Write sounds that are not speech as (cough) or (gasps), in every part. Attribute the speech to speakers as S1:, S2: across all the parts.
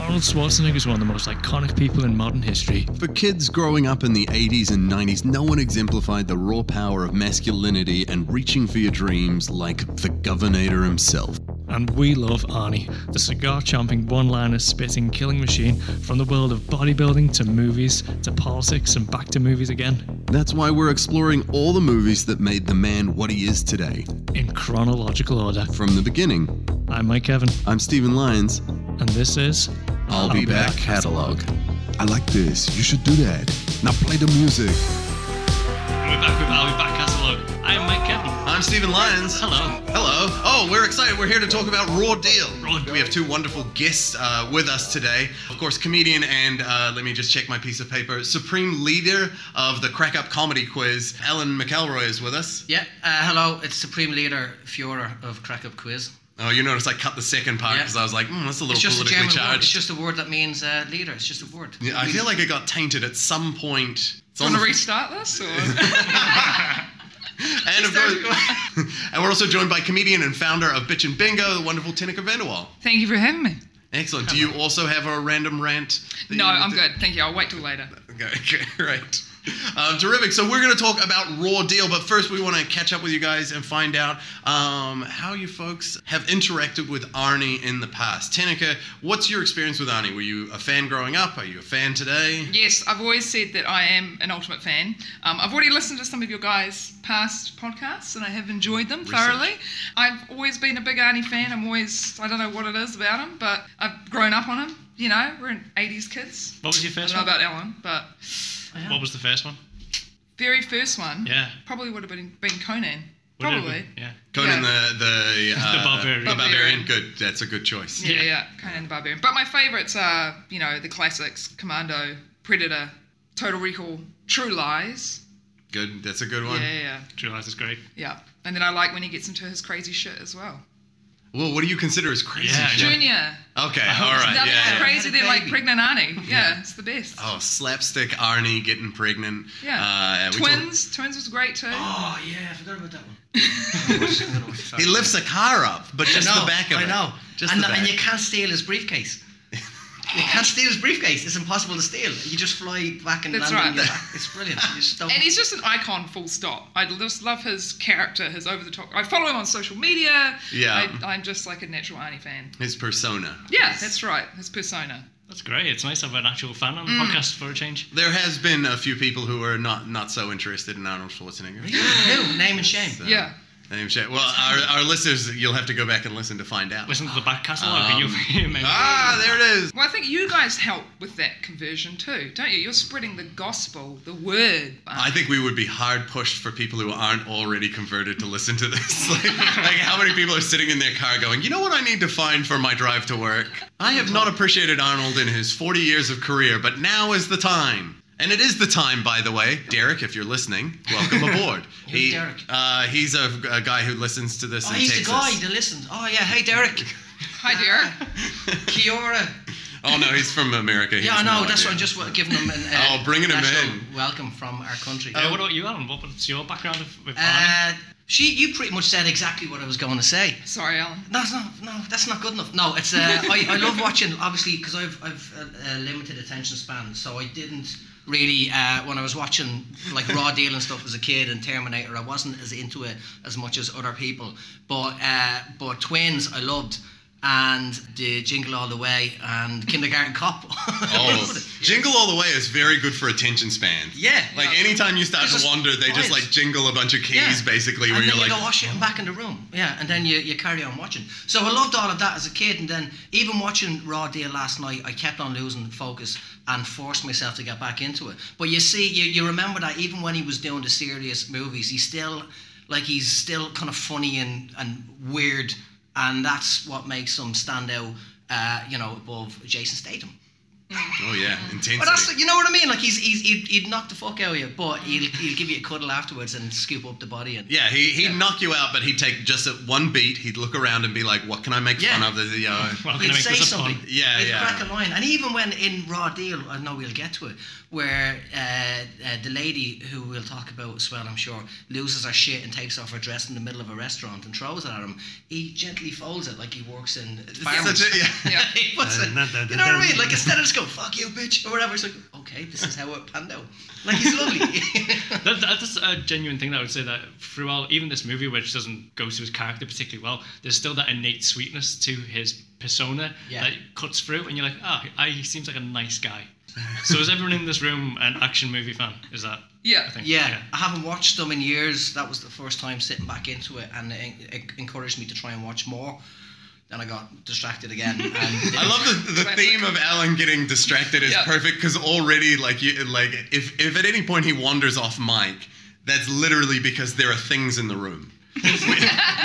S1: Arnold Schwarzenegger is one of the most iconic people in modern history.
S2: For kids growing up in the 80s and 90s, no one exemplified the raw power of masculinity and reaching for your dreams like the Governator himself.
S1: And we love Arnie, the cigar chomping, one liner spitting killing machine from the world of bodybuilding to movies to politics and back to movies again
S2: That's why we're exploring all the movies that made the man what he is today
S1: in chronological order.
S2: from the beginning.
S1: I'm Mike Evan,
S2: I'm Stephen Lyons.
S1: and this is.
S2: I'll, be, back, catalog. I like this. You should do that. Now play the music.
S1: We're back with I'll be back catalog. I'm Mike Evan.
S2: I'm Stephen Lyons.
S1: Hello.
S2: Hello. Oh, we're excited. We're here to talk about Raw Deal. We have two wonderful guests uh, with us today. Of course, comedian and, uh, let me just check my piece of paper, supreme leader of the Crack Up Comedy Quiz, Ellen McElroy is with us.
S3: Yeah, uh, hello, it's Supreme Leader Fuhrer of Crack Up Quiz.
S2: Oh, you notice I cut the second part
S3: Yeah.
S2: because I was like, mm, that's a little
S3: It's just a
S2: politically
S3: German word. It's
S2: charged.
S3: just a word that means uh, leader. It's just a word.
S2: Yeah, I feel like it got tainted at some point. It's
S4: Want
S2: on
S4: to
S2: the-
S4: restart this? Or?
S2: (laughs)
S1: (laughs)
S2: and, of course, (laughs) and we're also joined by comedian and founder of Bitch and Bingo, the wonderful Tineke Vanderwall.
S4: Thank you for having me.
S2: Excellent. Do you also have a random rant? that
S4: No,
S2: you wanna
S4: I'm
S2: do?
S4: good. Thank you. I'll wait till later.
S2: Okay, okay, (laughs) right. Um, terrific. So we're going to talk about Raw Deal, but first we want to catch up with you guys and find out um, how you folks have interacted with Arnie in the past. Tenica, what's your experience with Arnie? Were you a fan growing up? Are you a fan today?
S4: Yes, I've always said that I am an ultimate fan. Um, I've already listened to some of your guys' past podcasts, and I have enjoyed them thoroughly. I've always been a big Arnie fan. I'm always, I don't know what it is about him, but I've grown up on him. You know, we're an 80s kids.
S1: What was your
S4: I
S1: first
S4: don't know
S1: one?
S4: about Ellen, but
S1: What was the first one?
S4: very first one
S1: Yeah.
S4: probably would have been, been Conan.
S1: Would it-
S4: Probably.
S1: Yeah.
S2: Conan
S4: Yeah.
S2: the the,
S4: (laughs)
S2: uh,
S1: The Barbarian.
S2: The Barbarian.
S4: Barbarian.
S2: Good. That's a good choice.
S4: Yeah, yeah, Conan the Barbarian. But my favourites are, you know, the classics: Commando, Predator, Total Recall, True Lies.
S2: Good. That's a good
S4: Yeah,
S2: one.
S4: yeah, yeah,
S1: True Lies is great.
S4: yeah. And then I like when he gets into his crazy shit as well.
S2: Well, what do you consider as crazy?
S1: Yeah,
S2: shit?
S1: yeah.
S4: Junior,
S2: Okay. All right.
S4: nothing
S2: yeah, yeah.
S4: more crazy
S3: Had a
S4: than like
S3: baby.
S4: pregnant Arnie. Yeah, it's the best.
S2: Oh, slapstick Arnie getting pregnant.
S4: Yeah.
S2: Uh, we talked-
S4: Twins, Twins was great too.
S3: Oh, yeah, I forgot about that one.
S2: He lifts a car up, but just
S3: I know,
S2: the back of
S3: I
S2: it.
S3: know.
S2: Just
S3: and,
S2: the back.
S3: and you can't steal his
S2: (laughs)
S3: briefcase. you can't steal his briefcase. It's impossible to steal. You just fly back and
S4: That's
S3: land on
S4: right.
S3: your back. It's brilliant. You just
S4: (laughs)
S3: don't- (laughs)
S4: And he's just an icon, full stop. I just love his character, his over the top. I follow him on social media.
S2: Yeah.
S4: I, I'm just like a natural Arnie fan.
S2: His persona.
S4: Yeah, that's right. His persona.
S1: That's great. It's nice to have an actual fan on the podcast for a change.
S2: There has been a few people who are not not so interested in Arnold Schwarzenegger.
S3: Who? Name
S2: (laughs)
S3: and shame.
S2: So,
S4: Yeah.
S2: name check. Well, our, our listeners, you'll have to go back and listen to find out. Um,
S1: Listen to the back catalogue and
S3: (laughs)
S1: you'll remember.
S2: Ah, there it is.
S4: Well, I think you guys help with that conversion too, don't you? You're spreading the gospel, the word.
S2: I think we would be hard pushed for people who aren't already converted to listen to this. (laughs) like, like, how many people are sitting in their car going, you know what I need to find for my drive to work? I have not appreciated Arnold in his 40 years of career, but now is the time. And it is the time, by the way. Derek, if you're listening, welcome
S3: (laughs)
S2: aboard.
S3: Who's Derek?
S2: Uh, he's a, a guy who listens to this
S3: Oh,
S2: in
S3: he's
S2: Texas.
S3: the guy that listens. Oh, yeah. Hey, Derek.
S2: (laughs)
S4: Hi, Derek.
S3: Kiora.
S2: Oh no, he's from America. He
S3: (laughs) Yeah, I
S2: has
S3: know.
S2: no
S3: that's
S2: idea.
S3: what I'm just wa- giving him an.
S2: (laughs)
S3: uh,
S2: Oh, bringing him
S3: national
S2: in. Uh,
S3: Welcome from our country.
S1: Yeah, what about you, Alan? What was your background of- with Arnie?
S3: Uh, she, you pretty much said exactly what I was going to say.
S4: Sorry, Alan.
S3: That's not no. That's not good enough. No, it's. Uh, (laughs) I, I love watching obviously because I've I've a, a limited attention span, so I didn't really uh, when I was watching like Raw Deal and stuff as a kid and Terminator. I wasn't as into it as much as other people. But uh, but Twins I loved and the Jingle All the Way and Kindergarten Cop. (laughs)
S2: Oh, jingle all the way is very good for attention span.
S3: yeah.
S2: Like anytime you start
S3: It's
S2: to
S3: just
S2: wander, they just
S3: quiet.
S2: like jingle a bunch of keys, basically.
S3: And
S2: Where
S3: then
S2: you're like,
S3: you go, oh shit, I'm back in the room. Yeah, and then you, you carry on watching. So I loved all of that as a kid, and then even watching Raw Deal last night, I kept on losing focus and forced myself to get back into it. But you see, you, you remember that even when he was doing the serious movies, he still, like, he's still kind of funny and, and weird, and that's what makes him stand out, uh, you know, above Jason Statham.
S2: Oh yeah, intensity.
S3: But that's you know what I mean. Like he's, he's he'd, he'd knock the fuck out of you, but he'll, he'll give you a cuddle afterwards and scoop up the body and
S2: yeah, he, he'd knock you out, but he'd take just at one beat, he'd look around and be like, what can I make
S3: Yeah.
S2: fun of? The, uh,
S1: Well, can
S3: he'd
S1: I make
S3: say
S1: this a pun?
S3: something.
S2: Yeah,
S3: he'd
S2: yeah.
S3: crack a line. And even when in Raw Deal, I know we'll get to it, where uh, uh, the lady who we'll talk about as well, I'm sure, loses her shit and takes off her dress in the middle of a restaurant and throws it at him. He gently folds it like he works in.
S2: Such a- yeah.
S4: Yeah.
S3: (laughs) He puts it-
S5: Uh, not that-
S3: you know what I
S5: that-
S3: mean? Like instead of just going "fuck you, bitch" or whatever, it's like, okay, this is how it panned out. Like he's lovely. (laughs)
S1: That, that- that's a genuine thing that I would say that throughout even this movie, which doesn't go to his character particularly well, there's still that innate sweetness to his persona
S3: Yeah.
S1: that cuts through, and you're like, ah, I, he seems like a nice guy. so is everyone in this room an action movie fan? Is that?
S4: Yeah.
S1: I think.
S3: Yeah, I haven't watched them in years. That was the first time sitting back into it, and it, it encouraged me to try and watch more. Then I got distracted (laughs) again. And
S2: I love the, the theme of Alan getting distracted is
S4: Yeah.
S2: perfect because already like you like if if at any point he wanders off mic, that's literally because there are things in the
S4: (laughs)
S2: room. we,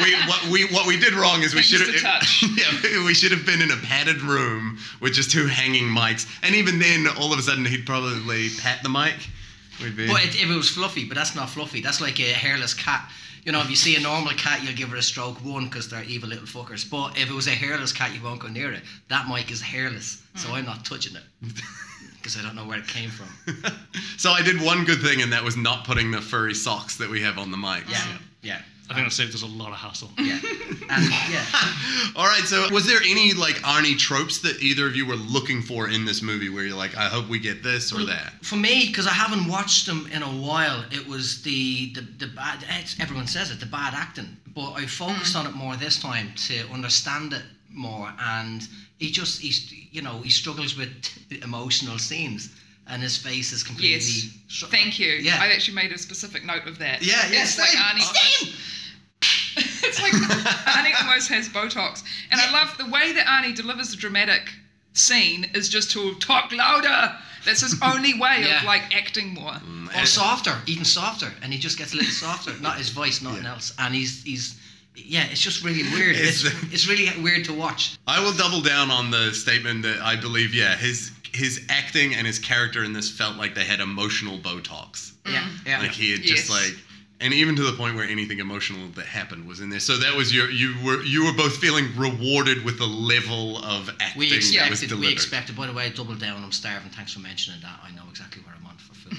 S2: we, what we what we did wrong is we
S4: Things
S2: should
S4: to touch.
S2: have (laughs) yeah we should have been in a padded room with just two hanging mics and even then all of a sudden he'd probably pat the mic. We'd be
S3: But it, if it was fluffy, but that's not fluffy. That's like a hairless cat. You know, if you see a normal cat, you'll give her a stroke one because they're evil little fuckers. But if it was a hairless cat, you won't go near it. That mic is hairless, so I'm not touching it (laughs) because I don't know where it came (laughs) from.
S2: so I did one good thing and that was not putting the furry socks that we have on the mics.
S3: Yeah, yeah,
S1: I think that saved us a lot of hassle.
S3: yeah, and yeah.
S2: All right, so was there any like Arnie tropes that either of you were looking for in this movie where you're like, I hope we get this or that?
S3: For me, because I haven't watched them in a while, it was the the, the bad. It's, everyone says it, the bad acting. But I focused
S4: Mm-hmm.
S3: on it more this time to understand it more, and he just he's you know he struggles with emotional scenes, and his face is completely.
S4: Yes.
S3: str-
S4: Thank you.
S3: Yeah.
S4: I've actually made a specific note of that.
S2: Yeah, yeah,
S4: It's like
S2: same.
S4: Arnie.
S3: Same!
S4: (laughs) it's like Arnie almost has Botox, and I love the way that Arnie delivers the dramatic scene is just to talk louder. That's his only way
S3: Yeah.
S4: of like acting more.
S2: Mm.
S3: or softer, even softer, and he just gets a little softer. Not his voice, nothing else, and he's he's. Yeah, it's just really weird.
S2: It's-
S3: It's, it's really weird to watch.
S2: I will double down on the statement that I believe, yeah, his his acting and his character in this felt like they had emotional Botox.
S3: Yeah,
S4: Mm.
S3: yeah.
S2: Like he had just
S4: Yes.
S2: like and even to the point where anything emotional that happened was in there. So that was your you were you were both feeling rewarded with the level of acting
S3: We
S2: that was
S3: expected.
S2: delivered.
S3: We expected. By the way, double down. I'm starving. Thanks for mentioning that. I know exactly where I'm on for food.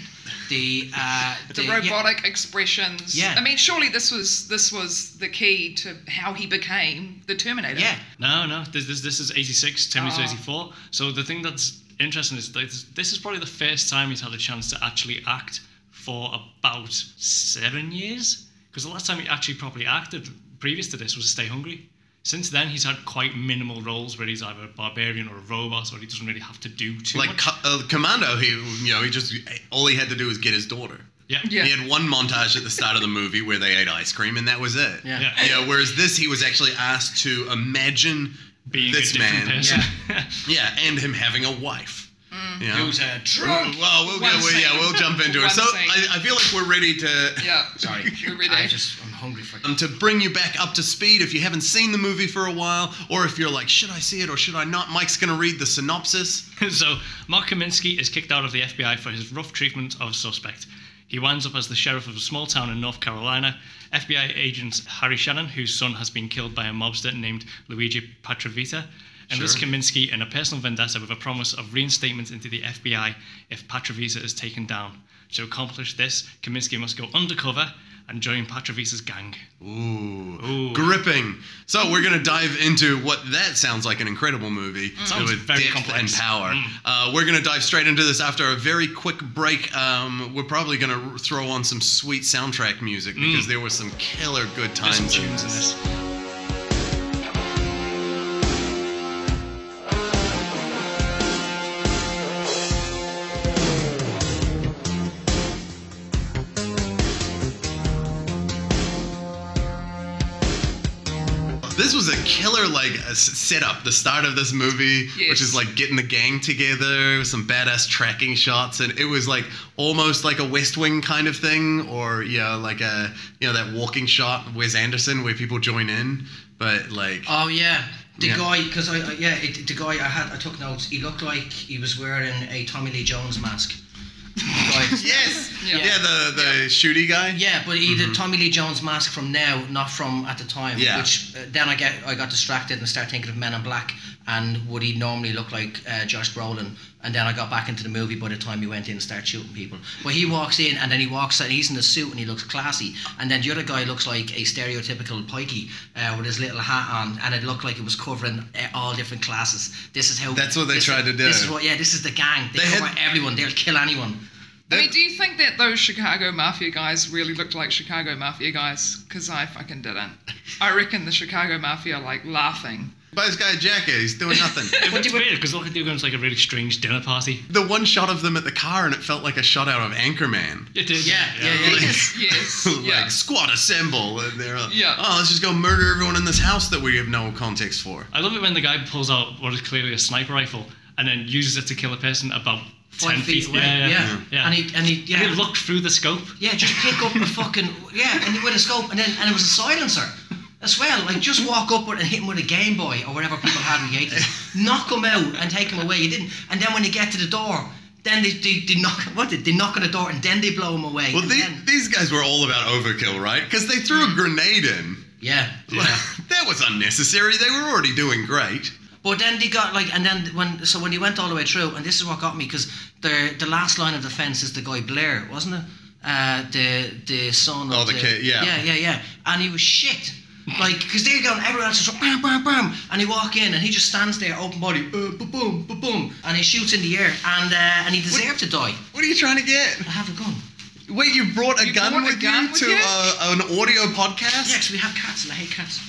S3: The uh,
S4: The
S3: yeah,
S4: robotic expressions.
S3: Yeah.
S4: I mean, surely this was this was the key to how he became the Terminator.
S3: Yeah,
S1: No, no. This this, this is 86, Timmy's
S4: Oh.
S1: 84. So the thing that's interesting is this, this is probably the first time he's had a chance to actually act for about seven years. Because the last time he actually properly acted previous to this was Stay Hungry. Since then, he's had quite minimal roles where he's either a barbarian or a robot, or he doesn't really have to do too
S2: like
S1: much.
S2: Co- uh, Commando, he you know he just all he had to do was get his daughter.
S1: yeah.
S4: Yeah.
S2: He had one montage at the start of the movie where they ate ice cream, and that was it.
S3: Yeah.
S1: Yeah.
S2: Yeah. Whereas this, he was actually asked to imagine
S1: Being
S2: this
S1: a different
S2: man.
S1: person. (laughs)
S2: Yeah, and him having a wife.
S4: Mm.
S2: You know?
S3: who's a drunk?
S2: well, we'll,
S4: One
S2: yeah, we'll yeah,
S4: scene.
S2: we'll jump into it.
S4: One
S2: So
S4: scene.
S2: I, I feel like we're ready to
S4: Yeah.
S3: Sorry,
S4: We're ready.
S3: I just I'm hungry for.
S2: um, to bring you back up to speed if you haven't seen the movie for a while, or if you're like, should I see it or should I not? Mike's gonna read the synopsis.
S1: (laughs) so Mark Kaminsky is kicked out of the FBI for his rough treatment of a suspect. He winds up as the sheriff of a small town in North Carolina. FBI agent Harry Shannon, whose son has been killed by a mobster named Luigi Patravita, enlists
S2: Sure.
S1: Kaminsky in a personal vendetta with a promise of reinstatement into the FBI if Patravita is taken down. To accomplish this, Kaminsky must go undercover and join Patravita's gang.
S2: Ooh,
S1: Ooh.
S2: gripping. So we're gonna dive into what that sounds like an incredible movie
S1: Sounds
S2: with
S1: Mm. very
S2: depth
S1: complex.
S2: and power.
S1: Mm.
S2: Uh, we're gonna dive straight into this after a very quick break. Um, we're probably gonna r- throw on some sweet soundtrack music because there was some killer good
S1: Mm. There's some
S2: times in
S1: tunes in
S2: this.
S1: this.
S2: This was a killer like uh, s- setup. The start of this movie, which
S4: Yes.
S2: is like getting the gang together, some badass tracking shots, and it was like almost like a West Wing kind of thing, or yeah, like a you know that walking shot Wes Anderson where people join in, but like
S3: Oh yeah, The
S2: Yeah.
S3: guy, because I, I yeah, it, the guy I had, I took notes. He looked like he was wearing a Tommy Lee Jones mask. Like,
S2: Yes.
S4: Yeah.
S2: Yeah, the the shooty guy.
S3: Yeah, but he the Tommy Lee Jones mask from now, not from at the time.
S2: Mm-hmm. Yeah.
S3: Which uh, then I get, I got distracted and started thinking of Men in Black and would he normally look like uh, Josh Brolin? And then I got back into the movie by the time he went in and started shooting people. But he walks in and then he walks and he's in a suit and he looks classy. And then the other guy looks like a stereotypical pikey uh, with his little hat on, and it looked like it was covering uh, all different classes. This is how.
S2: That's what they
S3: this-
S2: tried to do.
S3: This is what. Yeah, this is the gang. They,
S2: They had-
S3: cover everyone. They'll kill anyone.
S4: I mean, do you think that those Chicago Mafia guys really looked like Chicago Mafia guys? Because I fucking didn't. I reckon the Chicago Mafia are like laughing.
S2: Buy this guy a jacket. He's doing nothing.
S1: It was weird because look, they were going to like a really strange dinner party.
S2: the one shot of them at the car, and it felt like a shot out of Anchorman.
S1: It did.
S3: Yeah, yeah, yeah.
S4: Yes,
S2: (laughs)
S4: yes,
S2: like
S4: yeah.
S2: squad assemble, and they're like,
S4: Yeah.
S2: oh, let's just go murder everyone in this house that we have no context for.
S1: I love it when the guy pulls out what is clearly a sniper rifle and then uses it to kill a person about
S3: Five
S1: ten
S3: feet
S1: feet.
S3: away.
S1: Yeah, yeah,
S3: yeah.
S1: yeah.
S3: And he and he yeah.
S1: And he looked through the scope.
S3: Yeah, just pick up a fucking yeah, and with a scope, and then and it was a silencer as well. Like just walk up with- and hit him with a Game Boy or whatever people had in the eighties. knock him out and take him away. You didn't, and then when you get to the door, then they, they, they knock what did they knock on the door and then they blow him away.
S2: Well,
S3: and
S2: the,
S3: then-
S2: these guys were all about overkill, right? Because they threw
S4: Mm-hmm.
S2: a grenade in.
S3: yeah, yeah.
S2: (laughs) that was unnecessary. They were already doing great.
S3: But then they got like, and then when so when he went all the way through, and this is what got me because the the last line of defense is the guy Blair, wasn't it? Uh, the the son.
S2: Oh,
S3: of
S2: the kid, yeah.
S3: yeah, yeah, yeah. And he was shit. Like, because they're going, everyone else is like, bam, bam, bam. And he walk in and he just stands there, open body, uh, ba boom, ba boom. And he shoots in the air and uh, and he deserved to die.
S2: What are you trying to get?
S3: I have a gun.
S2: Wait, you brought a
S4: You
S2: gun
S4: brought a
S2: with
S4: gun
S2: you
S4: with
S2: to
S4: you?
S2: Uh, an audio podcast?
S3: Yeah, 'cause we have cats and I hate cats.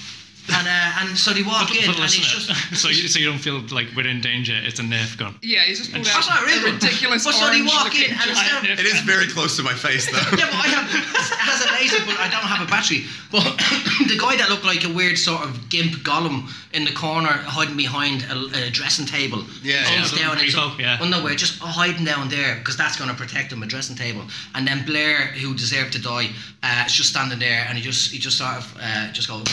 S3: And uh, and so they
S1: For,
S3: walk
S1: for
S3: in
S1: the
S3: and it's
S1: listener, (laughs)
S3: just.
S1: so you, so you don't feel like we're in danger. It's a Nerf gun.
S4: Yeah, he's just pulled
S3: That's
S4: out
S3: not
S4: a
S3: real.
S4: ridiculous
S3: But so they
S4: orange
S3: walk in
S4: looking
S3: and
S4: jacket.
S3: instead of
S2: It is very close to my face, though.
S3: (laughs) Yeah, but I have it has a laser, but I don't have a battery. But (coughs) the guy that looked like a weird sort of gimp golem in the corner, hiding behind a, a dressing table,
S2: Yeah,
S3: comes
S1: yeah.
S3: down and he's
S1: Creepo, yeah.
S3: underwear, just hiding down there because that's going to protect him a dressing table. And then Blair, who deserved to die, uh, is just standing there and he just he just sort of uh, just goes.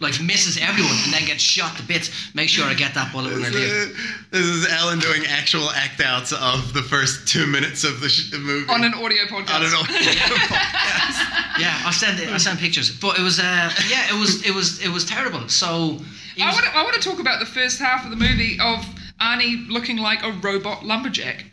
S3: Like misses everyone and then gets shot to bits. Make sure I get that bullet when
S2: (laughs)
S3: I do.
S2: This is Alan doing actual act outs of the first two minutes of the, sh- the movie.
S4: on an audio podcast.
S2: I don't (laughs) know.
S3: Yeah, I'll send it. I'll send pictures. But it was, uh, yeah, it was, it was, it was terrible. So it
S4: I
S3: was-
S4: want to I want to talk about the first half of the movie of Arnie looking like a robot lumberjack.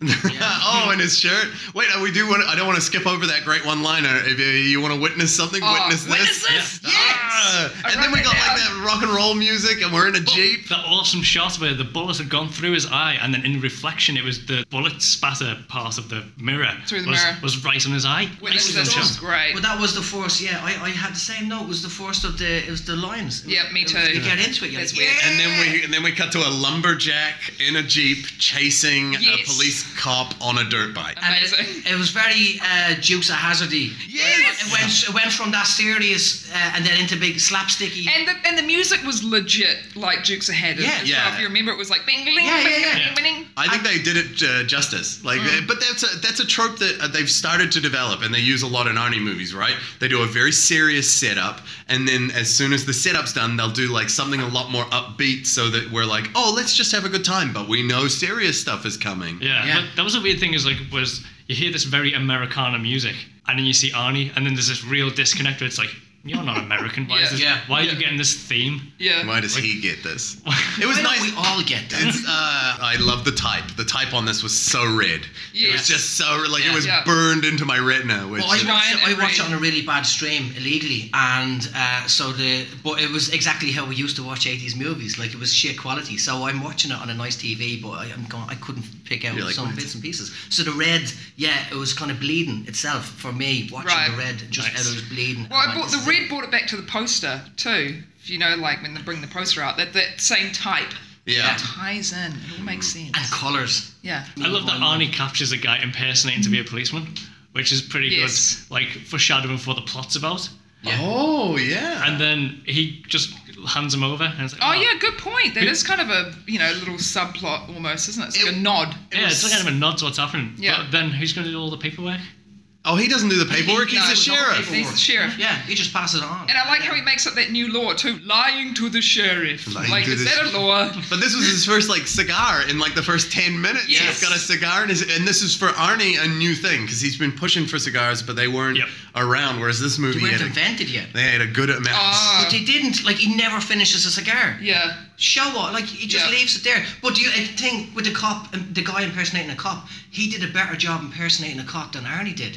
S2: (laughs) oh, and his shirt. Wait, uh, we do. Want I don't want to skip over that great one-liner. If you, you want to witness something,
S4: Oh,
S2: witness this.
S4: witness this?
S2: Yeah.
S4: Yes!
S2: Ah,
S4: I
S2: and then
S4: wrote
S2: we
S4: it
S2: got like
S4: down. Oh,
S2: that rock and roll music, and we're in a jeep.
S1: That awesome shot where the bullet had gone through his eye, and then in reflection, it was the bullet spatter part of the mirror
S4: Through the
S1: was,
S4: mirror.
S1: was right on his eye.
S4: Witness
S1: Nicely
S4: this
S1: done
S4: was
S1: shot.
S4: great.
S3: But that was the first, yeah. I, I had the same note. It was the first of the it was the lines. It
S4: Yeah,
S3: was-
S4: me
S3: it was-
S4: too.
S3: You get into it, you're
S4: That's
S3: like,
S4: weird.
S3: yeah.
S2: And then we and then we cut to a lumberjack in a jeep chasing a
S4: Yes.
S2: police cop on a dirt bike.
S3: And it-
S4: Amazing.
S3: It, was very uh, Dukes of Hazardy.
S2: Yes!
S3: It went, it went from that serious uh, and then into big slapsticky.
S4: And the and the music was legit like Jukes ahead.
S3: Yeah,
S4: as
S2: yeah.
S4: Well, if you remember, it was like bing, bing,
S3: Yeah, yeah,
S4: bing,
S1: yeah.
S4: bing, bing, bing.
S2: I think they did it uh, justice. Like, uh, but that's a that's a trope that uh, they've started to develop, and they use a lot in Arnie movies, right? They do a very serious setup, and then as soon as the setup's done, they'll do like something a lot more upbeat, so that we're like, oh, let's just have a good time, but we know serious stuff is coming.
S1: Yeah,
S3: Yeah.
S1: But that was a weird thing. Is like was you hear this very Americana music, and then you see Arnie, and then there's this real disconnect. Where it's like you're not American. Why
S4: (laughs) Yeah.
S1: is this?
S3: Yeah.
S1: Why are
S4: Yeah.
S1: you getting this theme? (laughs)
S4: Yeah.
S2: Why does he get this? It was
S3: Why don't
S2: nice.
S3: We all get that.
S2: It's, uh, I love the type. The type on this was so red. It
S4: Yes.
S2: was just so like
S3: Yeah.
S2: it was
S4: Yeah.
S2: burned into my retina. Which
S3: Well, I watched,
S4: Ryan
S3: it,
S4: and
S3: I watched it
S4: Ray.
S3: on a really bad stream illegally, and uh, so the but it was exactly how we used to watch eighties movies. Like it was sheer quality. So I'm watching it on a nice TV, but I, I'm going. I couldn't pick out
S2: You're like,
S3: some
S2: "What?"
S3: bits and pieces. So the red, yeah, it was kind of bleeding itself for me watching
S4: Right.
S3: the red. Just
S1: Nice.
S3: how it was bleeding.
S4: Well,
S3: I'm
S4: I
S3: like,
S4: brought,
S3: "This
S4: the
S3: is it."
S4: red brought it back to the poster too. If you know, like when they bring the poster out, that that same type
S2: yeah.
S4: ties in. It all makes sense.
S3: and colours.
S4: Yeah.
S1: I love that Arnie captures a guy impersonating to be a policeman, which is pretty
S4: Yes.
S1: good, like foreshadowing for the plot's about.
S2: Oh yeah.
S1: And then he just hands him over, and it's like,
S4: Oh yeah, good point. That is kind of a you know little subplot almost, isn't it? It's like a nod.
S1: Yeah, it's like kind of a nod to what's happening.
S4: Yeah.
S1: But then who's going to do all the paperwork?
S2: Oh, he doesn't do the paperwork. He's
S4: No,
S2: the sheriff.
S4: He's the sheriff.
S3: Yeah, he just passes it on.
S4: And I like how he makes up that new law too, lying to the sheriff.
S2: Lying
S4: like,
S2: to
S4: is
S2: the
S4: that
S2: sh-
S4: a law?
S2: But this was his first like cigar in like the first ten minutes.
S4: Yes.
S2: He's got a cigar in his, and this is for Arnie a new thing because he's been pushing for cigars, but they weren't
S1: Yep.
S2: around. Whereas this movie,
S3: They weren't
S2: had a,
S3: invented yet.
S2: they had a good amount. (laughs)
S4: Ah.
S3: But they didn't. Like he never finishes a cigar.
S4: Yeah.
S3: Show what? Like he just
S4: Yeah.
S3: leaves it there. But do you I think with the cop, and the guy impersonating a cop, he did a better job impersonating a cop than Arnie did.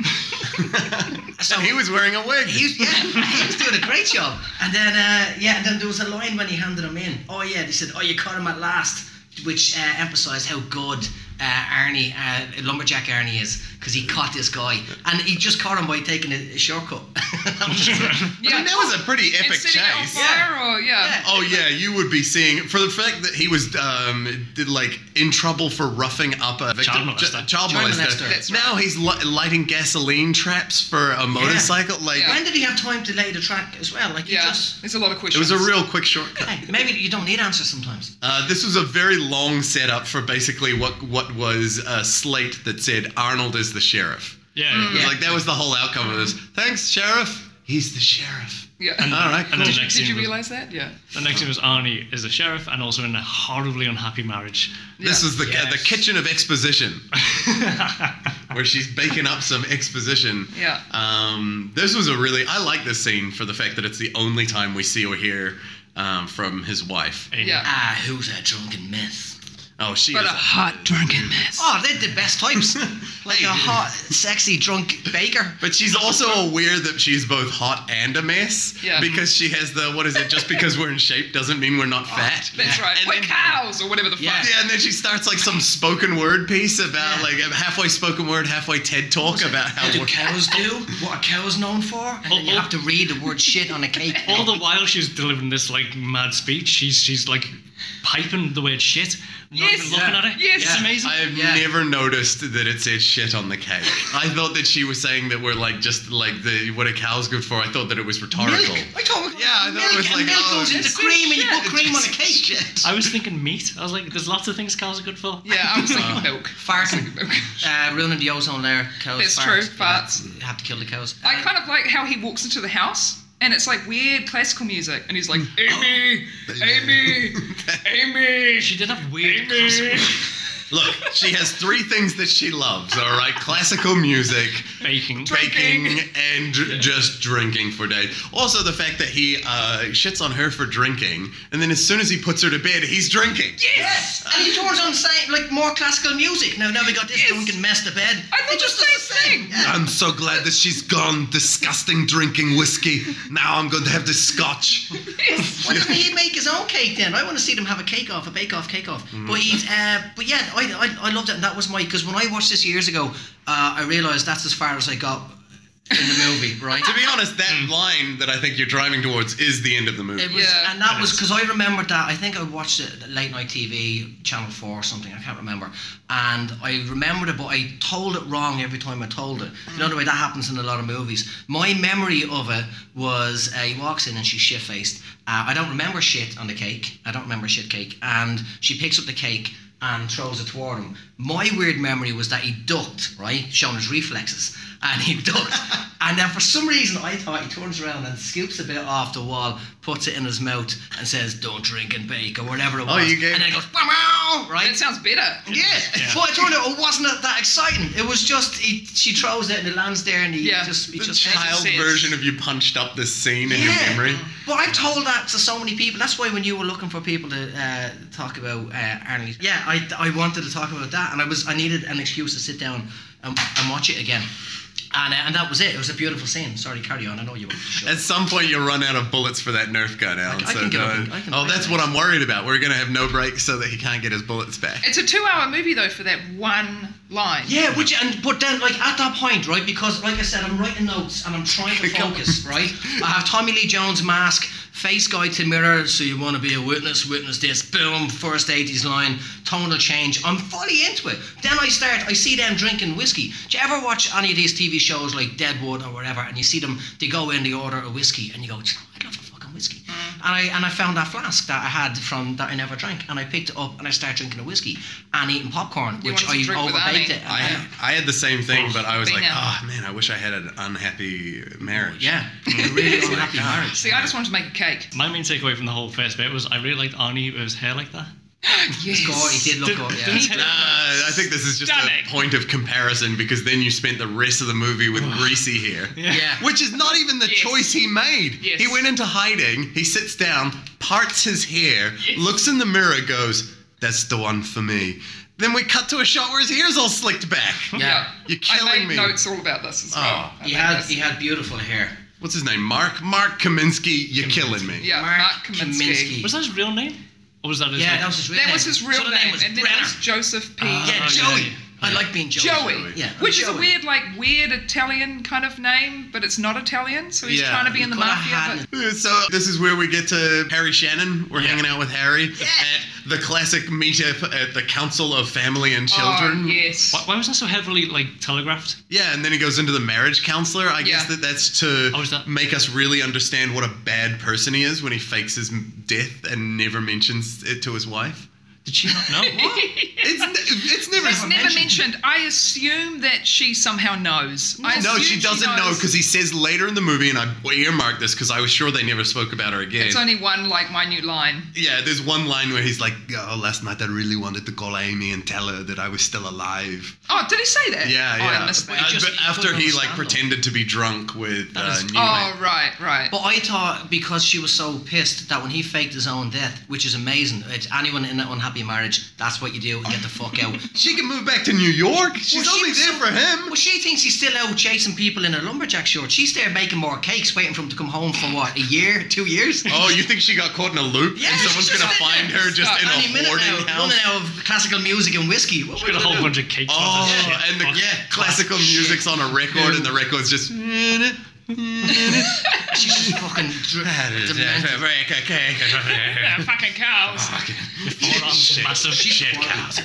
S3: so
S2: and he was wearing a wig.
S3: He was, yeah, (laughs) he was doing a great job. And then, uh, yeah, and then there was a line when he handed him in. Oh, yeah, they said, oh, you caught him at last, which uh, emphasised how good uh, Arnie, uh, Lumberjack Arnie is, because he caught this guy. And he just caught him by taking a, a shortcut. (laughs) I'm just like,
S4: Yeah.
S2: (laughs) I mean, that was a pretty
S4: and
S2: epic
S4: setting it on
S2: chase.
S4: fire or yeah.
S3: Yeah.
S2: Oh yeah, you would be seeing for the fact that he was um, did, like in trouble for roughing up a victim,
S1: Child molester.
S2: ch- child
S3: Child
S2: molester.
S3: molester. That's
S2: Now he's li- lighting gasoline traps for a motorcycle. Like
S4: Yeah.
S3: when did he have time to lay the track as well? Like, he
S4: Yeah.
S3: just.
S4: There's a lot of
S2: it
S4: questions.
S2: was a real quick shortcut.
S3: Hey, maybe you don't need answers sometimes.
S2: Uh, this was a very long setup for basically what what was a slate that said Arnold is the sheriff.
S1: Yeah.
S2: It was
S3: Yeah.
S2: Like that was the whole outcome of this. Thanks, sheriff. He's the sheriff.
S4: Yeah.
S1: And-
S2: All right.
S1: and then
S2: cool.
S1: the next
S4: (laughs)
S1: scene
S4: Did you
S1: was-
S4: realise that? Yeah.
S1: The next thing was Arnie is a sheriff and also in a horribly unhappy marriage. (laughs)
S2: This
S4: Yeah.
S2: was the
S3: Yes.
S2: the kitchen of exposition, where she's baking up some exposition.
S4: Yeah.
S2: Um, this was a really I like this scene for the fact that it's the only time we see or hear um, from his wife.
S1: Amy.
S4: Yeah.
S3: Ah, who's a drunken mess?
S2: Oh, she.
S4: But
S2: is
S4: a hot drunken mess.
S3: Oh, they're the best (laughs) types. like
S2: Hey.
S3: a hot, sexy, drunk baker.
S2: But she's also aware that she's both hot and a mess.
S4: Yeah.
S2: Because she has the what is it? Just because we're in shape doesn't mean we're
S3: Oh,
S2: not fat.
S4: That's right.
S2: And
S4: We're
S2: then-
S4: cows or whatever the fuck.
S3: Yeah.
S2: Yeah, and then she starts like some spoken word piece about
S3: Yeah.
S2: like a halfway spoken word, halfway TED talk about
S3: What
S2: how
S3: do cows do? What are cows known for? And then you have to read the word shit on a (laughs) cake.
S1: All the while she's delivering this like mad speech, she's she's like piping the word shit, not
S4: Yes.
S1: even looking
S3: Yeah.
S1: at it.
S4: Yes.
S1: It's amazing.
S2: I've
S3: Yeah.
S2: never noticed that it said shit on the cake. I thought that she was saying that we're like just like the what a cow's good for. I thought that it was rhetorical.
S3: I thought
S2: Yeah, I thought it
S3: milk,
S2: was
S3: and
S2: like,
S3: milk
S2: oh,
S3: goes into
S4: it's
S3: cream, and you
S4: shit.
S3: put cream on a cake.
S1: I was thinking meat. I was like, there's lots of things cows are good for.
S4: Yeah, I was thinking milk.
S3: Farting,
S4: (laughs) Milk.
S3: uh, ruining the ozone layer. Cows.
S4: That's
S3: fart.
S4: true,
S3: Yeah,
S4: farts.
S3: you have to kill the cows.
S4: I kind of like how he walks into the house and it's like weird classical music and he's like,
S3: Mm.
S4: Amy,
S3: Oh,
S4: Amy,
S3: (laughs)
S4: Amy.
S1: She did have weird.
S4: Amy.
S1: cusp-
S2: Look, she has three things that she loves. All right, classical music.
S1: Baking.
S2: baking
S4: Drinking.
S2: and dr- just drinking for days. Also, the fact that he uh, shits on her for drinking, and then as soon as he puts her to bed, he's drinking.
S4: Yes!
S3: Uh, and he turns on saying like more classical music. Now, now we got this
S4: Yes.
S3: drunken mess to bed.
S4: I thought
S3: It
S4: just the
S3: does
S4: same thing.
S2: I'm so glad that she's gone. Disgusting drinking whiskey. Now I'm going to have this scotch.
S4: Yes.
S3: Why doesn't he make his own cake then? I want to see them have a cake off, a bake off, cake off.
S2: Mm.
S3: But he's, uh, but yeah, I, I, I loved it. And that was my because when I watched this years ago, uh, I realised that's as far as I got in the movie, right?
S2: (laughs) To be honest, that line that I think you're driving towards is the end of the movie.
S3: Mm. It was,
S4: Yeah.
S3: and that
S1: It
S3: was
S1: is.
S3: because I remembered that. I think I watched it late night TV, Channel Four or something. I can't remember. And I remembered it, but I told it wrong every time I told it. You know the way that happens in a lot of movies. My memory of it was uh, he walks in and she's shit faced. Uh, I don't remember shit on the cake. I don't remember shit cake. And she picks up the cake. And throws it toward him. My weird memory was that he ducked, right? Showing his reflexes. And he ducked. And then for some reason, I thought he turns around and scoops a bit off the wall, puts it in his mouth, and says, "Don't drink and bake" or whatever it was.
S2: Oh, you gave-
S3: And then it goes, "Wow, wow,"
S4: That
S3: right?
S4: sounds better.
S3: Yeah. But I turned out it wasn't that exciting. It was just he, she throws it and it lands there, and he
S4: Yeah.
S3: just he
S2: the
S3: just
S2: child
S4: says-
S2: version of you punched up this scene in your
S3: Yeah.
S2: memory.
S3: But I've told that to so many people. That's why when you were looking for people to uh, talk about uh, Arnie, yeah, I, I wanted to talk about that, and I was I needed an excuse to sit down and, and watch it again. And, uh, and that was it. It was a beautiful scene. Sorry, carry on. I know you want to show.
S2: At some point, you'll run out of bullets for that Nerf gun, Alan.
S3: I
S2: so
S3: can get a-
S2: don't-
S3: I can
S2: oh,
S3: break
S2: that's
S3: it.
S2: what I'm worried about. We're going to have no breaks so that he can't get his bullets
S3: (laughs)
S2: back.
S4: It's a two hour movie though for that one line.
S3: Yeah, which and but then like at that point, right? Because like I said, I'm writing notes and I'm trying
S4: (laughs)
S3: to
S2: Come on.
S3: focus, right? I have Tommy Lee Jones mask, face guide to mirror, so you want to be a witness, witness this, boom, first 80s line, tonal change. I'm fully into it. Then I start, I see them drinking whiskey. Do you ever watch any of these TV
S4: Mm.
S3: shows like Deadwood or whatever, and you see them, they go in, they order a whiskey, and you go, "Do you know, I'd love a fucking whiskey. I and I found that flask that I had from that I never drank, and I picked it up and I started drinking a whiskey and eating popcorn,
S4: You
S3: which I
S4: wanted to drink with
S3: overbaked
S4: Annie.
S3: it.
S2: I,
S3: and-
S2: I had the same thing, but I was like,
S4: Bina.
S2: ah, man, I wish I had an unhappy marriage.
S3: (laughs) yeah, a
S2: (laughs)
S3: really unhappy marriage.
S4: See, I just wanted to make a cake.
S1: My main takeaway from the whole first bit was I really liked Arnie with his hair like that.
S4: Yes.
S3: God, oh, he did look
S1: Didn't-
S3: good. Yeah.
S1: didn't-
S2: Nah, I think this is just
S1: Stunning.
S2: a point of comparison because then you spent the rest of the movie with Greasy here.
S3: Yeah.
S2: Which is not even the
S4: Yes.
S2: choice he made.
S4: Yes.
S2: He went into hiding, he sits down, parts his hair,
S4: Yes.
S2: looks in the mirror, goes, That's the one for me. Then we cut to a shot where his hair's all slicked back.
S3: Yeah.
S2: You're
S4: I
S2: killing
S4: made
S2: me.
S4: notes all about this as well.
S2: Oh.
S4: I
S3: He
S4: made
S3: had
S4: notes.
S3: he had beautiful hair.
S2: What's his name? Mark? Mark Kaminsky, you're killing me.
S4: yeah, Mark,
S3: Mark
S4: Kaminsky.
S3: Kaminsky.
S1: Was that his real name? Or was that his
S3: Yeah,
S1: like-
S3: that was his real
S4: That
S3: name.
S4: was his real
S3: so the
S4: name,
S3: was
S4: and then
S3: Brenner.
S4: it was Joseph P.
S3: yeah,
S1: Oh,
S3: Joey.
S1: yeah, yeah.
S3: I like being Joey.
S4: Joey,
S3: Yeah,
S4: which is a
S3: Joey.
S4: weird, like weird Italian kind of name, but it's not Italian, so he's
S2: Yeah.
S4: trying to be in the
S3: Coulda
S4: mafia.
S3: had
S4: But
S2: So this is where we get to Harry Shannon. We're hanging out with Harry at the classic meetup at the Council of Family and Children.
S4: Oh, yes. (laughs)
S1: Why, why was that so heavily like telegraphed?
S2: Yeah, and then he goes into the marriage counselor. I
S4: Yeah.
S2: guess that that's to
S1: Oh, is that-
S2: make us really understand what a bad person he is when he fakes his m- death and never mentions it to his wife.
S1: Did she not
S3: (laughs)
S1: know? What?
S2: It's n- it's never.
S4: It's never mentioned. I assume that she somehow knows. I
S2: No,
S4: assume
S2: she doesn't know
S4: knows.
S2: because he says later in the movie, and I earmarked this because I was sure they never spoke about her again.
S4: it's only one like minute line.
S2: Yeah, there's one line where he's like, "Oh, last night I really wanted to call Amy and tell her that I was still alive."
S4: Oh, did he say that?
S2: Yeah,
S4: oh,
S2: yeah.
S4: I missed
S2: Uh,
S4: that.
S3: you just-
S2: but
S3: you
S2: after
S3: couldn't
S2: he like
S3: understand them.
S2: pretended to be drunk with
S1: That
S2: uh,
S1: is-
S2: Newman.
S4: Oh, right, right.
S3: But I thought because she was so pissed that when he faked his own death, which is amazing. It's anyone in an unhappy marriage, that's what you do. Get the fuck out. (laughs)
S2: she can move back to New York. She's
S3: Well, she
S2: only
S3: was
S2: there
S3: so-
S2: for him.
S3: Well, she thinks he's still out chasing people in her lumberjack shorts. She's there making more cakes, waiting for him to come home for what? A year? Two (laughs) years?
S2: Oh, you think she got caught in a loop
S3: Yeah,
S2: and someone's
S3: she's
S2: gonna
S3: just
S2: find
S4: been there.
S2: her just
S4: Stop.
S2: in
S3: Any
S2: a
S3: minute
S2: hoarding
S3: now, running
S2: house?
S3: out of classical music and whiskey. What
S1: Got a whole bunch of cake shots
S2: Oh,
S1: and shit.
S2: and the
S1: Fuck.
S2: yeah, classical music's on a record, and the record's just. (laughs)
S3: of she's just fucking dr- demented.
S4: Yeah, fucking
S2: (laughs)
S4: cows.
S1: Forearm, massive shit cows.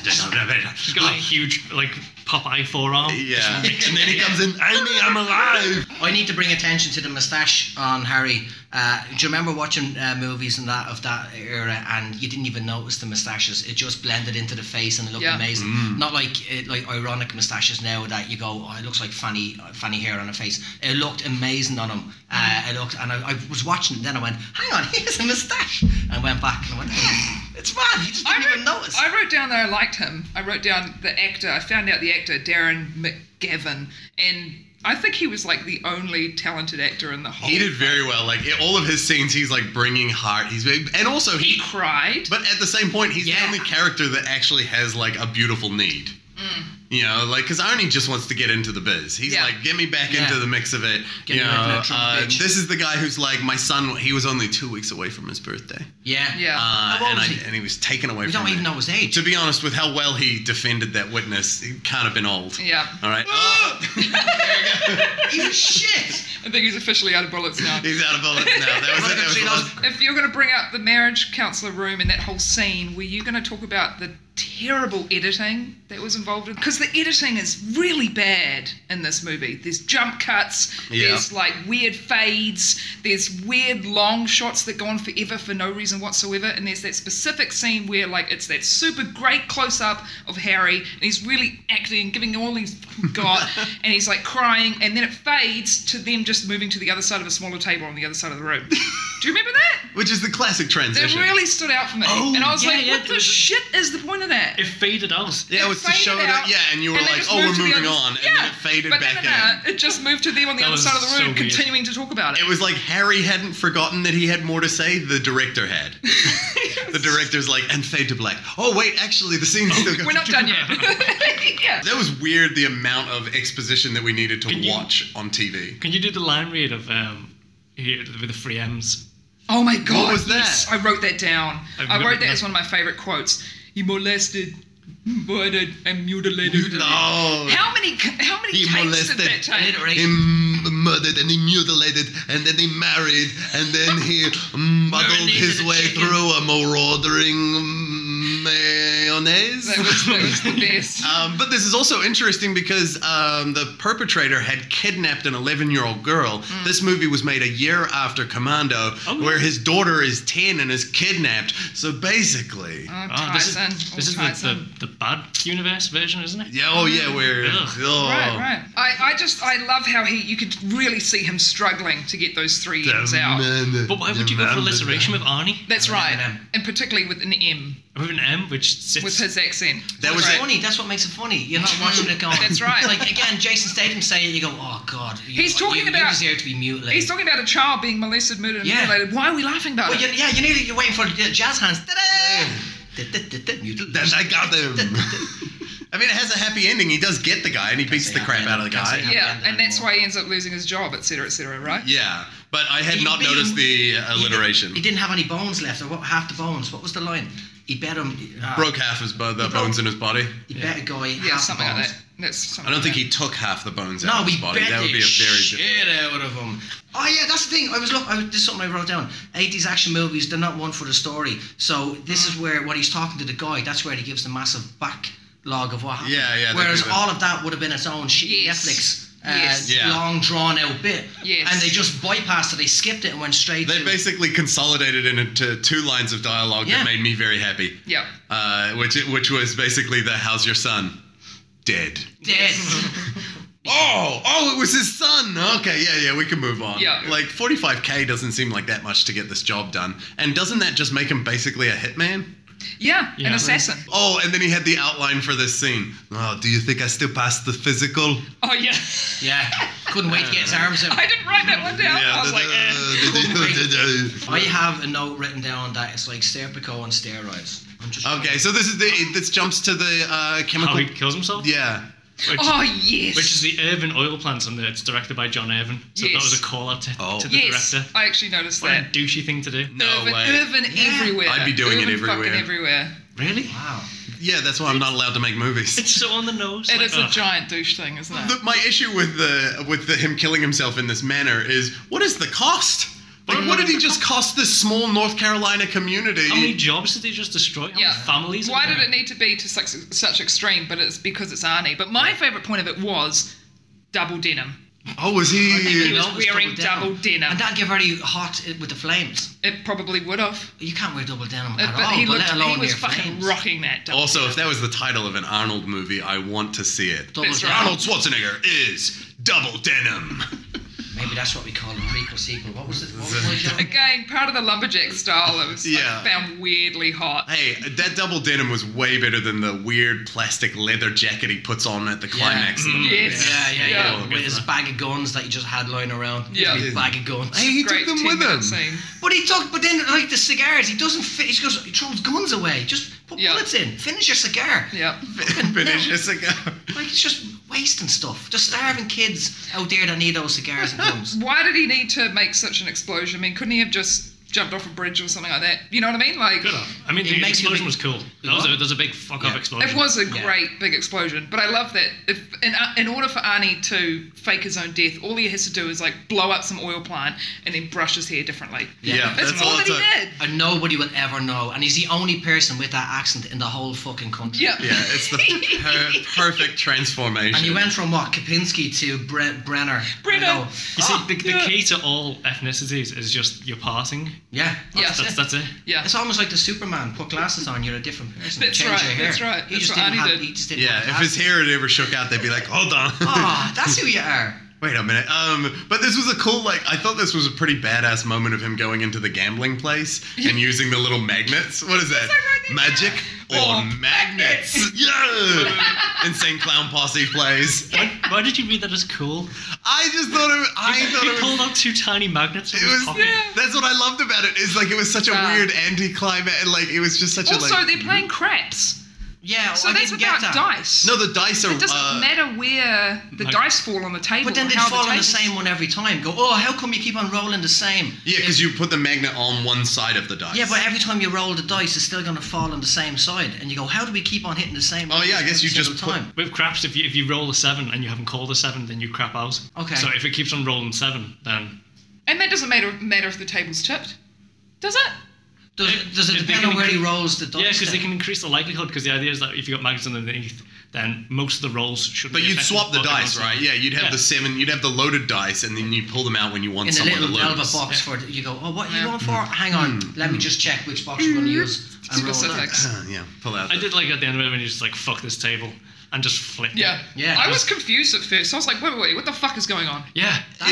S1: She's got a huge like Popeye forearm.
S2: Yeah, (laughs) and then he comes in. Amy, I'm alive.
S3: I need to bring attention to the moustache on Harry. Uh, do you remember watching uh, movies and that of that era, and you didn't even notice the moustaches? It just blended into the face and it looked
S4: Yeah.
S3: amazing. Not like it, like ironic moustaches now that you go, oh, it looks like funny funny hair on a face. It looked amazing on him. Uh, it looked, and I, I was watching. it, Then I went, hang on, (laughs) he has a moustache. And went back and I went, yeah, it's mad. You just didn't
S4: I
S3: even
S4: wrote,
S3: notice.
S4: I wrote down that I liked him. I wrote down the actor. I found out the actor Darren McGavin, and I think he was like the only talented actor in the whole.
S2: He did very well. Like in all of his scenes, he's like bringing heart. He's and also
S4: He
S2: he.
S4: cried.
S2: But at the same point, he's the
S3: Yeah.
S2: only character that actually has like a beautiful need. You know, like because Arnie just wants to get into the biz. He's
S4: Yeah.
S2: like, get me back
S3: Mm. Yeah.
S2: into the mix of it.
S3: Get
S2: you
S3: me
S2: know,
S3: back in that Trump
S2: uh,
S3: bitch.
S2: this is the guy who's like, my son. He was only two weeks away from his birthday,
S3: yeah,
S4: yeah.
S2: uh,
S3: How old
S2: and,
S3: was
S2: I-
S3: he?
S2: and he was taken away.
S3: We
S2: from
S3: don't even
S2: it.
S3: know his age.
S4: (laughs)
S2: To be honest, with how well he defended that witness, he can't have been old.
S4: Yeah.
S2: All right.
S3: Ah! He's a shit.
S4: I think he's officially out of bullets now.
S2: He's out of bullets now. That was it. That was the last-
S4: If you're going to bring up the marriage counselor room and that whole scene, were you going to talk about the terrible editing that was involved? Because the editing is really bad in this movie. There's jump cuts,
S2: Yeah.
S4: there's like weird fades, there's weird long shots that go on forever for no reason whatsoever, and there's that specific scene where like it's that super great close up of Harry, and he's really acting and giving all he's (laughs)
S3: (laughs)
S4: fucking got, and he's like crying, and then it fades to them just moving to the other side of a smaller table on the other side of
S3: (laughs)
S4: the room. Do you remember that?
S2: Which is the classic
S4: It
S2: transition.
S4: really stood out for me.
S2: Oh,
S4: and I was
S3: yeah,
S4: like,
S3: yeah,
S4: what
S3: there
S4: the
S3: was a-
S4: shit is the point of that?
S1: It faded out.
S2: Yeah, it was to
S4: faded
S2: show that.
S4: out,
S2: Yeah, and you were
S4: they
S2: like,
S4: just
S2: oh, we're
S4: moved to the
S2: moving
S4: other-
S2: on. And
S4: yeah.
S2: then it faded
S4: but uh,
S2: back
S4: no,
S2: in.
S4: no, no, It just moved to them on the
S1: That
S4: other
S1: was
S4: side of the
S1: so
S4: room,
S1: weird.
S4: continuing to talk about it.
S2: It was like Harry hadn't forgotten that he had more to say. The director had.
S4: (laughs)
S2: the director's like, and fade to black. Oh wait, actually, the scene's still going.
S4: We're not done
S2: (laughs)
S4: yet. (laughs) yeah.
S2: That was weird. The amount of exposition that we needed to
S1: Can you-
S2: watch on TV.
S1: Can you do the line read of um here with the three M's?
S4: Oh my god.
S2: was that?
S4: yes, I wrote that down.
S1: I've
S4: I
S1: never-
S4: wrote that as one of my favorite quotes. You molested, murdered, and mutilated.
S2: No.
S4: How many how many
S2: He
S4: takes
S2: molested.
S4: did that take?
S3: Alliteration.
S2: He murdered and he mutilated and then he married and then he muddled
S3: Marinated
S2: his
S3: a
S2: way
S3: chicken.
S2: through a marauding mm, Mayonnaise.
S4: That
S2: (laughs)
S4: was, that was the best.
S2: Um, but this is also interesting because um, the perpetrator had kidnapped an 11 year old girl. This movie was made a year after Commando,
S1: Mm. Oh.
S2: where his daughter is 10 and is kidnapped. So basically.
S4: Oh,
S1: Oh, this is,
S4: ties in. All
S1: this is
S4: ties in.
S1: the, the, the bad universe version, isn't it?
S2: Yeah, oh, yeah, where.
S1: Ugh.
S2: Oh.
S4: Right, right. I, I just I love how he you could really see him struggling to get those three M's out.
S1: But why would you go for alliteration with Arnie?
S4: That's right,
S3: M.
S4: and particularly with an M
S1: With an M, which sits.
S4: with his accent.
S2: That was
S3: It's
S2: it.
S4: right.
S3: funny. That's what makes it funny. You're not watching it going.
S4: That's (laughs) right.
S3: Like again, Jason Statham saying, it, you go, oh god. You,
S4: He's talking
S3: you,
S4: about-
S3: You deserve to be mutilated.
S4: He's talking about a child being molested, murdered, and
S3: Yeah.
S4: mutilated. Why are we laughing about
S3: Well,
S4: it?
S3: you, yeah, you nearly you're waiting for the jazz hands. Da-da! Da-da-da-da,
S2: Then
S3: mutilation.
S2: I got
S3: (laughs)
S2: them. (laughs) I mean, it has a happy ending. He does get the guy and he beats
S3: say
S2: the crap
S3: happy
S2: out of the
S3: ending. Can't say
S2: guy.
S3: happy
S4: Yeah,
S3: ending
S4: and that's
S3: anymore.
S4: why he ends up losing his job, et cetera, et cetera, right?
S2: Yeah, but I had
S3: He
S2: not
S3: beat
S2: noticed
S3: him-
S2: the uh,
S3: He didn't-
S2: alliteration.
S3: He didn't have any bones left, or what, half the bones. What was the line? He bet him. Uh,
S2: Broke half his bo- the
S3: broke-
S2: bones in his body.
S3: He bet a guy.
S4: Yeah,
S3: half the
S4: something like
S3: bones.
S4: that. That's something
S2: I don't
S4: like
S2: think
S4: that.
S2: he took half the bones out
S3: No,
S2: of
S3: we
S2: his body.
S3: bet
S2: That would
S3: the
S2: be a very different.
S3: shit out of him. Oh yeah, that's the thing. I was look. I, this is something I wrote down. Eighties action movies, they're not one for the story. So this
S4: Mm.
S3: is where when he's talking to the guy, that's where he gives the massive back log of what happened.
S2: Yeah, yeah, they
S3: Whereas
S2: do that.
S3: all of that would have been its own shitty
S4: Yes.
S3: Netflix. Uh,
S4: Yes.
S2: Yeah.
S3: long drawn out bit.
S4: Yes.
S3: And they just bypassed it. They skipped it and went straight.
S2: They
S3: to,
S2: basically consolidated it into two lines of dialogue that
S3: Yeah.
S2: made me very happy.
S4: Yeah.
S2: Uh, which which was basically the "How's your son?" Dead.
S3: dead.
S2: (laughs) Oh, oh, it was his son. Okay, yeah, yeah, we can move on.
S4: Yeah.
S2: Like 45k doesn't seem like that much to get this job done, and doesn't that just make him basically a hitman?
S4: yeah,
S1: Yeah.
S4: an assassin.
S2: Oh, and then he had the outline for this scene. Oh, do you think I still passed the physical?
S4: Oh yeah, (laughs)
S3: yeah. Couldn't wait to get his arms out.
S4: I didn't write that one down. I was like, eh.
S3: I have a note written down that it's like Serpico on steroids. I'm
S2: (laughs)
S3: just
S2: Okay, so this is the this jumps to the uh,
S1: How
S2: chemical.
S1: he kills himself?
S2: Yeah.
S1: Which,
S4: oh yes.
S1: which is the Irvin oil plant, and it's directed by John Irvin. So
S4: Yes.
S1: that was a call out to,
S2: Oh.
S1: to the
S4: yes,
S1: director.
S4: I actually noticed
S1: What a
S4: that.
S1: douchey thing to do.
S2: No
S4: Irvin,
S2: way.
S4: Irvin everywhere.
S2: I'd be doing it
S4: Irvin fucking
S2: everywhere.
S4: everywhere.
S1: Really?
S3: wow.
S2: Yeah, that's why I'm not allowed to make movies.
S1: It's so on the nose.
S4: It
S1: like, oh.
S4: is a
S1: ugh.
S4: giant douche thing, isn't it?
S2: The, my issue with the with the him killing himself in this manner is what is the cost? Like, what did he just cost this small North Carolina community?
S1: How many jobs did they just destroy? How
S4: yeah.
S1: many families?
S4: Why did it need to be to such, such extreme? But it's because it's Arnie. But my favourite point of it was double denim.
S2: Oh, was
S4: he
S2: he?
S4: was wearing double denim.
S3: and that'd get very hot i- with the flames.
S4: It probably would have.
S3: You can't wear double denim
S4: Uh, But
S3: at all,
S4: he
S3: but
S4: looked.
S3: let alone
S4: He was
S3: near
S4: fucking
S3: flames.
S4: rocking that. Double
S2: Also, if that was the title of an Arnold movie, I want to see it.
S3: Double
S4: That's
S3: denim.
S4: right.
S2: Arnold Schwarzenegger is double
S4: (laughs)
S2: denim.
S3: Maybe that's what we call a prequel sequel. What was it? What was my
S4: (laughs)
S3: genre?
S4: Again, part of the lumberjack style. It was I
S2: Oh. Yeah.
S4: found weirdly hot.
S2: Hey, that double denim was way better than the weird plastic leather jacket he puts on at the climax of the movie.
S4: Mm-hmm. Yes.
S3: Yeah, yeah,
S4: Yeah.
S3: yeah. With his bag of guns that he just had lying around.
S4: Yeah.
S3: His big bag of guns.
S2: Hey, he
S4: Great
S2: took them
S4: 10
S2: with
S4: minute
S2: him.
S4: Scene.
S3: But he took, but then like the cigars, he doesn't fit. He just goes, he throws guns away. Just put
S4: Yeah.
S3: bullets in. Finish your cigar.
S2: (laughs)
S4: Yeah.
S2: Finish a cigar.
S3: Like it's just wasting stuff. Just starving kids out there that need those cigars and guns.
S4: Why did he need to make such an explosion? I mean, couldn't he have just jumped off a bridge or something like that? You know what I mean? Like.
S1: Good off. I mean,
S3: It
S1: the
S3: makes you
S1: explosion was
S3: think-
S1: cool. That was a,
S3: What?
S1: there was a big fuck off
S3: Yeah.
S1: explosion.
S4: It was a
S3: Yeah.
S4: great big explosion, but I love that. If in, uh, in order for Arnie to fake his own death, all he has to do is like blow up some oil plant and then brush his hair differently.
S2: Yeah,
S4: that's, all, that
S2: it
S4: he
S2: took.
S4: did.
S3: And nobody will ever know. And he's the only person with that accent in the whole fucking country.
S4: Yeah,
S2: Yeah, it's the per- perfect transformation.
S3: And you went from what Kapinski to Bre- Brenner.
S4: Brenner.
S3: I know.
S1: You
S3: Ah,
S1: see, the, the
S4: yeah.
S1: key to all ethnicities is just your parting.
S3: yeah.
S4: Yeah.
S3: That's
S1: That's
S3: it.
S1: that's it.
S4: yeah.
S3: It's almost like the Superman. Put glasses on, you're a different person.
S4: That's
S3: Change
S4: right,
S3: your hair.
S4: that's right,
S3: He
S4: that's
S3: just
S4: what
S3: didn't
S4: Arnie
S3: have.
S4: did.
S3: He just didn't.
S2: yeah,
S3: have
S2: if his hair had ever shook out, they'd be like, hold on.
S3: Ah, that's who you are.
S2: (laughs) Wait a minute. Um, but this was a cool, like, I thought this was a pretty badass moment of him going into the gambling place and using the little magnets. What is that?
S4: right there.
S2: Magic or,
S4: Or
S2: magnets? yeah! (laughs) and saying Clown Posse plays.
S1: Why, why did you read that as cool?
S2: I just thought it. I thought
S1: he
S2: it
S1: pulled
S2: was.
S1: out two tiny magnets from
S2: It
S1: his
S2: was.
S1: pocket.
S4: Yeah.
S2: That's what I loved about it. Is like it was such a
S4: Yeah.
S2: weird anti-climax. and, Like it was just such
S4: Also,
S2: a like.
S4: they're playing craps,
S3: Yeah,
S4: so
S3: Oh, I
S4: that's
S3: didn't get
S4: without
S3: that.
S4: dice.
S2: No, the dice are.
S4: it doesn't
S2: uh,
S4: matter where the
S1: Like-
S4: dice fall on the table.
S3: But then
S4: and
S3: they'd
S4: how
S3: fall on the
S4: tables-
S3: same one every time. Go, oh, how come you keep on rolling the same?
S2: Yeah, because you put the magnet on one side of the dice.
S3: Yeah, but every time you roll the dice, it's still going to fall on the same side. And you go, how do we keep on hitting the same?
S2: Oh, yeah, I guess
S3: every
S2: you just
S3: single time.
S1: With craps, if you, if you roll a seven and you haven't called a seven, then you crap out.
S3: Okay.
S1: So if it keeps on rolling seven, then
S4: And that doesn't matter matter if the table's tipped, does it?
S3: Does
S1: If-
S3: it, does it
S1: if they
S3: depend
S1: can
S3: on where he
S1: incre-
S3: rolls the dice?
S1: Yeah, because they
S3: then?
S1: can increase the likelihood. Because the idea is that if you got magnets underneath, then most of the rolls should.
S2: But
S1: be
S2: you'd
S1: affected,
S2: swap the
S1: but they're
S2: dice,
S1: not.
S2: right? Yeah, you'd have
S1: Yeah.
S2: the seven, you'd have the loaded dice, and then you pull them out when you want
S3: in a
S2: someone
S3: little
S2: to
S3: Alba
S2: lose.
S3: box for it. You go, oh, what are you
S4: Yeah.
S3: going for? Hang on, let me just check which box we're
S2: Hmm.
S3: going to use and roll that. (laughs)
S4: Specifics.
S2: Uh, (clears throat) yeah, pull out.
S1: I did like at the end of it when you just like fuck this table and just flip.
S4: Yeah.
S3: Yeah.
S4: I was confused at first. I was like, wait, wait, wait, what the fuck is going on?
S1: Yeah.
S2: It
S4: Where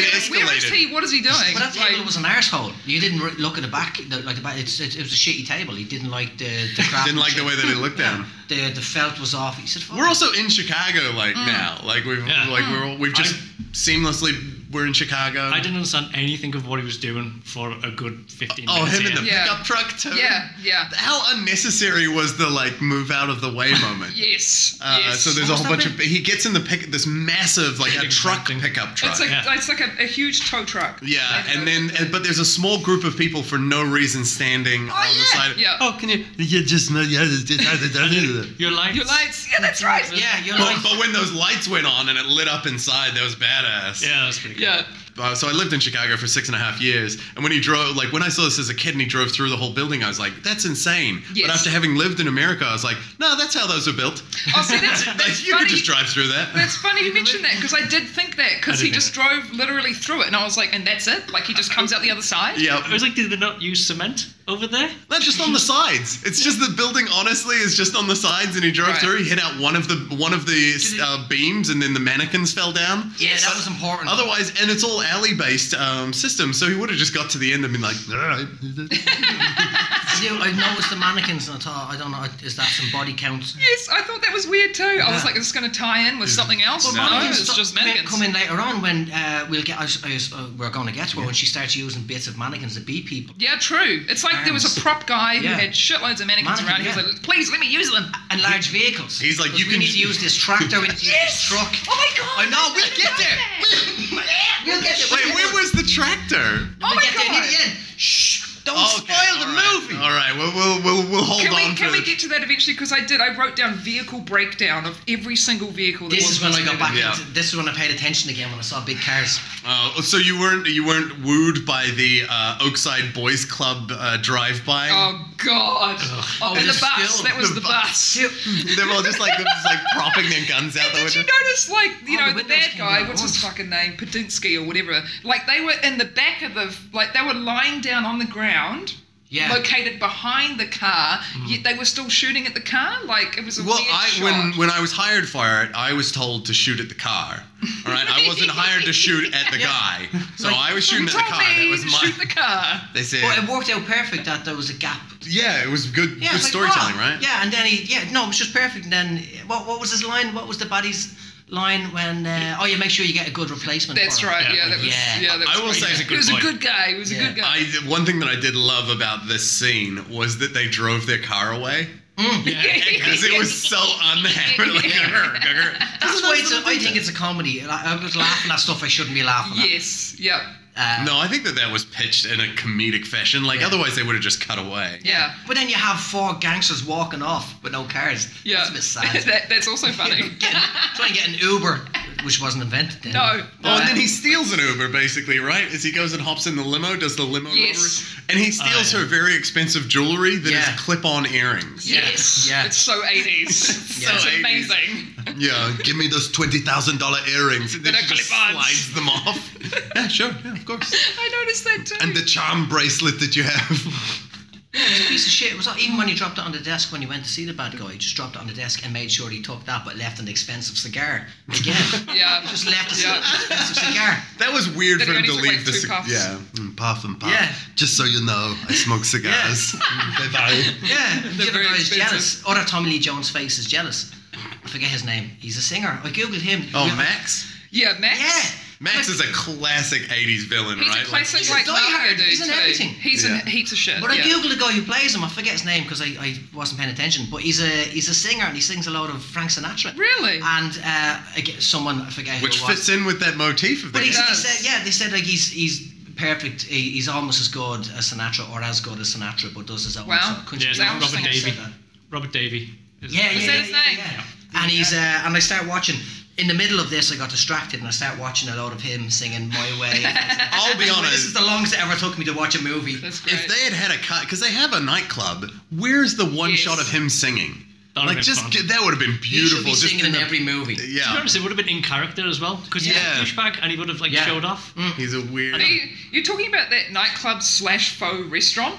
S4: is
S2: escalated.
S4: he? What is he doing?
S3: But that
S4: Like,
S3: table was an arsehole. You didn't re- look at the back, the, like the back. It's, it, it was a shitty table. He didn't like the
S2: (laughs)
S3: the crap.
S2: Didn't like the way that it looked down.
S3: The the felt was off. He said, Fuck.
S2: We're also in Chicago, like
S3: Mm.
S2: now, like we've
S1: Yeah. Mm.
S2: like we're all- we've just seamlessly we're in Chicago.
S1: I didn't understand anything of what he was doing for a good 15
S2: oh,
S1: minutes.
S2: him in the
S1: here.
S4: Yeah.
S2: pickup truck too.
S4: yeah, yeah.
S2: How unnecessary was the like move out of the
S3: (laughs)
S2: way moment?
S4: Yes.
S2: Uh,
S4: yes.
S2: So there's a
S3: What
S2: whole bunch
S3: was that
S2: of he gets in the pick this massive like a
S1: Big
S2: truck
S1: thing.
S2: pickup truck.
S4: it's like
S1: Yeah.
S4: it's like a, a huge tow truck.
S2: Yeah,
S4: Like,
S2: and
S4: uh,
S2: then and- but there's a small group of people for no reason standing on the
S4: yeah,
S2: side. Of,
S4: yeah.
S2: Oh, can you?
S5: You just yeah, just- just-
S4: (laughs)
S5: just-
S1: Your lights.
S4: your lights. Yeah, that's right.
S3: yeah, you're
S2: But, (laughs)
S3: like,
S2: but when those lights went on and it lit up inside, that was badass.
S1: Yeah, that's pretty good.
S4: Yeah.
S2: Uh, so I lived in Chicago for six and a half years, and when he drove, like when I saw this as a kid, and he drove through the whole building, I was like, "That's insane."
S4: Yes.
S2: But after having lived in America, I was like, "No, that's how those are built.
S4: Oh, see, (laughs)
S2: (laughs)
S4: that's,
S2: Like
S4: that's
S2: you
S4: funny.
S2: could just drive through that."
S4: That's funny you mentioned that because I did think that
S1: I
S4: because
S1: did
S4: he
S1: think
S4: just drove literally through it and I was like, and that's it. Like he just comes out the other side.
S1: I
S2: (laughs) yeah,
S1: was like, did they not use cement over there?
S2: that's just on the sides. It's just the building, honestly, is just on the sides. And he drove
S4: Right.
S2: through. He hit out one of the one of the uh, beams, and then the mannequins fell down.
S3: yeah, that
S2: So-
S3: was important.
S2: Otherwise, and it's all alley-based um, system, so he would have just got to the end and been like,
S5: all right.
S3: I, knew, I noticed the mannequins and I thought, I don't know, is that some body counts?
S4: Yes, I thought that was weird too. I was
S3: Yeah.
S4: like, is this going to tie in with something else?
S3: Well,
S4: No,
S3: mannequins
S4: Oh, it's
S3: stop-
S4: just
S3: may
S4: mannequins.
S3: Come in later on when uh, we'll get. I, s- I s- uh, we're going to get to her when she starts using bits of mannequins to beat people.
S4: Yeah, true. It's like there was a
S3: Arms.
S4: prop guy who
S3: Yeah.
S4: had shitloads of mannequins
S3: Mannequin,
S4: around. He
S3: yeah.
S4: was like, please let me use them.
S3: And large vehicles.
S2: He's like,
S3: Because
S2: you
S3: we
S2: can-
S3: need to use this tractor.
S2: (laughs)
S3: We need to use this truck.
S4: Oh my god.
S3: (laughs) I know. We'll get there. We'll, we'll get there.
S2: "Wait, where was the tractor?"
S4: Oh
S3: We'll
S4: my
S3: get there in
S4: God.
S3: the end. Shh! Don't
S2: Okay,
S3: spoil Oh, the
S2: all right,
S3: movie.
S2: All right, we'll we'll we'll, we'll hold
S4: Can
S2: on
S4: we,
S2: for
S4: can we
S2: the-
S4: get to that eventually? Because I did. I wrote down vehicle breakdown of every single vehicle. That
S3: This
S4: was
S3: is when I got
S4: listed.
S3: back.
S2: Yeah.
S3: Into, this is when I paid attention again when I saw big cars.
S2: Oh, so you weren't you weren't wooed by the uh, Oakside Boys Club uh, drive-by? (laughs)
S4: Oh god. Oh, and
S3: And
S4: the
S3: the
S4: bus.
S3: film-
S4: that was
S2: the
S4: the, bus.
S2: They're all just like they're just like propping their guns out the
S4: Did
S2: window.
S4: you notice, like,
S3: Oh,
S4: you
S3: the
S4: know, the
S3: windows
S4: bad
S3: came
S4: guy,
S3: down
S4: what's his
S3: once.
S4: fucking name, Padinsky or whatever, like, they were in the back of the, like, they were lying down on the ground,
S3: Yeah.
S4: located behind the car, yet they were still shooting at the car? Like, it was a
S2: Well,
S4: weird
S2: I
S4: shot.
S2: when when I was hired for it, I was told to shoot at the car. All right, I wasn't hired to shoot at
S3: (laughs)
S2: the guy, so I was shooting
S4: you
S2: at the
S4: told
S2: car.
S4: me
S2: That was
S4: to
S2: my.
S4: shoot the car.
S2: (laughs) They said,
S3: But it worked out perfect that there was a gap.
S2: yeah, it was good
S3: Yeah,
S2: good
S3: it's like,
S2: storytelling,
S3: wow.
S2: right?
S3: Yeah, and then he, yeah, no, it was just perfect. And then what, what was his line? What was the buddy's line when? Uh, oh, yeah, make sure you get a good replacement.
S4: That's
S3: for him.
S4: right,
S1: Yeah.
S4: yeah, that was,
S3: Yeah.
S4: yeah, that
S2: I
S4: was
S2: will
S4: great.
S2: say it's a
S4: He
S1: good
S4: was a
S1: point.
S4: good guy, he was a
S3: Yeah.
S4: good guy.
S2: I one thing that I did love about this scene was that they drove their car away because it was
S3: (laughs)
S2: so unhappy. (laughs) Like, "Grr, grr, grr."
S3: That's why it's. A, I think it's a comedy. and I, I was laughing at stuff I shouldn't be laughing at.
S4: (laughs) yes, yep,
S3: Uh,
S2: no, I think that that was pitched in a comedic fashion. Like otherwise, they would have just cut away.
S4: yeah.
S3: But then you have four gangsters walking off with no cars.
S4: Yeah,
S3: That's a bit sad.
S4: that, (laughs) that's also
S3: (laughs)
S4: funny.
S3: Trying to get an Uber, which wasn't invented then. uh,
S4: No.
S2: Oh, and then he steals an Uber, basically, right? As he goes and hops in the limo, does the limo
S4: Yes.
S2: robbery, and he steals
S1: Oh, yeah.
S2: her very expensive jewelry that is
S3: Yeah.
S2: clip-on earrings.
S3: Yeah.
S4: Yes.
S3: Yeah.
S4: It's so 80s.
S3: (laughs)
S4: it's
S2: Yeah.
S4: so
S2: 80s.
S4: amazing. (laughs)
S2: Yeah, give me those twenty thousand dollar earrings. And then
S4: They're
S2: she just
S4: clip-ons.
S2: slides them off. (laughs) yeah, sure, yeah, of course.
S4: I noticed that too.
S2: And the charm bracelet that you have.
S3: It's a piece of shit. It was like, even when he dropped it on the desk when he went to see the bad guy, he just dropped it on the desk and made sure he took that, but left an expensive cigar again.
S4: (laughs) yeah.
S3: just left an
S4: Yeah.
S3: expensive cigar.
S4: (laughs)
S2: That was weird
S4: Did
S2: for
S4: he
S2: him to
S4: only took,
S2: leave
S4: like,
S2: the
S4: two
S2: cig-
S4: puffs?
S2: Yeah, Mm, puff and puff.
S3: Yeah.
S2: Just so you know, I smoke (laughs) cigars. Mm, bye bye.
S3: Yeah, the other
S4: very
S3: guy is
S4: expensive.
S3: jealous. Other Tommy Lee Jones face is jealous. I forget his name. He's a singer. I googled him.
S2: Oh,
S3: Yeah.
S2: Max.
S4: yeah, Max.
S3: Yeah.
S2: Max is a classic '80s villain,
S4: He's
S2: right?
S4: a classic
S3: He's a
S4: like
S3: diehard.
S4: mafia dude
S3: He's in
S4: too.
S3: everything.
S4: He's
S2: Yeah.
S4: in heaps of shit.
S3: But I
S4: yeah.
S3: googled the guy who plays him. I forget his name because I, I wasn't paying attention. But he's a he's a singer and he sings a lot of Frank Sinatra.
S4: Really?
S3: And uh, again, someone I forget
S2: Like,
S3: who
S2: which
S3: it was.
S2: fits in with that motif of the
S3: but he's,
S2: guy.
S3: he
S4: does.
S3: said, yeah, they said like he's he's perfect. He, he's almost as good as Sinatra or as good as Sinatra, but does his own.
S4: Wow.
S3: sort of country
S1: Yeah,
S3: music.
S4: Robert
S3: Someone said
S1: Davey.
S3: that.
S1: Robert Davy.
S3: Yeah, yeah,
S4: Is
S3: yeah,
S4: that his
S3: yeah,
S4: name?
S3: yeah. And he's uh, and I start watching. in the middle of this, I got distracted and I started watching a lot of him singing My Way.
S2: I'll be honest.
S3: (laughs) This is the longest it ever took me to watch a movie.
S4: That's great.
S2: If they had had a cut, because they have a nightclub, where's the one
S4: Yes.
S2: shot of him singing?
S1: That would've
S2: like,
S1: been
S2: just
S1: fun.
S2: get- that would have been
S3: He
S2: beautiful.
S3: should be
S2: just
S3: singing in
S2: the-
S3: every movie.
S1: To be
S3: (laughs)
S2: Yeah,
S1: honest, it would have been in character as well because
S2: Yeah. Mm.
S1: he's a douchebag and he would have like
S3: Yeah.
S1: showed off.
S2: he's a weird.
S4: Are you, you're talking about that nightclub slash faux restaurant?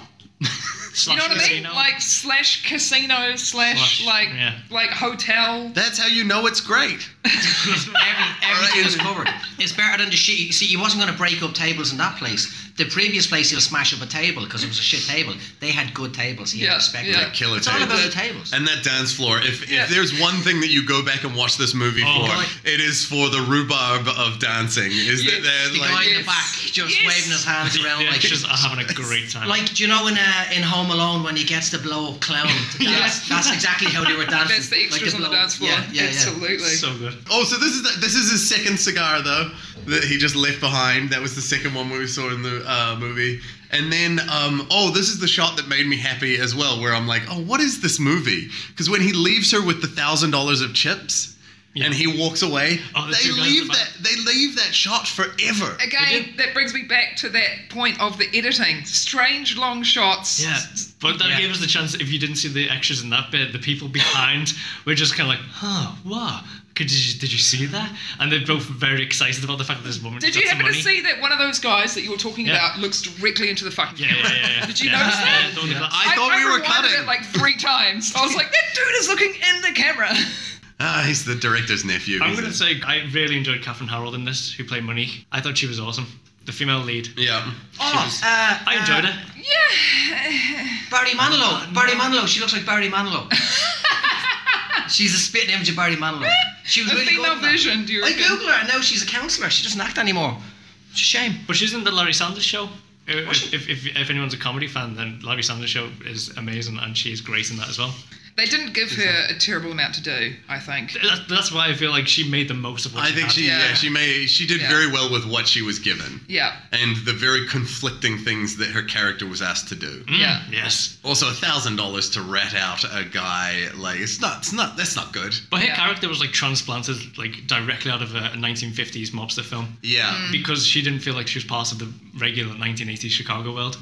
S1: Slash
S4: You know what I mean?
S1: casino.
S4: Like slash casino slash,
S1: Slash,
S4: like
S1: yeah.
S4: like hotel.
S2: (laughs) That's how you know it's great.
S3: Every, everything
S2: Alright.
S3: was covered. It's better than the shit. See, he wasn't going to break up tables in that place. The previous place, he'll smash up a table because it was a shit table. They had good tables. He
S4: Yeah,
S3: had respect. for
S4: yeah.
S3: them.
S4: Like
S2: killer
S3: it's all about the
S2: tables.
S3: tables.
S2: And that dance floor. If,
S4: Yeah.
S2: if there's one thing that you go back and watch this movie
S1: Oh,
S2: for,
S1: God.
S2: it is for the rhubarb of dancing. Is
S4: Yes,
S2: that they're
S3: the
S2: like
S3: guy in
S4: Yes.
S3: the back just
S4: Yes.
S3: waving his hands
S2: (laughs)
S3: around
S1: the
S3: like
S1: extras are uh, having a great time.
S3: Like, do you know in uh, in Home Alone when he gets the blow up clown? To
S4: (laughs) Yeah.
S3: dance? That's exactly how they were dancing.
S4: That's the extras
S3: like
S4: on the
S3: blow-up-
S4: dance floor.
S3: Yeah, yeah, yeah.
S4: Absolutely.
S1: so good.
S2: Oh, so this is the, this is his second cigar though that he just left behind. That was the second one we saw in the uh, movie. And then, um, oh, this is the shot that made me happy as well, where I'm like, oh, what is this movie? Because when he leaves her with the thousand dollars of chips,
S1: Yeah.
S2: and he walks away,
S1: Oh, the
S2: they
S1: two guys in
S2: leave
S1: the
S2: that
S1: back.
S2: they leave that shot forever.
S4: Again, that brings me back to that point of the editing. Strange long shots.
S1: Yeah, but that
S3: Yeah.
S1: gave us the chance. If you didn't see the extras in that bit, the people behind were just kind of like, "Huh, what? Could, did, you, did you see that?" And they're both very excited about the fact that this woman.
S4: Did
S1: got
S4: you
S1: some
S4: happen to
S1: money.
S4: see that one of those guys that you were talking
S1: Yeah.
S4: about looks directly into the fucking
S1: Yeah, yeah,
S4: camera?
S1: yeah, yeah.
S4: (laughs) Did you
S1: Yeah.
S4: notice that?
S1: Yeah, the one with the-
S2: I thought we were
S4: rewinded
S2: cutting.
S4: it like three times. I was like, that dude is looking in the camera.
S2: Ah, he's the director's nephew.
S1: I'm
S2: he's
S1: going
S2: a-
S1: to say I really enjoyed Catherine Harold in this, who played Money. I thought she was awesome, the female lead.
S2: yeah.
S3: Oh, uh,
S1: I enjoyed it.
S4: Yeah.
S3: Barry Manilow. Barry Manilow. She looks like Barry Manilow. she's a spitting image of Barry
S4: (laughs)
S3: Manilow. She was
S4: The
S3: really
S4: female
S3: good. in that.
S4: version, do you
S3: I
S4: reckon?
S3: Google her and now she's a counsellor. She doesn't act anymore. It's a shame.
S1: But she's in the Larry Sanders Show.
S3: Was
S1: If,
S3: she?
S1: if, if, if anyone's a comedy fan, then Larry Sanders Show is amazing, and she's great in that as well.
S4: They didn't give her a terrible amount to do, I think.
S1: That, that's why I feel like she made the most of what
S2: I think
S1: had.
S2: she yeah.
S4: Yeah.
S2: she made she did
S4: Yeah.
S2: very well with what she was given.
S4: Yeah.
S2: And the very conflicting things that her character was asked to do.
S1: Mm,
S4: Yeah.
S1: Yes.
S2: Also, a thousand dollars to rat out a guy like it's not, it's not, that's not good.
S1: But her
S4: Yeah.
S1: character was like transplanted like directly out of a 1950s mobster film
S2: Yeah,
S3: Mm.
S1: because she didn't feel like she was part of the regular 1980s Chicago world.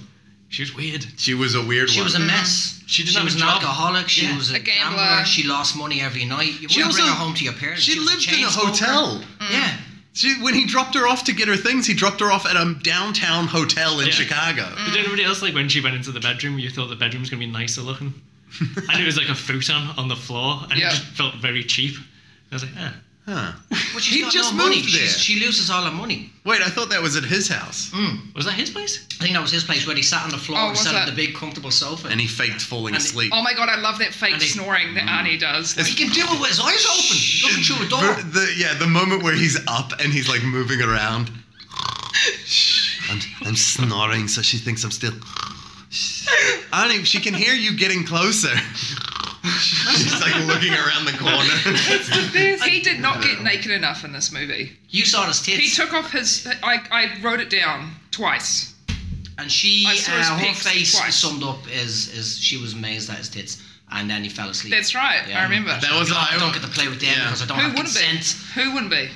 S1: She was weird.
S2: she was a weird
S3: She
S2: one.
S3: was a mess.
S1: She didn't
S3: she
S1: have
S3: was
S1: a
S3: an
S1: job.
S3: alcoholic. She
S1: Yeah.
S3: was a,
S4: A gambler.
S3: gambler. She lost money every night. You
S2: She
S3: wouldn't bring her
S2: also-
S3: home to your parents.
S2: she
S3: was
S2: lived in a
S3: chain smoker.
S2: hotel.
S3: Yeah.
S2: She, when he dropped her off to get her things, he dropped her off at a downtown hotel in
S1: Yeah.
S2: Chicago.
S3: Mm.
S1: Did anybody else like when she went into the bedroom? You thought the bedroom was gonna be nicer
S4: (laughs)
S1: looking, and it was like a futon on the floor, and
S4: Yeah.
S1: it just felt very cheap. I was like, eh.
S2: Huh.
S3: But she's
S2: He
S3: got
S2: just
S3: no money.
S2: moved
S3: She's-
S2: there.
S3: She loses all her money.
S2: Wait, I thought that was at his house,
S3: Mm.
S1: was that his place?
S3: I think that was his place where he sat on the floor
S4: Oh,
S3: and
S4: was
S3: sat on
S4: it?
S3: the big comfortable sofa.
S2: and he faked falling
S3: And-
S2: asleep.
S4: Oh my god, I love that fake
S3: And they-
S4: snoring that Arnie does.
S3: he can do it with his eyes open, looking through a
S2: Ver-
S3: door.
S2: the, yeah, the moment where he's up and he's like moving around.
S5: I'm, I'm snoring, so she thinks I'm still.
S2: Annie, she can hear you getting closer. She's like looking around the corner.
S4: (laughs) He did not get naked enough in this movie.
S3: You saw his
S4: He
S3: tits,
S4: took off his. I, I wrote it down twice.
S3: and she,
S4: I
S3: uh,
S4: saw his
S3: her
S4: pics
S3: face
S4: twice.
S3: summed up as is she was amazed at his tits, and then he fell asleep.
S4: That's right.
S3: Yeah.
S4: I remember.
S2: that was
S3: I don't get to play with them
S2: Yeah.
S3: because I don't
S4: Who
S3: have
S4: wouldn't
S3: consent.
S4: be? Who wouldn't be?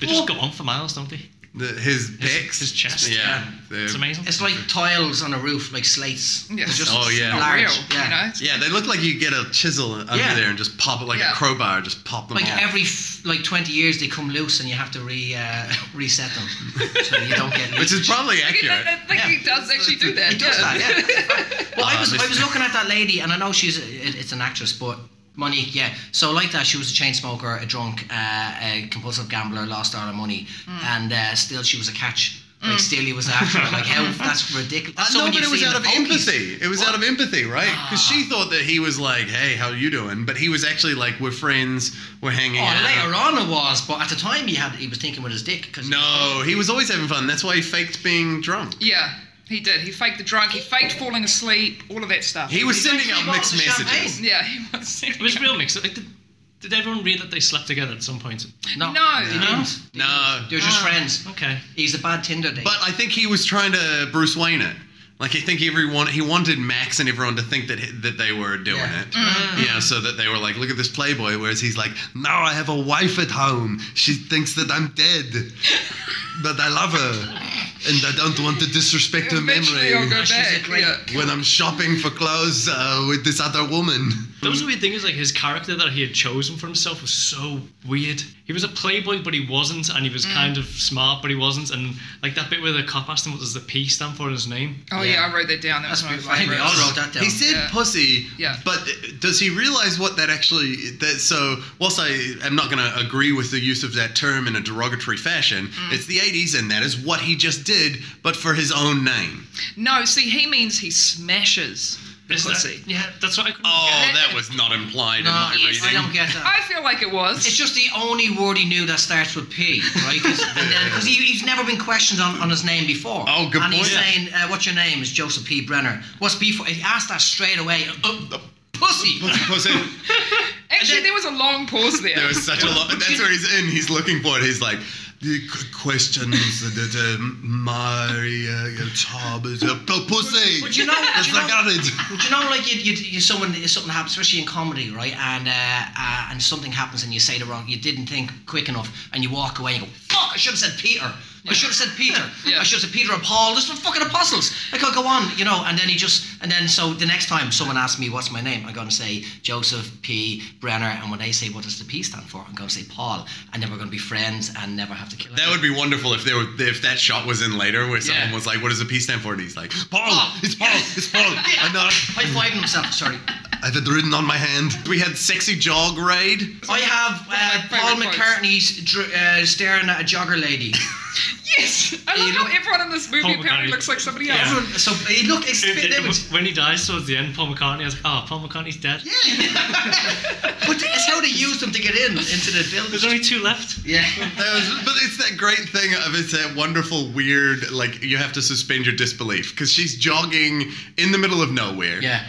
S1: They just go on for miles, don't they?
S2: The, his pecs.
S1: his chest.
S2: Yeah. They're-
S1: It's amazing.
S3: It's like tiles on a roof, like slates.
S4: Yes.
S3: They're just
S2: Oh, yeah.
S4: Not
S3: large.
S4: real.
S3: yeah.
S4: You know.
S2: Yeah, they look like you get a chisel under
S3: Yeah.
S2: there and just pop it like
S4: Yeah.
S2: a crowbar, just pop them
S3: Like
S2: off.
S3: every f- like twenty years, they come loose, and you have to re uh, (laughs) reset
S2: (laughs)
S3: them so you don't get.
S2: Which is probably
S4: I think,
S2: accurate.
S4: I think he does actually do that.
S3: He does
S4: yeah.
S3: that, yeah. That's a fact. Well,
S2: Ah,
S3: I was I
S2: Mr.
S3: was looking at that lady, and I know she's a, it, it's an actress, but Monique, yeah. So like that, she was a chain smoker, a drunk, uh, a compulsive gambler, lost all her money, and uh, still she was a catch. Like still he was after her. Like how that's ridiculous.
S2: Uh,
S3: That's
S2: no,
S3: someone
S2: but
S3: you
S2: it was
S3: see in
S2: out of
S3: the Ah. pokies.
S2: empathy. It was out of empathy, right? Because she thought that he was like, "Hey, how you doing?" But he was actually like, "We're friends. We're hanging
S3: Oh,
S2: out."
S3: later on it was, but at the time he had he was thinking with his dick because
S2: No, he was always having fun. That's why he faked being drunk.
S4: (laughs) Yeah, he did. He faked the drunk. He faked falling asleep. All of that stuff.
S2: He was sending out
S3: actually
S2: mixed
S3: bought the champagne.
S2: messages.
S4: yeah, he was.
S1: it was real mix. Like, did, did everyone read that they slept together at some point?
S3: no,
S4: No.
S3: they
S4: No.
S3: didn't.
S2: No,
S3: They were just friends.
S1: Okay.
S3: He's a bad Tinder date.
S2: but I think he was trying to Bruce Wayne it. Like I think everyone he wanted Max and everyone to think that that they were doing
S3: Yeah.
S2: it, yeah. So that they were like, look at this Playboy. Whereas he's like,
S5: Now I have a wife at home. She thinks that I'm dead, but I love her, and I don't want to disrespect her
S4: Eventually, I'll
S5: memory
S4: go
S3: She's a
S4: back.
S3: great-
S4: yeah.
S5: when I'm shopping for clothes uh, with this other woman.
S1: That was the weird thing is like his character that he had chosen for himself was so weird. He was a playboy, but he wasn't, and he
S4: Mm.
S1: was kind of smart, but he wasn't. And like that bit where the cop asked him, "What does the P stand for in his name?"
S4: Oh yeah. I wrote that down. That
S3: That's
S4: was my
S3: beautiful. I think we
S4: favourite.
S3: all wrote that down.
S2: Ah, He said
S4: Yeah.
S2: pussy,
S4: Yeah.
S2: but does he realize what that actually that so whilst I am not going to agree with the use of that term in a derogatory fashion,
S3: Mm.
S2: it's the 80s and that is what he just did but for his own name.
S4: No, see, he means he smashes the
S1: Is that-
S4: pussy.
S1: yeah, that's what I couldn't
S2: Oh,
S1: get.
S2: that was not implied in
S3: no,
S2: my
S3: yes, I
S2: reading.
S3: don't get that.
S4: I feel like it was.
S3: It's just the only word he knew that starts with P, (laughs) right? 'Cause- and then because he, he's never been questioned on, on his name before.
S2: Oh, good
S3: And he's
S2: point.
S3: saying, uh, "What's your name?" Is Joseph P. Brenner. What's P for? He asked that straight away. Uh, uh, (laughs) pussy.
S2: (laughs) Pussy.
S4: Actually, there was a long pause there.
S2: There was such a lot. That's where he's in. He's looking for it. He's like,
S5: The qu- questions that uh, Maria Tom is a p- pussy.
S3: But you know, but
S5: That's
S3: you
S5: I
S3: know,
S5: got it.
S3: but you know, like you, you, you someone, if something happens, especially in comedy, right? And uh, uh, and something happens, and you say the wrong, you didn't think quick enough, and you walk away and go, "Fuck! I should have said Peter. I should have said Peter.
S2: (laughs)
S4: Yeah.
S3: I should have said Peter or Paul. There's some fucking apostles. I could go on, you know." And then he just, and then so the next time someone asks me what's my name, I'm gonna say Joseph P. Brenner, and when they say what does the P stand for, I'm gonna say Paul, and then we're gonna be friends and never have to kill.
S2: that would be wonderful if there were, if that shot was in later where someone
S4: Yeah.
S2: was like, what does the P stand for? And he's like,
S5: Paul, it's Paul, it's Paul.
S4: (laughs)
S5: I
S2: uh,
S5: know.
S3: high fiving
S2: (laughs)
S3: myself. Sorry.
S5: I have it written on my hand.
S2: we had sexy jog raid.
S3: I have uh,
S4: my
S3: Paul
S4: favourite
S3: McCartney's dr- uh, staring at a jogger lady.
S4: yes, I
S3: You
S4: love
S3: know-
S4: how everyone in this movie
S1: Paul
S4: apparently
S1: McCartney.
S4: looks like somebody
S1: Yeah.
S4: else.
S3: Everyone, so he looked. It's,
S1: It- it-
S3: they would-
S1: when he dies towards the end, Paul McCartney, I was like, "Oh, Paul McCartney's dead."
S3: but that's how they used him to get in into the
S1: There's
S3: building.
S1: only two left.
S3: Yeah.
S2: That was- but it's that great thing of it's that wonderful, weird, like you have to suspend your disbelief because she's jogging in the middle of nowhere,
S3: Yeah.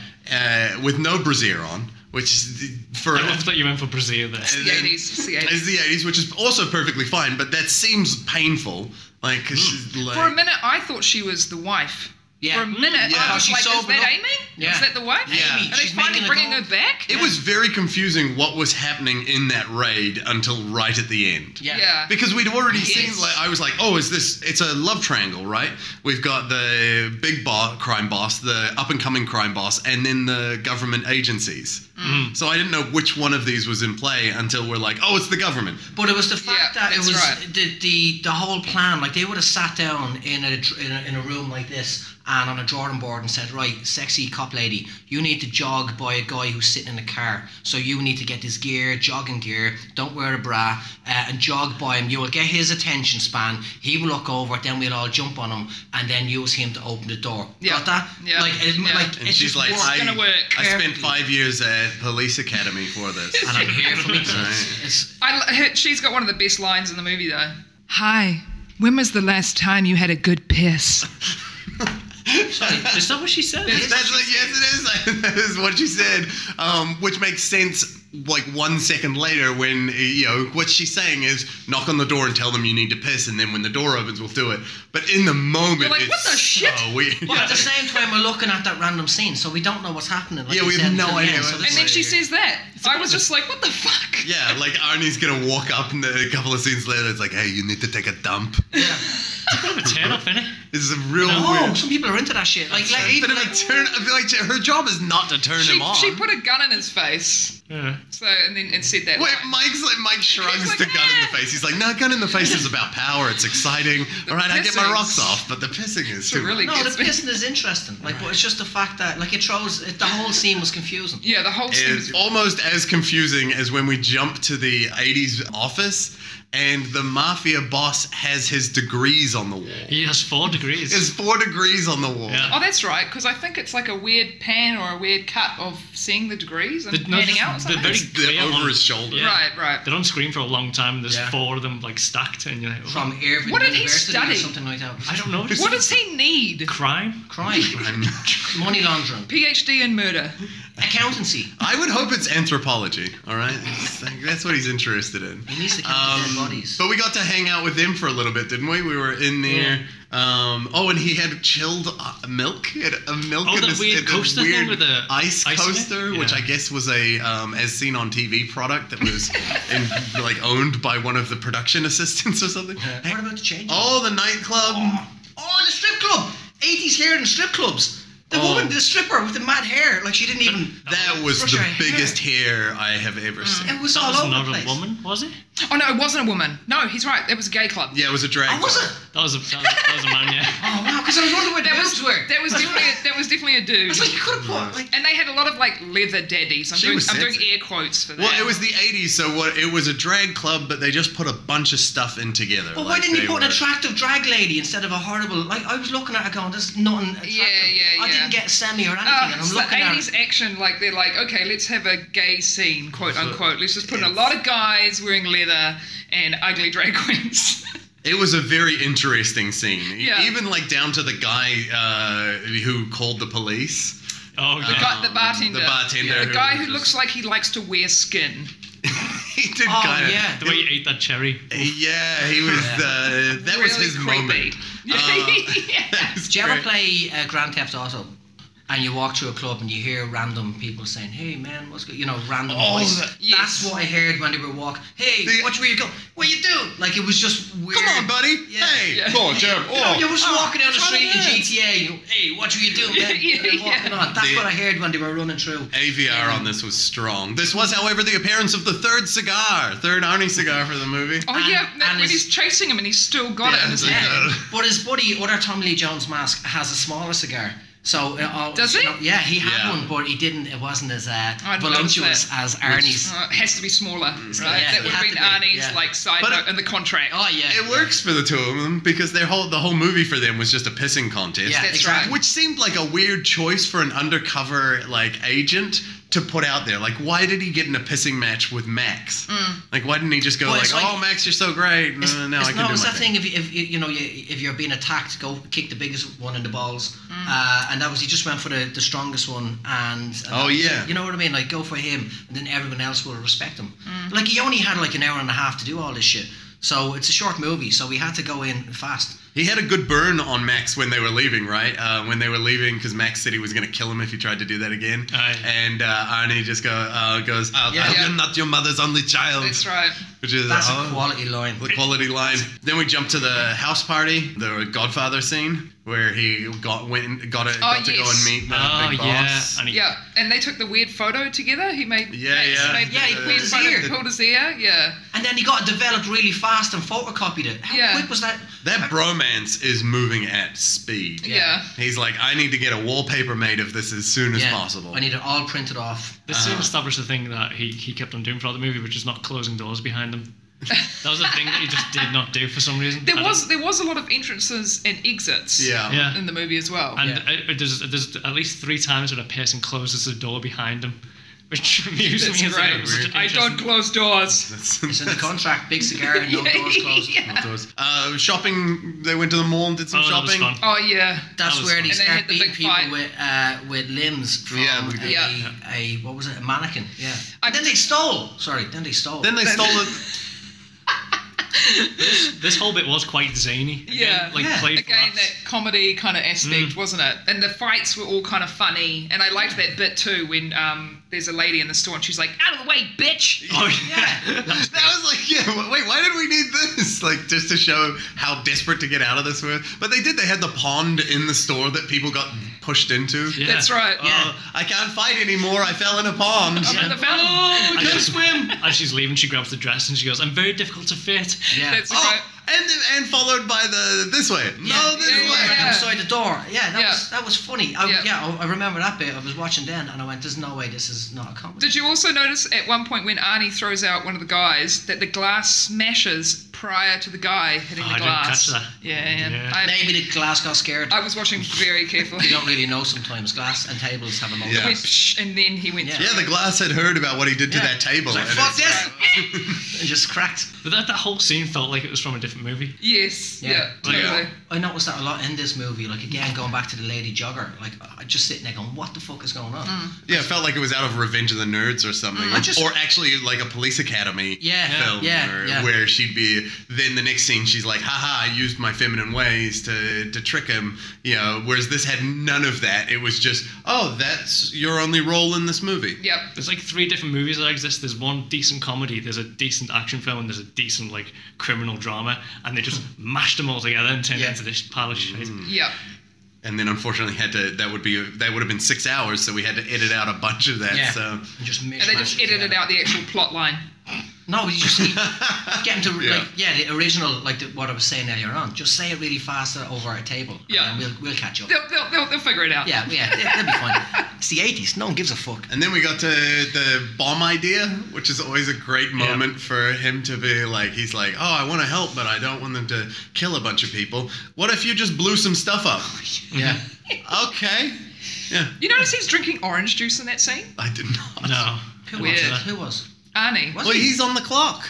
S2: uh, with no brassiere on, which is the- for
S1: I thought you meant for Brazil there.
S4: The 80s, it's the 80s.
S2: is the eighties, which is also perfectly fine, but that seems painful. Like, 'cause she's like
S4: Mm. For a minute, I thought she was the wife.
S3: Yeah.
S4: For a minute,
S2: Yeah.
S4: I was
S3: She
S4: like, is
S3: sobered
S4: that
S3: up.
S4: Amy?
S3: Yeah.
S4: Is that the wife?
S2: Yeah. Amy,
S4: Are they
S3: she's
S4: finally
S3: making a
S4: bringing her
S3: call.
S4: back?
S2: it was very confusing what was happening in that raid until right at the end.
S3: Yeah.
S4: Yeah.
S2: Because we'd already
S4: Yes.
S2: seen, like, I was like, oh, is this, it's a love triangle, right? We've got the big bo- crime boss, the up and coming crime boss, and then the government agencies.
S4: Mm.
S2: So I didn't know which one of these was in play until we're like, oh, it's the government.
S3: But it was the fact
S4: Yeah,
S3: that it
S4: that's
S3: was
S4: right.
S3: the, the the whole plan. Like they would have sat down in a, dr- in a in a room like this and on a drawing board and said, "Right, sexy cop lady, you need to jog by a guy who's sitting in a car. So you need to get this gear, jogging gear. Don't wear a bra uh, and jog by him. You will get his attention span. He will look over. Then we'll all jump on him and then use him to open the door.
S4: Yeah.
S3: Got that?
S4: Yeah.
S3: Like, it,
S4: Yeah.
S3: like
S2: And
S3: it's
S2: she's
S3: just
S2: like,
S3: worked.
S2: I,
S4: gonna work
S2: I spent
S3: perfectly.
S2: five years at police academy for
S4: (laughs)
S2: this.
S3: and I'm here for
S2: (laughs)
S3: me.
S2: Right.
S3: It's,
S4: I, l- she's got one of the best lines in the movie, though. Hi. When was the last time you had a good piss?
S1: Is that what she said?
S2: That's like, yes, it is. (laughs) that is what she said, um, which makes sense. Like one second later, when you know what she's saying is, knock on the door and tell them you need to piss, and then when the door opens, we'll do it. But in the moment,
S4: You're like,
S2: it's
S4: what the
S2: so
S4: shit? (laughs)
S2: weird.
S3: But at the same time, we're looking at that random scene, so we don't know what's happening. Like
S2: Yeah,
S3: you
S2: we have
S3: said,
S2: no
S3: until the
S2: idea
S3: end,
S2: what
S3: so
S2: the
S3: this-
S4: And then she says that. I was just like, what the fuck?
S2: yeah, like Arnie's gonna walk up, and a couple of scenes later, it's like, hey, you need to take a dump.
S1: It's a bit of a turn off, innit?
S2: It's a real
S3: oh,
S2: weird.
S3: some people are into that shit. Like, like,
S2: But
S3: even,
S2: if I (laughs)
S3: like
S2: turn, I feel like her job is not to turn
S4: She,
S2: him on.
S4: she put a gun in his face.
S1: Yeah.
S4: So and then and said that.
S2: Wait,
S4: line.
S2: Mike's like Mike shrugs
S4: He's like,
S2: the gun in
S4: "Eh."
S2: the face. He's like, no, gun in the face is about power. It's
S1: (laughs)
S2: exciting. All right, I get my
S4: pissing's-
S2: rocks off, but the pissing is
S4: It
S2: too.
S4: really
S2: much."
S3: no, the
S4: gets me.
S3: pissing is interesting. Like, but it's just the fact that like it throws it, the whole scene was confusing.
S4: Yeah, the whole scene
S2: It's
S4: was
S2: almost as confusing as when we jump to the '80s office, and the mafia boss has his degrees on the wall.
S1: He has four degrees.
S2: His four degrees on the wall.
S1: Yeah.
S4: Oh, that's right, because I think it's like a weird pan or a weird cut of seeing the degrees and
S1: The- no,
S4: panning out. or
S1: the
S4: something.
S1: very-
S2: They're
S1: Yeah,
S2: over
S1: on-
S2: his shoulder.
S1: yeah.
S4: Right, right.
S1: They're on screen for a long time. And there's
S3: Yeah.
S1: four of them like stacked, and you're like, oh,
S3: From Irvine
S4: What did he
S3: University
S4: study?
S3: or something like that.
S1: I don't know.
S2: (laughs)
S4: What does he need?
S1: crime?
S3: crime,
S2: I'm-
S3: money laundering.
S4: PhD in murder.
S3: Accountancy.
S2: (laughs) I would hope it's anthropology, all right? It's like, that's what he's interested in.
S3: He needs to count the
S2: Um,
S3: dead bodies.
S2: But we got to hang out with him for a little bit, didn't we? We were in there. Um, oh, and he had chilled uh, milk. He had a milk
S1: Oh,
S2: in
S1: that
S2: this,
S1: weird
S2: in a
S1: coaster thing
S2: weird
S1: with the ice
S2: ice,
S1: in it?
S2: coaster, which
S1: Yeah.
S2: I guess was a, um, as seen on TV, product that was in, like owned by one of the production assistants or something.
S3: What about the change?
S2: Oh, the nightclub.
S3: Oh, the strip club. 80s hair in strip clubs. The
S2: Oh.
S3: woman, the stripper with the mad hair, like she didn't even.
S2: That was
S3: brush
S2: the
S3: her hair.
S2: biggest hair I have ever seen.
S3: It was
S1: That
S3: all
S1: was
S3: over
S1: not
S3: the place.
S1: a woman, was it?
S4: Oh no, it wasn't a woman. No, he's right. It was a gay club.
S2: Yeah, it was a drag.
S3: Oh, was
S2: queen.
S3: it?
S1: That was a, that was, that was a man,
S3: (laughs)
S1: yeah.
S3: Oh wow, because I was wondering where the
S4: That was
S3: boobs were.
S4: that was definitely a, that was definitely a dude.
S3: It's like you could have put like.
S4: And they had a lot of like leather daddies. I'm,
S2: She
S4: doing,
S2: was
S4: I'm doing
S2: sexy.
S4: air quotes for that.
S2: Well, it was the '80s, so what? It was a drag club, but they just put a bunch of stuff in together.
S3: But
S2: Like,
S3: why didn't
S2: they
S3: you
S2: were-
S3: put an attractive drag lady instead of a horrible? Like I was looking at her going, "This is nothing attractive."
S4: yeah,
S3: I
S4: yeah.
S3: didn't get a semi or anything,
S4: Oh,
S3: and I'm
S4: it's the
S3: looking at her.
S4: 80s action, like they're like, okay, let's have a gay scene, quote unquote. Let's just put in a
S2: Yes.
S4: lot of guys wearing leather and ugly drag queens. (laughs)
S2: It was a very interesting scene. E-
S4: Yeah.
S2: Even like down to the guy uh, who called the police. (laughs)
S1: Oh, yeah.
S4: Got the bartender.
S2: the bartender
S4: The
S2: who
S4: guy
S2: was
S4: who
S2: just-
S4: looks like he likes to wear skin.
S2: He did
S3: Oh,
S2: kind of.
S3: yeah.
S1: the way you ate that cherry.
S2: Yeah, he was. Uh, that was
S4: Really
S2: his
S4: creepy.
S2: moment. Uh,
S4: (laughs) yeah.
S2: (laughs) That was
S3: Do you ever
S2: great.
S3: play uh, Grand Theft Auto? And you walk through a club and you hear random people saying, "Hey man, what's good?" You know, random
S2: Oh,
S3: voices.
S2: that-
S4: Yes.
S3: That's what I heard when they were walking. Hey,
S2: The-
S3: watch where you go. What you do? Like it was just weird.
S2: Come on, buddy.
S3: Yeah.
S2: Hey,
S4: Yeah.
S2: come on, Jeff.
S3: You know, (laughs)
S2: Oh.
S3: you were just walking down the
S2: try
S3: street in
S2: that.
S3: GTA. You, hey, what were you doing?
S4: Yeah,
S3: man?"
S4: (laughs) yeah,
S3: They're walking
S4: yeah.
S3: on. That's
S2: The-
S3: what I heard when they were running through.
S2: AVR on this was strong. This was, however, the appearance of the third cigar, third Arnie cigar for the movie.
S4: Oh,
S3: And-
S4: yeah. that-
S3: and
S4: when
S3: his-
S4: he's chasing him and he's still got it
S2: Yeah,
S4: in his
S2: it's like,
S4: hand.
S2: uh,
S3: But his buddy, other Tommy Lee Jones mask, has a smaller cigar. So uh, uh,
S4: Does he?
S3: you know, yeah, he had
S2: Yeah.
S3: one, but he didn't. It wasn't as uh,
S4: I'd love
S3: voluptuous
S4: that.
S3: as Arnie's.
S4: Oh, it has to be smaller,
S2: Mm,
S4: right?
S3: Yeah,
S4: that
S3: it
S4: would have
S3: had to
S4: been
S3: be,
S4: Arnie's
S3: yeah.
S4: like side
S2: But-
S4: note in the contract.
S3: Oh yeah,
S2: It works for the two of them because their whole the whole movie for them was just a pissing contest.
S3: Yeah,
S4: That's
S3: exactly.
S4: right.
S2: Which seemed like a weird choice for an undercover like agent to put out there. Like, why did he get in a pissing match with Max? Like, why didn't he just go
S3: Mm. Well,
S2: like,
S3: it's like-
S2: "Oh, Max, you're so great. No,
S3: It's,
S2: Uh, no, no,
S3: it's
S2: I can
S3: not,
S2: do
S3: it's
S2: my
S3: that
S2: thing."
S3: thing. If, you- if you, you know you, if you're being attacked, go kick the biggest one in the balls.
S4: Mm.
S3: Uh, and that was he just went for the, the strongest one. And, and
S2: Oh,
S3: that was
S2: yeah.
S3: it. you know what I mean. Like go for him, and then everyone else will respect him.
S4: Mm.
S3: Like he only had like an hour and a half to do all this shit. So it's a short movie, so we had to go in fast.
S2: He had a good burn on Max when they were leaving, right? Uh, when they were leaving, because Max said he was going to kill him if he tried to do that again.
S3: Oh,
S1: Aye.
S2: And uh, Arnie just go, uh, goes,
S5: I'll
S2: "Yeah,
S5: tell
S4: Yeah.
S5: you not your mother's only child.
S4: That's right.
S2: which is
S3: That's
S2: oh.
S3: a quality line.
S2: the quality line. Then we jump to the house party, the Godfather scene where he got went got, a, got to go
S4: yes.
S2: and meet the
S1: Oh,
S2: big
S1: yeah.
S2: boss.
S1: And he,
S4: Yeah, and they took the weird photo together. He made
S2: Yeah,
S4: Max
S2: yeah.
S4: made
S3: Yeah, he
S4: the
S3: pulled
S4: weird
S3: his
S4: photo,
S3: ear.
S4: pulled his ear. Yeah,
S3: And then he got it developed really fast and photocopied it. How
S4: Yeah.
S3: quick was that?
S2: That bromance is moving at speed.
S4: yeah.
S2: He's like, I need to get a wallpaper made of this as soon as
S3: Yeah.
S2: possible.
S3: I need it all printed off. Uh,
S1: This soon established a thing that he, he kept on doing throughout the movie, which is not closing doors behind him. That was a thing that he just did not do for some reason. I
S4: There
S1: don't-
S4: was there was a lot of entrances and exits.
S2: yeah. (laughs)
S1: Yeah.
S4: in the movie as well.
S1: And
S3: Yeah.
S1: uh, there's, there's at least three times when a person closes the door behind him, which (laughs) amused
S4: That's
S1: me. as like,
S4: great.
S1: it was such an
S4: I don't
S1: interesting-
S4: close doors.
S2: That's-
S3: It's in the
S2: (laughs)
S3: contract. Big cigar
S4: (laughs)
S3: and no
S4: Yeah,
S3: doors (laughs) closed.
S4: yeah.
S2: Outdoors. Uh, shopping. They went to the mall and did some
S1: Oh, that was fun.
S2: shopping.
S4: Oh yeah,
S3: That's
S1: That was
S3: where
S1: fun.
S3: they
S4: And they
S3: start
S4: had the
S3: beating
S4: big
S3: people
S4: fight.
S3: with uh, with limbs from
S2: Yeah, we
S3: a,
S2: did.
S4: Yeah.
S3: a what was it? A mannequin. Yeah.
S4: I-
S3: And then they stole. Sorry. Then they stole.
S2: Then they
S4: Then-
S2: stole it.
S1: This whole bit was quite zany. Again,
S4: Yeah.
S1: Like
S3: Yeah.
S1: played for
S4: again
S1: laughs.
S4: that comedy kind of aspect, wasn't it? And the fights were all kind of funny, and I liked that bit too when um, there's a lady in the store and she's like, "Out of the way, bitch!"
S1: Oh, yeah.
S2: (laughs) That was like, yeah, w- wait, why did we need this? (laughs) Like, just to show how desperate to get out of this were. But they did. They had the pond in the store that people got pushed into.
S1: Yeah.
S4: That's right.
S2: Uh, I can't fight anymore. I fell in a pond.
S4: Up in the fountain.
S1: Oh, I can't swim. As she's leaving, she grabs the dress and she goes, I'm very difficult to fit.
S3: yeah.
S4: (laughs) That's
S2: Oh,
S4: right.
S2: and and followed by the this way.
S3: Yeah. Oh,
S2: No, this
S4: Yeah,
S2: way.
S4: yeah.
S3: Outside the door. Yeah. That
S4: Yeah.
S3: was that was funny. I, yeah.
S4: Yeah.
S3: I, I remember that bit. I was watching then, and I went, "There's no way this is not a comedy."
S4: Did you also notice at one point when Arnie throws out one of the guys that the glass smashes prior to the guy hitting
S1: Oh,
S4: the
S1: I didn't
S4: glass?
S1: catch that.
S4: Yeah,
S1: Yeah.
S4: yeah. I,
S3: Maybe the glass got scared.
S4: I was watching very
S3: (laughs)
S4: carefully.
S3: you don't really know sometimes. Glass and tables have a moment.
S2: Yeah.
S4: Went psh, and then he went.
S3: Yeah.
S4: through.
S2: Yeah, the glass had heard about what he did to
S3: Yeah.
S2: that table.
S3: It's like,
S2: and
S3: fuck
S2: it's-
S3: this! and just cracked.
S1: But that, that whole scene felt like it was from a different different movie.
S4: Yes.
S3: Yeah.
S4: Yeah.
S1: Like,
S4: totally.
S3: I noticed that a lot in this movie. Like again, going back to the lady jogger, like I just sitting there going, "What the fuck is going on?"
S2: Yeah, it felt like it was out of Revenge of the Nerds or something,
S3: Mm-hmm. I
S2: or,
S3: just-
S2: or actually like a Police Academy
S3: Yeah,
S2: film,
S3: yeah,
S2: or,
S3: yeah.
S2: where she'd be. Then the next scene, she's like, "Haha, I used my feminine ways to to trick him," you know. Whereas this had none of that. It was just, "Oh, that's your only role in this movie."
S4: Yep.
S1: There's like three different movies that exist. There's one decent comedy, there's a decent action film, and there's a decent like criminal drama, and they just mashed them all together and turned
S3: Yeah.
S1: it into this pile of shit. (laughs)
S4: Yep.
S2: And then unfortunately had to that would be that would have been six hours, so we had to edit out a bunch of that.
S3: Yeah.
S2: So
S3: And just
S4: And they just edited out the actual plot line.
S3: No, you just you get them to
S2: Yeah.
S3: like yeah the original like the, what I was saying earlier on. Just say it really fast over a table.
S4: Yeah.
S3: and then we'll we'll catch up.
S4: They'll, they'll, they'll, they'll figure it out.
S3: Yeah, yeah, they- they'll be fine. It's the eighties. No one gives a fuck.
S2: And then we got to the bomb idea, which is always a great moment for him to be like, he's like, oh, I want to help, but I don't want them to kill a bunch of people. What if you just blew some stuff up?
S3: Yeah,
S2: okay. Yeah,
S4: You notice he's drinking orange juice in that scene?
S2: I did not.
S1: No.
S2: (laughs)
S3: who was
S4: Weird.
S3: it? Who was?
S4: Arnie. (laughs)
S3: What?
S2: Well, he's on the clock.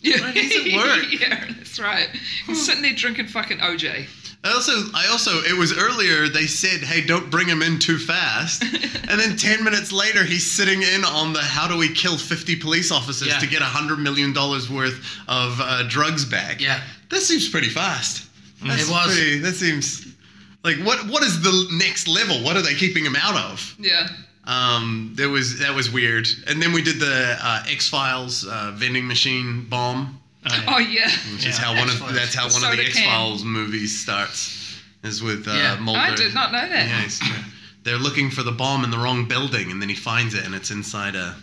S4: Yeah.
S2: he's at work.
S4: (laughs) yeah, that's right. He's sitting there drinking fucking OJ.
S2: I also, I also, it was earlier they said, hey, don't bring him in too
S3: (laughs)
S2: fast. and then 10 minutes later, he's sitting in on the how do we kill 50 police officers
S3: Yeah.
S2: to get $100 million worth of uh, drugs back.
S3: Yeah. Mm-hmm.
S2: That seems pretty fast. That's
S3: It was.
S2: Pretty, that seems like what? What is the next level? What are they keeping him out of?
S4: Yeah.
S2: Um, there was that was weird. And then we did the uh, X Files uh, vending machine bomb,
S1: Uh,
S4: Oh, yeah.
S2: which is
S1: Yeah,
S2: how one of
S3: X-Files.
S2: that's how one of
S4: Soda
S2: the
S4: can.
S2: X Files movies starts, is with uh,
S3: Yeah, I
S2: Mulder.
S4: I did not know that.
S2: Yeah, he's- they're looking for the bomb in the wrong building, and then he finds it, and it's inside a.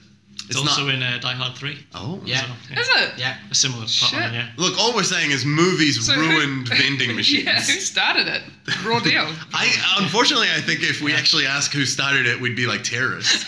S1: it's also in uh, Die Hard 3.
S2: Oh.
S3: Yeah.
S1: So,
S4: Is it?
S3: Yeah,
S1: A similar plot
S4: Shit.
S1: line, yeah.
S2: Look, all we're saying is movies
S4: So who- (laughs)
S2: ruined vending machines.
S4: yeah, (laughs) who started it? Raw deal.
S2: I unfortunately, I think if we actually ask who started it, we'd be like
S3: (laughs)
S2: terrorists.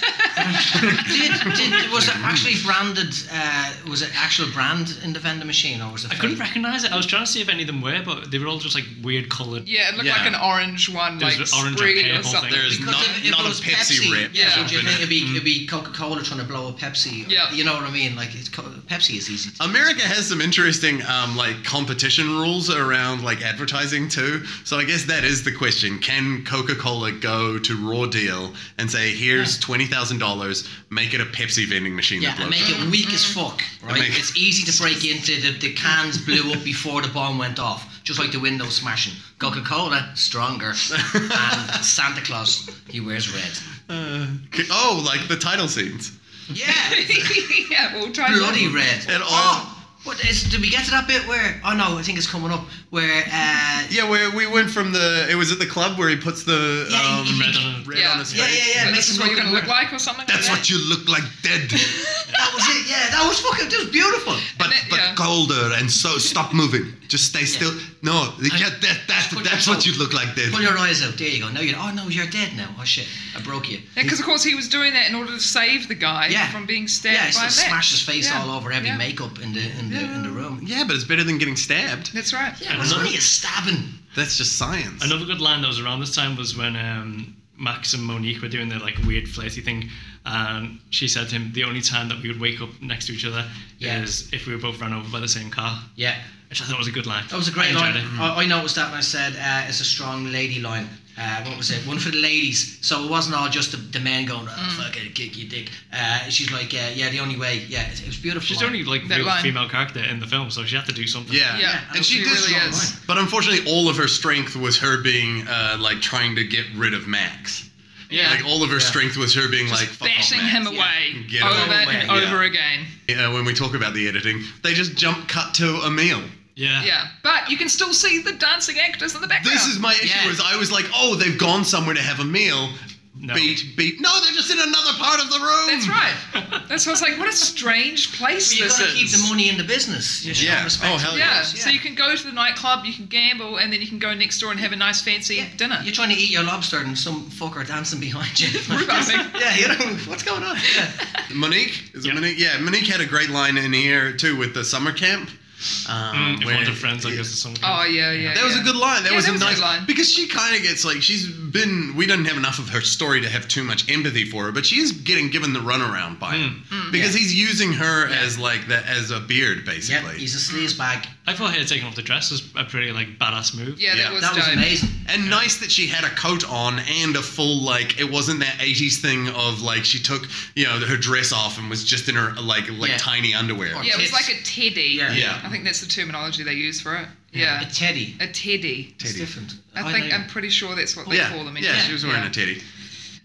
S3: did, did was it actually branded? Uh, was it actual brand in the vending machine, or was it?
S1: I couldn't
S3: fake?
S1: recognise it. I was trying to see if any of them were, but they were all just like weird coloured.
S4: Yeah, it looked
S2: Yeah.
S4: like an orange one,
S1: There's
S4: like
S1: an orange or
S4: spread or
S1: purple
S4: something.
S1: thing.
S2: There's
S3: Because
S2: not,
S3: if, if
S2: not
S3: it
S2: a
S3: was
S2: Pepsi, rip.
S3: yeah, Mm.
S4: Yeah.
S3: would you think it'd be, it'd be Coca Cola trying to blow up Pepsi?
S4: Yeah.
S3: you know what I mean. Like it's, Co- Pepsi is easy. To
S2: America has some interesting um, like competition rules around like advertising too. So I guess that is the question: Can Coca-Cola go to Raw Deal and say, "Here's twenty thousand dollars, make it a Pepsi vending machine"?
S3: Yeah,
S2: that
S3: and
S2: blows
S3: make
S2: up?
S3: it weak as fuck, right?
S2: make-
S3: It's easy to (laughs) break into. The, the cans blew up before the bomb went off, just like the window smashing. Coca Cola, stronger. and Santa Claus, he wears red.
S2: C- Oh, like the title scenes.
S3: Yeah,
S4: (laughs) yeah, well, time's
S3: bloody
S4: up.
S3: red.
S2: And all-
S3: Oh, what is, did we get to that bit where, oh no, I think it's coming up, where,
S2: (laughs)
S3: uh,
S2: Yeah, where we went from the it was at the club where he puts the
S3: Yeah,
S2: um,
S3: he-
S1: Red on
S2: red
S4: Yeah.
S2: on his
S3: yeah,
S2: face.
S3: yeah, yeah,
S4: But
S3: makes
S4: this is
S3: him
S4: what
S3: look
S4: you're gonna
S3: like-
S4: look like, or something.
S5: That's
S4: like
S5: what you look like
S3: (laughs)
S5: dead,
S3: That was it, yeah, that was fucking, that was beautiful.
S5: but
S4: And it-
S5: but
S4: yeah.
S5: colder and so stop moving. Just stay still. No, yeah, that, that
S3: Put
S5: that's
S3: your
S5: what you look like dead.
S3: Pull your eyes out, there you go. Now you're, oh no, you're dead now. Oh shit, I broke you.
S4: Because of course he was doing that in order to save the guy
S3: Yeah.
S4: from being stabbed
S3: Yeah, it's
S4: by
S3: like
S4: a bat.
S3: smash his face
S4: Yeah.
S3: all over every
S4: Yeah.
S3: makeup in the in the in the room.
S2: Yeah, but it's better than getting stabbed.
S4: That's right.
S3: Yeah, it was
S1: Another-
S3: only a stabbing.
S2: That's just science.
S1: Another good line that was around this time was when um, Max and Monique were doing their like weird flirty thing, and she said to him, "The only time that we would wake up next to each other
S3: Yeah.
S1: is if we were both run over by the same car."
S3: Yeah,
S1: Which I thought was a good line.
S3: that was a great
S1: I
S3: line. Oh,
S1: enjoyed it.
S3: I, I noticed that and I said uh, it's a strong lady line. Uh, what was it? One for the ladies. So it wasn't all just the, the men going, oh,
S4: Mm.
S3: fuck it, kick your dick. Uh, she's like, uh, yeah, the only way. Yeah, it, it was beautiful.
S1: She's the
S3: line.
S1: only like
S4: That
S1: real
S4: line.
S1: female character in the film, so she had to do something.
S2: Yeah.
S4: Yeah,
S2: and she,
S4: she
S2: did.
S4: really
S2: strong-
S4: is.
S2: But unfortunately, all of her strength was her being uh, like trying to get rid of Max.
S1: yeah.
S2: Like all of her strength was her being like Fuck off,
S4: Bashing
S2: Max.
S4: him away
S2: Get
S4: over
S2: away.
S4: and
S2: Yeah.
S4: over again.
S2: Uh, when we talk about the editing, they just jump cut to a meal.
S1: yeah.
S4: Yeah, but you can still see the dancing actors in the background.
S2: This is my issue.
S3: Yeah.
S2: Is I was like, oh, they've gone somewhere to have a meal.
S1: No.
S2: Beat, beat. No, they're just in another part of the room.
S4: That's right. That's why I was like, what a strange place
S3: But you
S4: this
S3: gotta
S4: is.
S3: keep the money in the business. You
S2: Yeah.
S3: yeah. Respect
S2: Oh, hell
S3: it.
S4: yeah.
S2: Yes,
S4: so you can go to the nightclub, you can gamble, and then you can go next door and have a nice fancy dinner.
S3: You're trying to eat your lobster and some fucker dancing behind you.
S4: (laughs) Right.
S3: (laughs) yeah, you know what's going on. Yeah.
S2: Monique, is it
S1: Yeah.
S2: Monique? Yeah, Monique had a great line in here too with the summer camp.
S4: Mm.
S2: Um,
S1: if
S2: where-
S1: one of the friends, I guess, is someone.
S4: Oh yeah, yeah.
S2: That was a
S4: yeah.
S2: good line. That
S4: Yeah,
S2: was
S4: that
S2: a
S4: was a
S2: nice
S4: good line.
S2: because she kind of gets like she's been. We didn't have enough of her story to have too much empathy for her, but she is getting given the runaround by him
S4: Mm.
S2: because he's using her as like that as a beard
S3: Yep,
S2: basically.
S3: he's a
S4: Mm.
S3: sleaze bag.
S1: I thought her taking off the dress was a pretty like badass move.
S4: Yeah,
S2: Yeah.
S4: that was
S3: That was
S4: dope.
S3: amazing.
S2: and nice that she had a coat on and a full like it wasn't that 80s thing of like she took you know her dress off and was just in her like like
S3: Yeah.
S2: tiny underwear.
S4: Yeah, it was
S3: Tits.
S4: like a teddy.
S3: Yeah.
S2: Yeah.
S4: I think that's the terminology they use for it. Yeah.
S3: A teddy.
S4: A teddy.
S3: It's different.
S4: I think I'm pretty sure that's what they
S2: Yeah,
S4: call them.
S2: yeah, she was wearing
S4: yeah.
S2: a teddy.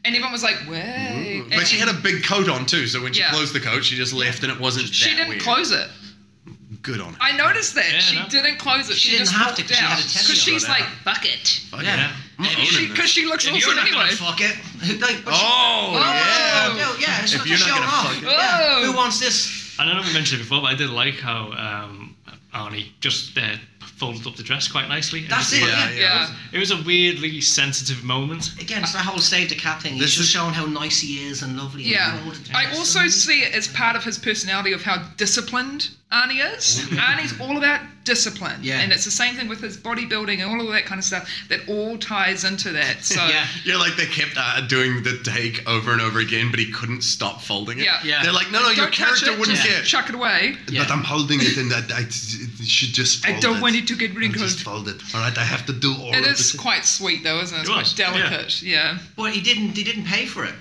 S4: And everyone was like, "Wait!"
S2: But she had a big coat on too, so when she
S4: Yeah.
S2: closed the coat, she just left and it wasn't
S4: She
S2: that
S4: didn't
S2: weird.
S4: close it.
S2: Good on her.
S4: I noticed that
S1: Yeah,
S4: she
S1: no.
S4: didn't close it.
S3: She
S4: She,
S3: didn't
S4: just
S3: have
S4: walked
S3: to, 'cause she
S4: out
S3: had a tennis
S4: because she's
S3: shot
S4: like,
S3: out.
S2: (laughs)
S4: "Fuck it."
S2: Fuck
S3: Yeah.
S1: Yeah.
S2: I'm owning
S4: She
S2: this.
S4: because she looks
S1: If
S4: awesome
S1: you're not gonna
S4: anyway.
S3: Fuck it. Like, but
S2: Oh,
S4: Oh.
S2: yeah.
S3: No, yeah, it's
S2: If
S3: not
S2: you're
S3: just
S2: not
S3: showing
S2: gonna
S3: off.
S2: fuck it.
S4: Whoa.
S3: Yeah. Who wants this?
S1: I don't know if we mentioned it before, but I did like how um, Arnie just uh, folded up the dress quite nicely. and
S3: That's
S1: just-
S3: it.
S2: Yeah,
S3: Yeah,
S4: yeah.
S1: It was a weirdly sensitive moment.
S3: Again, it's that whole save the cat thing.
S2: This
S3: He's just
S2: is-
S3: showing how nice he is and lovely.
S4: Yeah.
S3: And all the
S4: I also see it as part of his personality of how disciplined Arnie is.
S2: Mm-hmm.
S4: Arnie's all about discipline.
S3: Yeah.
S4: And it's the same thing with his bodybuilding and all of that kind of stuff that all ties into
S2: (laughs)
S4: that. So
S3: Yeah.
S2: You're like they kept uh, doing the take over and over again, but he couldn't stop folding it.
S4: Yeah.
S3: Yeah.
S2: They're like, no, no, your
S4: don't touch
S2: character
S4: it,
S2: wouldn't
S4: just
S2: get.
S4: chuck it away.
S3: Yeah.
S5: But I'm holding it, and that I, it should just.
S4: I
S5: fold
S4: don't
S5: it.
S4: want it to get
S5: I'll
S4: wrinkled.
S5: Just fold it. All right, I have to do all
S4: It
S5: of
S4: is
S5: this.
S4: quite sweet though, isn't it? It's
S1: It was,
S4: quite delicate. Yeah.
S3: But he didn't. He didn't pay for it.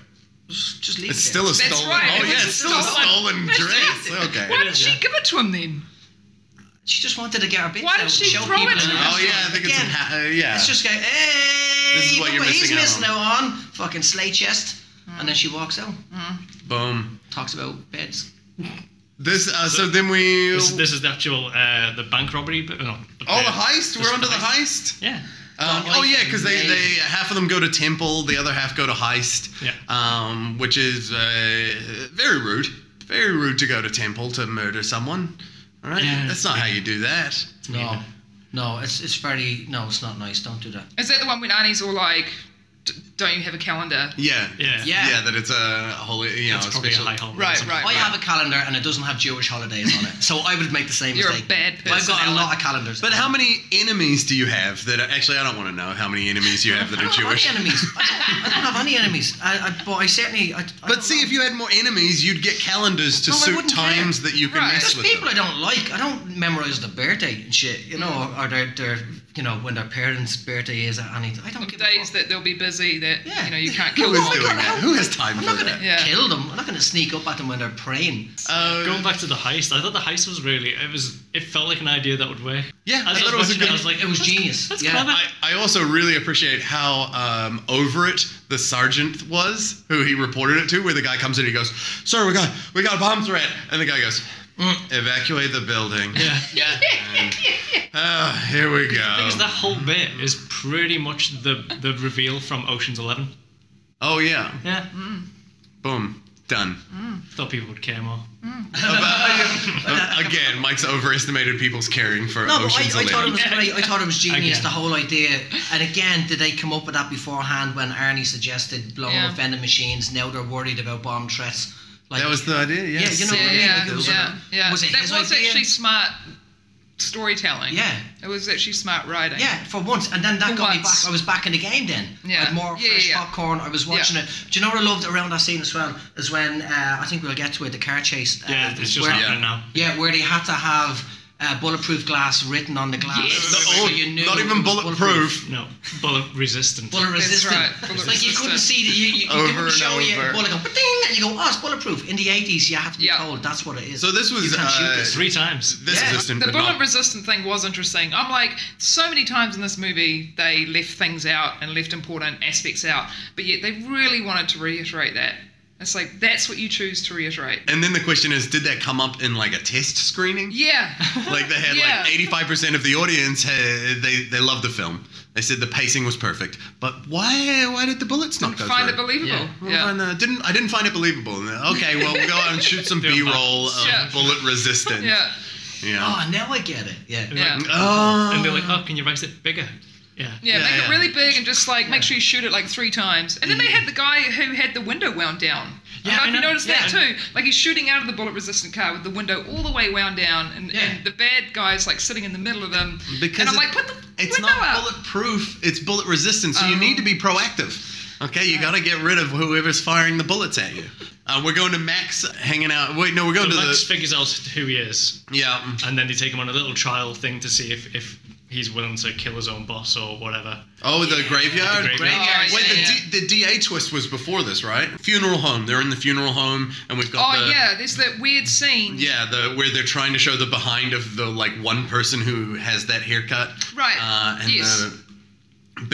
S3: Just, just leave
S2: It's
S3: it.
S2: still a
S4: That's
S2: stolen.
S4: right,
S2: Oh
S4: it
S2: yeah,
S4: was
S2: it's still a stolen
S4: stolen.
S2: dress. Okay.
S4: Why did she give it to him then?
S3: She just wanted to get her bits
S4: Why did
S3: out
S4: she
S3: and show
S4: throw
S3: people
S4: it
S3: in
S4: to
S3: the
S4: him?
S2: Oh
S3: restaurant.
S2: yeah, I think it's
S3: Again,
S2: in ha- uh, yeah.
S3: It's just go, hey,
S2: This is what
S3: look
S2: you're
S3: he's
S2: missing out
S3: missing
S2: on."
S3: out on. Fucking sleigh chest. And then she walks out,
S2: boom.
S3: talks about beds.
S2: This uh, so then we
S1: This, this is the actual uh, the bank robbery, but no. but,
S2: oh
S1: uh,
S2: the heist.
S1: just
S2: We're onto the heist.
S1: Yeah.
S2: Um,
S3: That
S2: oh
S3: heist
S2: yeah, because they, they
S3: amazing.
S2: half of them go to temple, the other half go to heist.
S1: Yeah.
S2: Um, which is uh, very rude. Very rude to go to temple to murder someone. All right,
S1: Yeah.
S2: that's not how you do that.
S3: No, no, it's it's very no, it's not nice. Don't do that.
S4: Is that the one when Arnie's all like, D- "Don't you have a calendar?"
S2: Yeah.
S1: Yeah.
S3: Yeah.
S2: Yeah, that it's a holy, you know,
S1: It's probably a
S2: special.
S1: high holiday. or
S4: Right,
S1: something.
S4: right.
S3: I have a calendar and it doesn't have Jewish holidays on it, so I would make the same
S4: You're a
S3: mistake.
S4: bad
S3: I've got
S4: person,
S3: a lot
S4: Alan.
S3: of calendars.
S2: But how many enemies do you have that are, actually I don't want to know how many enemies you have that
S3: I
S2: are
S3: don't
S2: Jewish.
S3: have any enemies. I don't, I don't have any enemies. I, I, but I certainly. I, I
S2: But see, if you had more enemies, you'd get calendars to
S3: No, I
S2: suit
S3: wouldn't care.
S2: times that you can
S4: Right.
S2: mess
S3: there's
S2: with.
S3: people
S2: them.
S3: I don't like. I don't memorize the birthday and shit. You know,
S4: Mm.
S3: or their, their you know when their parents' birthday is. I need. I don't give a
S4: Days
S3: fuck.
S4: that they'll be busy. That
S3: Yeah.
S4: you know you can't
S3: (laughs)
S2: Who
S4: kill
S2: is
S4: them.
S2: doing
S3: God,
S2: that?
S3: how-
S2: Who has time
S3: I'm
S2: for
S3: not gonna
S2: that?
S4: Yeah.
S3: kill them. I'm not gonna sneak up at them when they're praying.
S2: Uh,
S1: Going back to the heist, I thought the heist was really it was it felt like an idea that would work.
S2: Yeah,
S1: As I,
S2: I thought
S1: was
S2: it was a
S1: watching
S2: good-
S1: I was like,
S3: It was
S1: that's-
S3: genius.
S1: That's
S3: Yeah.
S1: clever.
S2: I, I also really appreciate how um, over it the sergeant was, who he reported it to, where the guy comes in and he goes, Sir, we got we got a bomb threat. And the guy goes, "Mm, Evacuate the building.
S1: yeah. (laughs)
S3: Yeah.
S2: Ah, here we
S1: Because
S2: go.
S1: that whole bit is pretty much the the reveal from Ocean's Eleven.
S2: Oh, yeah.
S1: Yeah.
S2: Boom.
S3: (laughs)
S2: Done.
S1: Thought people would care more.
S2: Again, Mike's overestimated people's caring for
S3: No, but I,
S2: Ocean's
S3: I thought it
S2: Eleven.
S3: was great. I thought it was genius,
S1: Again.
S3: the whole idea. And again, did they come up with that beforehand when Arnie suggested blowing
S4: Yeah.
S3: up vending machines? Now they're worried about bomb threats. Like,
S2: That was the idea,
S3: yeah,
S2: yes.
S3: you know what I
S4: Yeah,
S3: mean?
S4: yeah,
S3: Like, it was a-
S4: yeah, yeah.
S3: Was it
S4: that
S3: his
S4: was
S3: idea?
S4: actually smart storytelling.
S3: Yeah.
S4: It was actually smart writing.
S3: Yeah, for once, and then that
S4: For
S3: got me
S4: once.
S3: back. I was back in the game then.
S4: Yeah.
S3: I had more
S4: Yeah,
S3: fresh
S4: yeah, yeah.
S3: popcorn. I was watching
S4: Yeah.
S3: it. Do you know what I loved around that scene as well? Is when uh, I think we'll get to it. The car chase. Uh,
S1: Yeah, it's just
S3: where,
S1: happening now.
S3: yeah, where they had to have uh, bulletproof glass written on the glass.
S4: Yes.
S2: The
S3: so
S2: old-
S3: you knew
S2: not
S3: it
S2: even
S3: was
S2: bulletproof.
S1: No, bullet resistant.
S3: bullet resistant.
S4: right, bullet
S3: It's like you couldn't
S4: resistant.
S3: see that you, you,
S2: Over
S3: they wouldn't
S2: and
S3: show you
S2: over.
S3: a bullet go ding and you go, oh, it's bulletproof. In the eighties, you had to be
S4: Yeah.
S3: told that's what it is.
S2: So this was,
S3: you can't shoot
S2: uh,
S3: this.
S1: Three times.
S2: This
S3: Yeah.
S2: is just
S4: The
S2: but
S4: bullet
S2: not-
S4: resistant thing was interesting. I'm like, so many times in this movie, they left things out and left important aspects out, but yet they really wanted to reiterate that. It's like, that's what you choose to reiterate.
S2: And then the question is, did that come up in like a test screening?
S4: Yeah.
S2: Like they had
S4: Yeah.
S2: like eighty-five percent of the audience. Had, they they loved the film. They said the pacing was perfect, but why why did the bullets not go
S4: Find it
S2: through?
S4: believable.
S2: Well,
S4: Yeah.
S2: and, uh, didn't I didn't find it believable. And, uh, Okay, well we'll go out and shoot
S1: (laughs)
S2: some
S1: They're
S2: B-roll of
S1: buttons.
S4: Yeah.
S2: bullet resistance.
S4: Yeah.
S2: You know.
S3: Oh, now I get it. Yeah.
S1: And they're like-
S4: Yeah.
S2: Oh.
S1: And they're like, oh, can you write it bigger? Yeah.
S4: Yeah,
S2: Yeah,
S4: make
S2: yeah.
S4: it really big and just like make sure you shoot it like three times. And then they had the guy who had the window wound down.
S1: Yeah,
S4: Yeah,
S1: I
S4: if you
S1: know.
S4: noticed that
S1: Yeah.
S4: too. Like he's shooting out of the bullet resistant car with the window all the way wound down, and,
S3: Yeah.
S4: and the bad guy's like sitting in the middle of them.
S2: Because
S4: and I'm
S2: it-
S4: like, put the
S2: It's
S4: window Oh.
S2: not
S4: up.
S2: bulletproof, it's bullet resistant, so you need to be proactive. Okay, you gotta get rid of whoever's firing the bullets at you. Uh, we're going to Max hanging out. Wait, no, we're going
S1: But
S2: to
S1: Max
S2: the.
S1: figures out who he is,
S2: Yeah. mm.
S1: and then they take him on a little trial thing to see if, if he's willing to kill his own boss or whatever.
S2: Oh, the graveyard?
S1: The graveyard.
S4: Oh,
S2: Wait,
S4: yeah.
S2: the, D, the DA twist was before this, right? Funeral home. They're in the funeral home, and we've got
S4: oh
S2: the.
S4: yeah, there's that weird scene.
S2: Yeah, the where they're trying to show the behind of the like one person who has that haircut.
S4: Right,
S2: Uh, and
S4: yes.
S2: the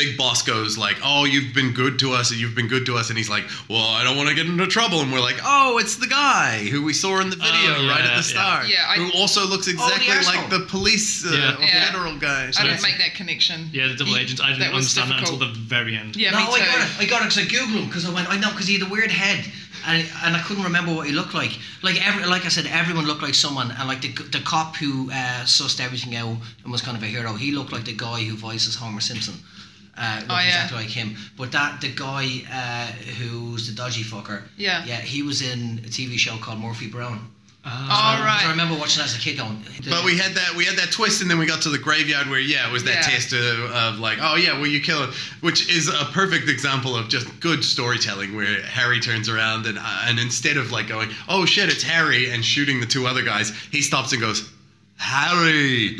S2: big boss goes like, "Oh, you've been good to us, and you've been good to us," and he's like, "Well, I don't want to get into trouble." And we're like, "Oh, it's the guy who we saw in the video
S1: Oh,
S2: right at
S1: yeah,
S2: the start,
S4: yeah. Yeah, I- Oh,
S2: who also looks exactly like
S3: asshole.
S2: the police uh,
S1: Yeah.
S2: or
S4: Yeah.
S2: federal guy."
S4: I
S2: So
S4: didn't
S2: it's-
S4: make that connection.
S1: Yeah, the double
S4: He-
S1: agent. I didn't
S4: that was
S1: understand that
S4: difficult.
S1: until the very end.
S4: Yeah,
S3: no,
S4: me
S3: I
S4: too.
S3: got it. I got it because I googled him because I went. I know because he had a weird head, and and I couldn't remember what he looked like. Like every, like I said, everyone looked like someone, and like the the cop who uh, sussed everything out and was kind of a hero. He looked like the guy who voices Homer Simpson. Uh, looked
S4: Oh, yeah.
S3: exactly like him. But that the guy uh, who's the dodgy fucker.
S4: Yeah.
S3: Yeah, he was in a TV show called Murphy Brown. I-
S4: All
S3: 'cause I
S4: Oh, right.
S3: remember watching that as a kid. Going,
S2: Ah. But we had that we had that twist, and then we got to the graveyard where yeah, it was that
S4: Yeah.
S2: test of, of like oh yeah, will you kill him? Which is a perfect example of just good storytelling where Harry turns around and uh, and instead of like going oh shit it's Harry and shooting the two other guys, he stops and goes. Harry,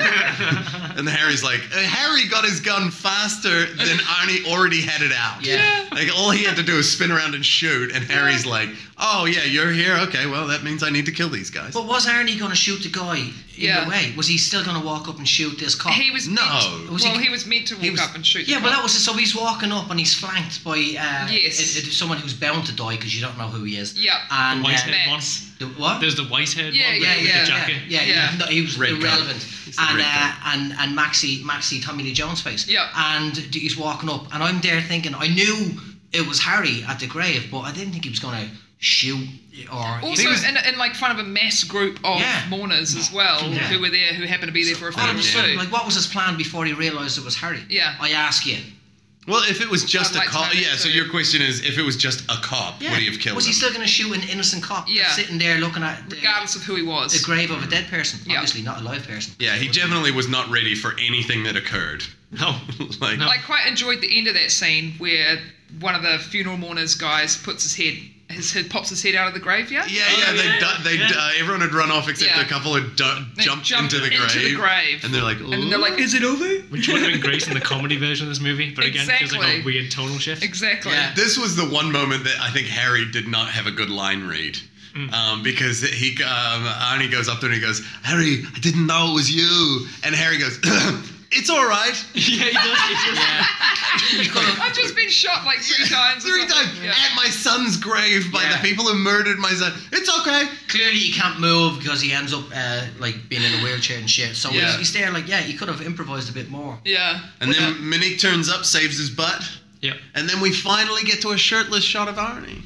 S2: and Harry's like "Uh, Harry got his gun faster than Arnie already had it out.
S3: Yeah.
S2: like all he had to do was spin around and shoot, and Harry's like, "Oh yeah, you're here. Okay, well that means I need to kill these guys."
S3: But was Arnie going to shoot the guy either
S4: Yeah.
S3: way? Was he still going to walk up and shoot this cop?
S4: He was
S2: No.
S4: Meant,
S3: Was he-
S4: well, he, was meant to walk
S2: was-
S4: up and shoot.
S3: Yeah,
S4: the
S3: well,
S4: cop.
S3: that was so he's walking up and he's flanked by uh,
S4: Yes.
S3: it- it- someone who's bound to die because you don't know who he is.
S4: Yeah.
S3: and
S1: White
S3: uh,
S1: haired one.
S4: Max.
S3: the, what?
S1: There's the white haired
S4: Yeah,
S1: one with,
S4: yeah,
S1: with
S4: yeah,
S1: the jacket.
S3: yeah,
S4: Yeah.
S3: yeah, no, he was
S2: Red guy.
S3: irrelevant,
S2: He's the
S3: and,
S2: red
S3: uh,
S2: guy.
S3: and and Maxi Maxi Tommy Lee Jones face.
S4: Yeah.
S3: and he's walking up, and I'm there thinking I knew it was Harry at the grave, but I didn't think he was going to shoot or
S4: Also, in, in like front of a mass group of
S3: Yeah.
S4: mourners as well,
S3: Yeah.
S4: who were there, who happened to be there for a
S3: all of
S4: funeral
S3: a
S4: too.
S3: sudden, like what was his plan before he realised it was Harry?
S4: Yeah.
S3: I ask you.
S2: Well, if it was just
S4: I'd
S2: a
S4: like to
S2: cop,
S4: know that
S2: yeah. So
S4: too.
S2: your question is, if it was just a cop, would he have killed
S3: Was he
S2: him?
S3: still going to shoot an innocent cop that's
S4: Yeah.
S3: sitting there looking at the,
S4: regardless of who he
S3: the
S4: was.
S3: grave of a dead person?
S4: Yeah.
S3: Obviously, not a live person.
S2: yeah, he definitely was not ready for anything that occurred. (laughs)
S1: No.
S2: like,
S1: No.
S4: I quite enjoyed the end of that scene where one of the funeral mourners guys puts his head, his head pops his head out of the graveyard.
S2: yeah, yeah. They,
S1: yeah.
S2: du- they,
S1: Yeah.
S2: Uh, everyone had run off except
S4: oh, Yeah.
S2: a couple had du-
S4: They
S2: jumped, into the grave.
S4: grave.
S2: And they're like,
S4: And they're like, is it over?
S1: Which would have been great in the comedy version of this movie, but again, it feels like
S4: Exactly.
S1: a weird tonal shift.
S4: Exactly.
S3: Yeah.
S2: this was the one moment that I think Harry did not have a good line read.
S4: Mm.
S2: Um, because he um, Arnie goes up there and he goes,
S5: Harry, I didn't know it was you.
S2: and Harry goes, (clears throat) "It's all right."
S1: (laughs) yeah, he does. He
S3: (laughs)
S1: does.
S4: (laughs) I've just been shot like three times. or
S2: Three
S4: something.
S2: times
S4: Yeah.
S2: at my son's grave by
S3: Yeah.
S2: the people who murdered my son. It's okay.
S3: Clearly, he can't move because he ends up uh, like being in a wheelchair and shit. So
S2: Yeah.
S3: he's, he's there, like, yeah, he could have improvised a bit more.
S4: Yeah.
S2: And then Minik turns up, saves his butt,
S1: Yeah.
S2: and then we finally get to a shirtless shot of Arnie.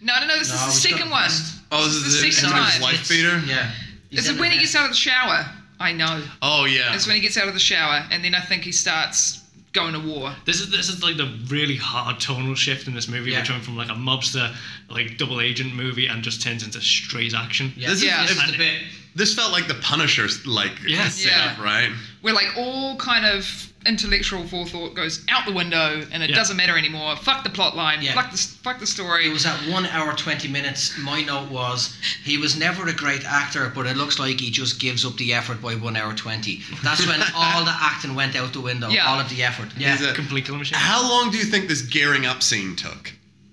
S4: no, no, no. This
S3: No,
S4: is
S3: we
S4: the second
S3: don't-
S4: one.
S2: Oh, this
S4: is the
S2: is
S4: second
S2: it.
S4: time.
S2: his wife beater.
S3: Yeah. He's
S4: Is
S3: in
S4: it
S3: the
S4: when he
S3: best-
S4: gets out of the shower? I know.
S2: Oh yeah.
S4: It's when he gets out of the shower, and then I think he starts going to war.
S1: This is this is like the really hard tonal shift in this movie,
S3: Yeah.
S1: which went from like a mobster, like double agent movie, and just turns into straight action.
S3: Yeah.
S2: This
S3: This,
S2: is-
S4: Yeah.
S3: is the bit.
S2: This felt like the Punisher, like
S1: Yeah.
S2: setup,
S4: Yeah.
S2: right?
S4: where like all kind of intellectual forethought goes out the window and it
S1: Yeah.
S4: doesn't matter anymore. Fuck the plot line.
S3: Yeah.
S4: Fuck the fuck the
S3: It
S4: story.
S3: was at one hour twenty minutes. My note was he was never a great actor, but it looks like he just gives up the effort by one hour twenty. That's
S2: (laughs)
S3: when all the acting went out the window.
S4: Yeah.
S3: All of the effort. Yeah.
S2: He's a-
S1: (laughs) Complete killer machine.
S2: How long do you think this gearing up scene took?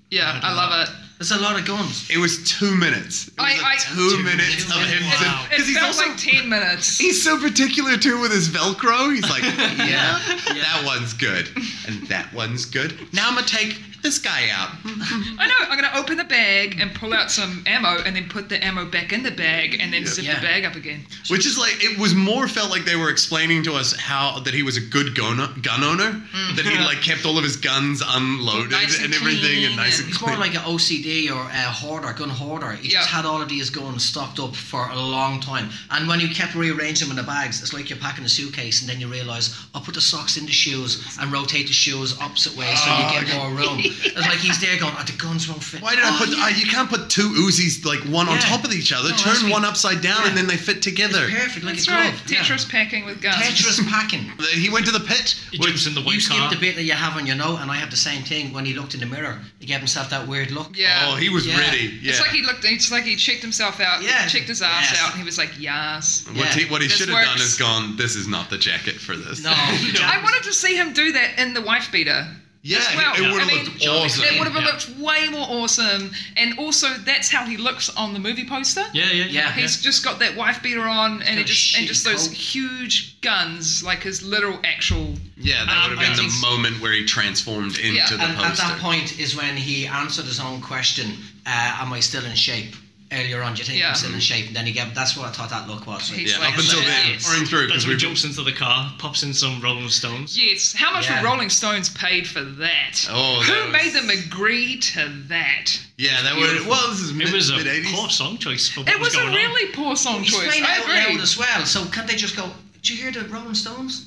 S4: yeah, I love it.
S3: There's a lot of guns.
S2: It was two minutes. It was
S4: I-
S2: like
S4: I-
S2: two,
S1: Two
S2: minutes of
S1: minutes.
S2: him
S1: Wow.
S4: It
S2: because he's
S4: felt
S2: also
S4: like ten
S2: (laughs)
S4: minutes.
S2: he's so particular too with his Velcro. He's (laughs) like, yeah, that one's good, and that one's good. Now I'm gonna take this guy out.
S4: I know. I'm gonna open the bag and pull out some ammo and then put the ammo back in the bag and then zip
S3: Yeah.
S4: the bag up again.
S2: Which is like it was more felt like they were explaining to us how that he was a good gun gun owner, that he like kept all of his guns unloaded
S4: Nice and
S2: and everything
S4: clean
S2: and Mm. nice
S4: and-
S2: and
S3: He's more
S2: clean.
S3: like an OCD GTD or uh, Hoarder, Gun Hoarder. He
S4: Yeah.
S3: just had all of these guns stocked up for a long time. And when you kept rearranging them in the bags, it's like you're packing a suitcase and then you realise, I'll put the socks in the shoes and rotate the shoes opposite way so you
S4: Oh,
S3: get more room. It's like he's there going, oh, the guns won't fit.
S2: (laughs) Why did
S3: Oh,
S2: I put?
S3: yeah.
S2: I, you can't put two Uzis like one on
S3: Yeah.
S2: top of each other.
S3: that's
S2: Turn
S3: me.
S2: one upside down and then they fit together.
S3: Perfect, like
S4: That's
S3: a
S4: right.
S3: glove. yeah.
S4: Tetris packing with guns.
S3: Tetris
S4: (laughs)
S3: packing.
S2: He went to the pit.
S1: He
S2: which-
S1: jumps in the
S3: You
S1: white
S3: skipped
S1: car.
S3: the bit that you have on your note, and I have the same thing. When he looked in the mirror, he gave himself that weird look.
S4: Yeah.
S2: Oh, he was
S3: Yeah.
S2: ready. Yeah.
S4: It's like he looked. It's like he checked himself out.
S3: Yeah.
S4: Checked his ass
S3: Yes.
S4: out. And he was like, "Yes."
S2: what
S3: Yeah.
S2: he, what he
S4: This
S2: should have done
S4: works.
S2: is gone. This is not the jacket for this.
S3: No,
S4: (laughs) I wanted to see him do that in the wife beater.
S2: (laughs) Yeah,
S4: as well.
S2: it would
S4: I
S2: have
S4: mean,
S2: looked awesome.
S4: It would have
S1: Yeah.
S4: looked way more awesome. And also, that's how he looks on the movie poster.
S1: Yeah, yeah,
S3: Yeah.
S1: yeah.
S4: He's just got that wife beater on, and
S3: got
S4: it
S3: a
S4: just and
S3: shitty
S4: just those
S3: coat.
S4: huge guns, like his literal actual.
S2: Yeah, that
S1: Um,
S2: would have been
S1: I
S2: the
S1: think-
S2: moment where he transformed into
S4: Yeah,
S2: the
S3: and at
S2: poster.
S3: that point is when he answered his own question: uh, "Am I still in shape?" Earlier on, do you think
S4: Yeah.
S3: I'm still in shape? And then he gave. That's what I thought that look was.
S4: He's
S2: yeah,
S4: like,
S2: up until then,
S4: yes.
S2: or in through
S1: That's
S2: because
S1: when
S2: we
S1: he jumps into the car, pops in some Rolling Stones.
S4: Yes. How much
S3: Yeah.
S4: were Rolling Stones paid for that?
S2: Oh,
S4: Who
S2: that was-
S4: made them agree to that?
S2: Yeah, that would. Well, this is mid,
S1: It was a
S2: mid-80s.
S1: poor song choice for what
S4: It was,
S1: going
S4: a
S1: on.
S4: really poor song
S3: He's
S4: choice.
S3: playing
S4: I
S3: out loud
S4: agree.
S3: as well. So can't they just go? Did you hear the Rolling Stones?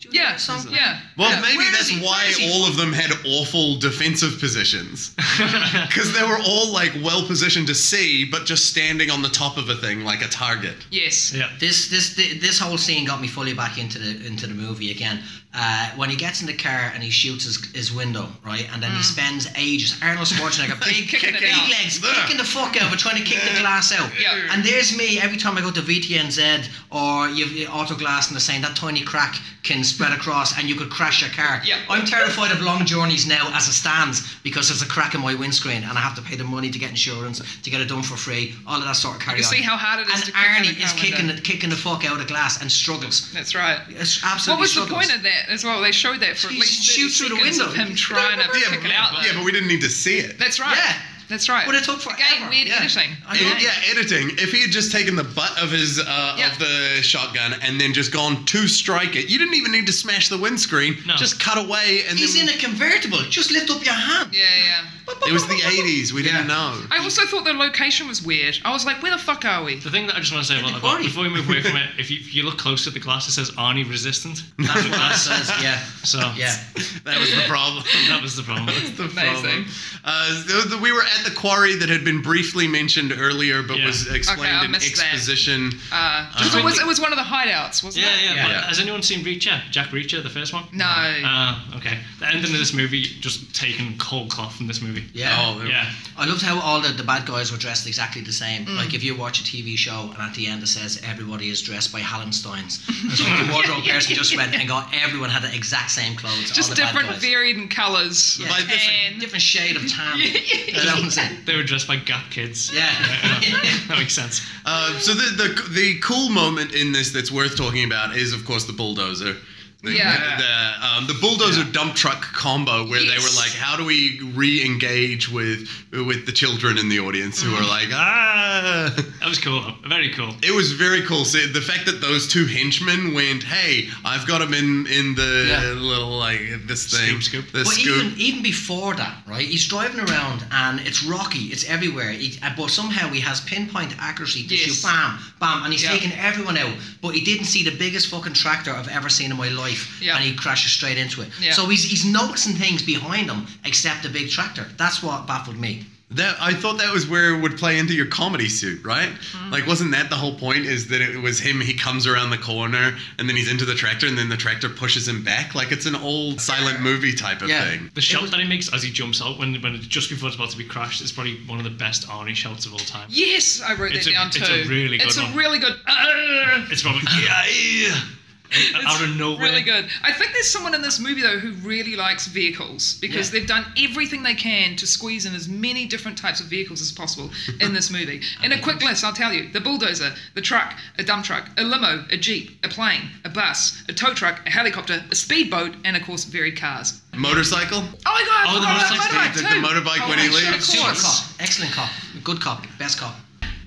S3: Did you hear
S4: Yeah.
S3: that song?
S4: Yeah.
S2: Well,
S3: Yeah,
S2: maybe
S3: where
S2: that's
S3: is he?
S2: why
S3: Where is he?
S2: all of them had awful defensive
S1: (laughs)
S2: positions. Because they were all like well positioned to see, but just standing on the top of a thing like a target.
S4: Yes.
S1: Yeah.
S3: This this thi- this whole scene got me fully back into the into the movie again. Uh, when he gets in the car and he shoots his, his window, right, and then he spends ages. Arnold
S4: (laughs)
S3: Schwarzenegger, big,
S4: Mm. Kicking it
S3: big
S4: out.
S3: legs,
S2: There.
S3: kicking the fuck out, but trying to kick the glass out.
S4: Yeah.
S3: And there's me every time I go to VTNZ or you've you auto glass and they're saying that tiny crack can spread across and you could crash your car.
S4: Yeah.
S3: I'm terrified of long journeys now as it stands because there's a crack in my windscreen and I have to pay the money to get insurance to get it done for free. All of that sort of carry
S4: You
S3: on
S4: see how hard it is
S3: and
S4: to kick out a
S3: Arnie
S4: car
S3: is kicking
S4: window.
S3: the, kicking the fuck out of glass and struggles.
S4: That's right.
S3: It's absolutely
S4: What was the
S3: struggles.
S4: point of that as well? They showed that for at
S3: He
S4: least
S3: shoots
S4: thirty
S3: through the
S4: seconds
S3: window.
S4: of him trying to
S2: Yeah,
S4: kick
S2: but,
S4: it out.
S2: yeah, but we didn't need to see it.
S4: That's right.
S3: Yeah.
S4: That's right.
S3: But it took forever.
S4: Again, weird
S3: yeah.
S4: editing.
S3: I know.
S2: It- yeah, editing. If he had just taken the butt of his uh,
S4: Yeah.
S2: of the shotgun and then just gone to strike it, you didn't even need to smash the windscreen.
S1: No.
S2: Just cut away and
S3: He's
S2: then
S3: in a convertible. Just lift up your hand.
S4: Yeah, yeah.
S2: it was the 80s. We
S3: Yeah.
S2: didn't know. (laughs)
S4: I also thought the location was weird. I was like, where the fuck are
S3: (laughs)
S4: we?
S1: The thing that I just want to say about
S3: the
S1: that, though,
S3: quarry.
S1: before we move away from it, if you, if you look close to the glass, it says Arnie
S3: (laughs)
S1: resistant.
S3: That's what that says.
S2: (laughs)
S3: Yeah.
S1: So
S3: Yeah.
S2: That was the problem. (laughs)
S1: that was the problem.
S3: (laughs)
S2: the
S4: Amazing.
S2: problem. Uh, th- th- we were at the quarry that had been briefly mentioned earlier, but
S1: Yeah.
S2: was
S4: Okay,
S2: explained
S4: I
S2: in
S4: missed that.
S2: exposition.
S4: Uh, 'cause
S1: Um,
S4: it, was, it was one of the hideouts, wasn't
S1: Yeah,
S4: it?
S1: yeah.
S3: Yeah.
S1: but Has anyone seen Reacher? Jack Reacher, the first one?
S4: No.
S1: Uh, okay. The ending of this movie just taken cold cloth from this movie.
S3: Yeah.
S2: Oh,
S1: Yeah.
S3: I loved how all the, the bad guys were dressed exactly the same.
S4: Mm.
S3: Like if you watch a TV show and at the end it says everybody is dressed by
S4: (laughs)
S3: Hallensteins. It's like the wardrobe person just went and got everyone had the exact same clothes. all
S4: Just
S3: the bad
S4: different,
S3: guys.
S4: varied in colours.
S3: Yeah.
S2: By this-
S4: And
S3: different shade of
S4: (laughs)
S3: tan. That's what I'm saying.
S1: They were dressed by Gap kids. (laughs)
S3: Yeah.
S4: (laughs)
S3: (laughs)
S1: That makes sense.
S2: Uh, so the, the the cool moment in this that's worth talking about is, of course, the bulldozer. The,
S4: Yeah.
S2: The, um, the bulldozer dump truck combo where they
S4: Yes.
S2: were like, how do we re-engage with with the children in the audience who are like, ah.
S1: That was cool. Very cool.
S2: It was very cool. So the fact that those two henchmen went, "Hey, I've got him in in the
S3: Yeah.
S2: little like this
S1: Scoop,
S2: thing,
S1: scoop.
S2: the
S3: But
S2: scoop."
S3: even even before that, right? He's driving around and it's rocky, it's everywhere. He, uh, but somehow he has pinpoint accuracy to
S4: Yes.
S3: shoot bam, bam, and he's
S4: Yeah.
S3: taking everyone out. But he didn't see the biggest fucking tractor I've ever seen in my life,
S4: Yeah.
S3: and he crashes straight into it.
S4: Yeah.
S3: So he's he's noticing things behind him except the big tractor. That's what baffled me.
S2: that I thought that was where it would play into your comedy suit, right? Like, wasn't that the whole point? Is that it was him? He comes around the corner and then he's into the tractor, and then the tractor pushes him back. Like it's an old silent movie type of
S3: Yeah.
S2: thing.
S1: The shout that he makes as he jumps out when, when just before it's about to be crashed is probably one of the best Arnie shouts of all time.
S4: yes, I wrote
S1: It's
S4: that
S1: a-
S4: down
S1: it's
S4: too.
S1: a really good
S4: It's
S1: one.
S4: a really good. uh, "Arr!"
S1: It's probably yeah, yeah. out of nowhere.
S4: Really good. I think there's someone in this movie though who really likes vehicles because
S3: Yeah.
S4: they've done everything they can to squeeze in as many different types of vehicles as possible in this movie. In a quick list, I'll tell you: the bulldozer, the truck, a dump truck, a limo, a jeep, a plane, a bus, a tow truck, a helicopter, a speedboat, and of course varied cars.
S2: Motorcycle.
S4: Oh my god! I
S1: Oh, the
S4: forgot about
S1: motorcycle-
S2: the-
S4: motorbike
S2: the
S4: too.
S2: motorbike
S4: Oh,
S2: when he
S4: right, sure,
S2: leaves.
S4: of
S3: Super
S4: course.
S3: cop, excellent cop, good cop, best cop.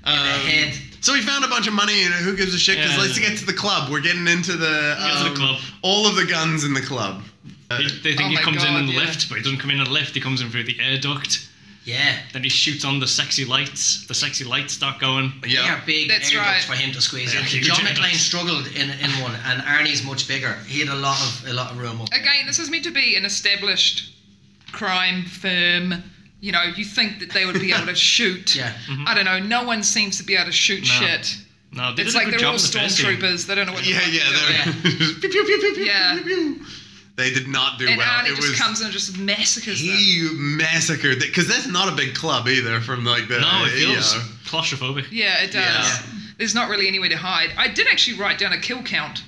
S2: Um,
S3: Head.
S2: So we found a bunch of money, and who gives a shit? Because
S1: Yeah.
S2: let's get to the club. We're getting into the,
S1: Get to the
S2: um,
S1: club.
S2: All of the guns in the club.
S1: They, they think
S4: Oh
S1: he
S4: my
S1: comes in
S4: God,
S1: and
S4: yeah.
S1: lift, but he doesn't come in and lift. He comes in through the air duct.
S3: Yeah.
S1: Then he shoots on the sexy lights. The sexy lights start going.
S3: They
S2: Yeah.
S3: are big
S4: That's
S3: air
S4: right.
S3: ducts for him to squeeze
S1: They're
S3: in.
S1: huge
S3: John
S1: air
S3: McClane
S1: ducts.
S3: struggled in, in one, and Arnie's much bigger. He had a lot of a lot of room up.
S4: Again, this is meant to be an established crime firm. You know, you think that they would be
S1: (laughs)
S4: able to shoot.
S3: Yeah.
S4: I don't know. No one seems to be able to shoot shit.
S1: No, Mm-hmm. they
S4: It's
S1: did a
S4: like
S1: good
S4: they're
S1: job
S4: all
S1: in the first game.
S4: stormtroopers. They don't know what. the
S2: Yeah,
S4: fuck
S2: yeah,
S4: they're doing.
S2: they're (laughs) pew, pew, pew, pew, pew,
S4: Yeah.
S2: pew, pew. They did not do
S4: And
S2: well.
S4: Arnie
S2: it
S4: just
S2: was
S4: comes in and just massacres them.
S2: he massacred because that's not a big club either. From like the
S1: No, it
S2: you
S1: feels
S2: know.
S1: claustrophobic.
S4: Yeah, it does.
S2: Yeah.
S4: There's not really anywhere to hide. I did actually write down a kill count,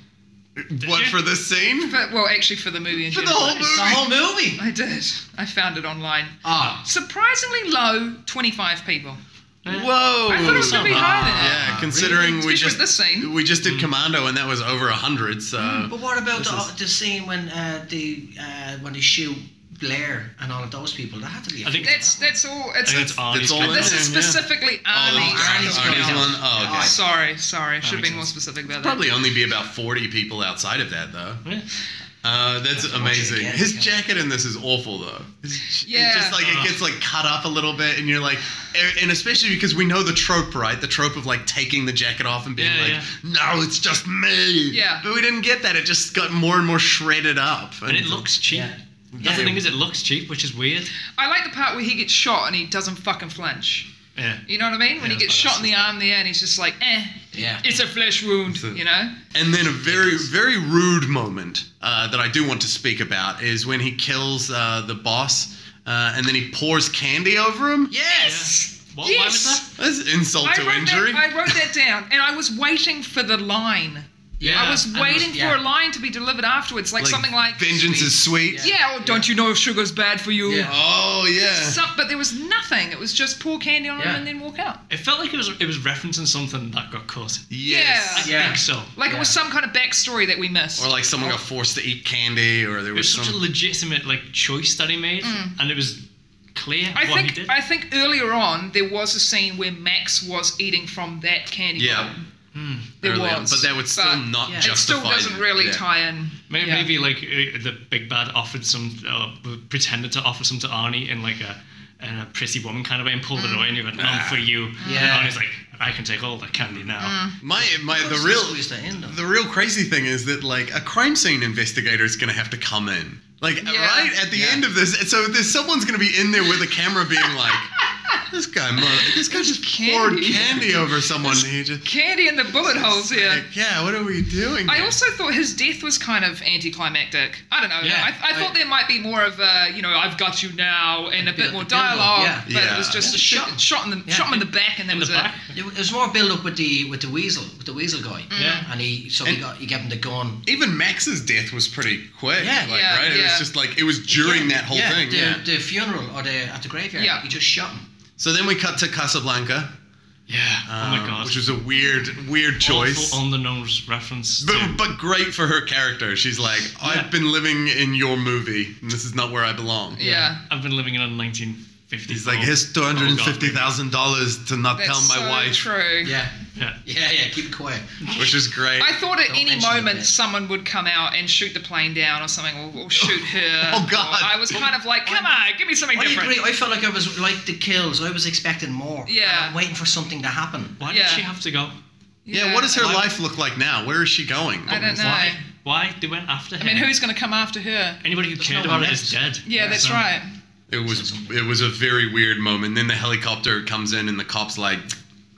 S2: what
S1: you?
S2: for this scene
S4: but well, actually for the movie in
S2: for the
S4: general.
S2: whole
S3: The
S2: movie.
S3: whole movie.
S4: I did. I found it online.
S3: Ah,
S4: Surprisingly low, 25 people.
S2: Whoa!
S4: I thought it was going to be higher than that. Mm.
S2: yeah, considering we
S4: Especially
S2: just
S4: with this scene.
S2: we just did Commando and that was over hundred. So
S4: Mm.
S3: but what about
S2: This
S3: the,
S2: is-
S3: the scene when uh, the uh, when they shoot Blair and all of those people? That had to be. A
S1: I think-
S4: That's that's all. It's,
S1: I think it's Arnie's
S2: it's all
S1: cut.
S2: in
S4: this
S2: there.
S4: is
S2: Yeah.
S4: specifically Arnie.
S3: Arnie's
S2: Oh, Arnie's
S3: got it.
S2: one. Oh, okay.
S4: Sorry, sorry. I should have
S1: makes
S4: been more
S1: sense.
S4: specific about that.
S2: Probably only be about forty people outside of that though.
S1: Yeah.
S2: Uh, that's amazing.
S3: again,
S2: His
S3: yeah.
S2: jacket in this is awful though. His-
S4: Yeah.
S2: It's just like it
S1: Ugh.
S2: gets like cut up a little bit, and you're like, and- and especially because we know the trope, right? The trope of like taking the jacket off and being
S1: Yeah,
S2: like,
S1: yeah.
S2: no, it's just me.
S4: Yeah.
S2: But we didn't get that. It just got more and more shredded up.
S1: And it looks cheap.
S3: Yeah.
S1: That's the thing is, it looks cheap, which is weird.
S4: I like the part where he gets shot and he doesn't fucking flinch.
S1: Yeah.
S4: You know what I mean? When
S1: Yeah,
S4: he gets
S1: that's
S4: shot in the arm there and he's just like, eh,
S3: Yeah.
S4: it's a flesh wound,
S2: That's it.
S4: you know?
S2: And then a very, very rude moment uh, that I do want to speak about is when he kills uh, the boss uh, and then he pours candy over him.
S3: Yes.
S1: What, Why was
S4: Yes!
S1: that?
S2: That's insult
S4: I
S2: to
S4: wrote,
S2: injury.
S4: that, I wrote that down and I was waiting for the line.
S3: Yeah.
S4: I was
S3: and it
S4: waiting
S3: yeah.
S4: for a line to be delivered afterwards, like, something like
S2: vengeance is sweet.
S4: Yeah, or don't you know if sugar's bad for you?
S3: Yeah.
S2: Oh yeah.
S4: Some, but there was nothing. It was just pour candy on
S3: Yeah.
S4: him and then walk out.
S1: It felt like it was it was referencing something that got cut.
S2: yes.
S1: I
S3: Yeah.
S1: think so.
S4: Like it was
S3: Yeah.
S4: some kind of backstory that we missed.
S2: Or like someone got forced to eat candy, or there
S1: It was
S2: was,
S1: such a
S2: some.
S1: legitimate like choice that he made, and it was clear
S4: Mm. I
S1: what
S4: think
S1: he did.
S4: I think earlier on there was a scene where Max was eating from that candy
S2: Yeah.
S4: bowl. There
S2: early on,
S4: was,
S2: but that would still
S4: but
S2: not
S3: yeah.
S4: It
S2: justify.
S4: still doesn't really
S2: yeah.
S4: tie in.
S1: Maybe,
S4: Yeah.
S1: maybe like uh, the big bad offered some, uh, pretended to offer some to Arnie in like a, in a pretty woman kind of way and pulled
S4: Mm.
S1: it away and he went, none
S2: Ah.
S1: for you.
S3: Yeah.
S1: And Arnie's like, I can take all that candy now.
S4: Mm.
S2: My my the
S3: Of course
S2: real
S3: they squeezed that in, though.
S2: the real crazy thing is that like a crime scene investigator is going to have to come in. Like
S4: Yeah.
S2: right at the
S3: Yeah.
S2: end of this, so there's someone's going to be in there with a camera
S4: (laughs)
S2: being like, "This guy, mo- this guy just poured
S4: candy.
S2: candy over someone." He just
S4: Candy in the bullet (laughs) holes here.
S2: like, yeah, what are we doing?
S4: I
S2: here?"
S4: also thought his death was kind of anticlimactic. I don't know.
S1: Yeah,
S4: I, I thought
S3: I-
S4: there might be more of a, you know, I've got you now, and a
S3: Bit
S4: bit
S3: of
S4: more
S3: the build-up,
S4: dialogue.
S3: yeah.
S4: But it was
S2: Yeah.
S4: just
S3: Yeah,
S4: a shot,
S3: shot-
S4: shot in the
S3: yeah,
S4: shot him in the back, and that
S1: In the
S4: was
S1: back.
S4: it.
S3: It was more build up with the with the weasel with the weasel guy.
S4: Mm.
S1: Yeah.
S3: And he so
S2: And-
S3: he got he gave him the gun.
S2: even Max's death was pretty quick.
S3: Yeah.
S2: like,
S4: Yeah,
S2: right. It
S4: yeah.
S2: was just like it was during
S3: Yeah,
S2: that whole
S3: yeah,
S2: thing.
S3: The,
S2: yeah.
S3: the funeral or the at the graveyard.
S4: Yeah.
S3: He just shot him.
S2: So then we cut to Casablanca.
S1: Yeah. oh my
S2: um,
S1: god.
S2: Which was a weird, weird choice.
S1: Awful on the nose reference.
S2: but,
S1: to-
S2: but great for her character. She's like, I've
S1: Yeah.
S2: been living in your movie, and this is not where I belong. Oh,
S4: Yeah.
S1: I've been living in a 1950s.
S2: He's
S5: Like,
S1: home.
S5: here's two hundred and fifty thousand dollars to not
S4: That's
S5: tell my
S4: so
S5: wife.
S4: true.
S3: Yeah.
S1: Yeah.
S3: (laughs) Yeah, yeah, keep it quiet.
S2: Which is great.
S4: I thought at
S3: Don't
S4: any
S3: mention the
S4: moment
S3: bit.
S4: someone would come out and shoot the plane down or something, or,
S3: (laughs)
S4: or shoot her.
S2: Oh, God.
S4: Or I was kind of like, come on, give me something
S3: I
S4: different.
S3: agree. I felt like I was like the kills. I was expecting more.
S4: Yeah.
S3: And I'm waiting for something to happen.
S1: Why
S4: Yeah.
S1: did she have to go?
S2: yeah, what does her life look like now? Where is she going?
S4: I don't know.
S1: Why? Why? They went after him.
S4: I mean, who's going to come after her?
S1: Anybody who cared
S3: no
S1: about
S3: one
S1: it is dead.
S4: Yeah, that's
S1: So-
S4: right.
S2: It was it was a very weird moment. Then the helicopter comes in and the cop's like,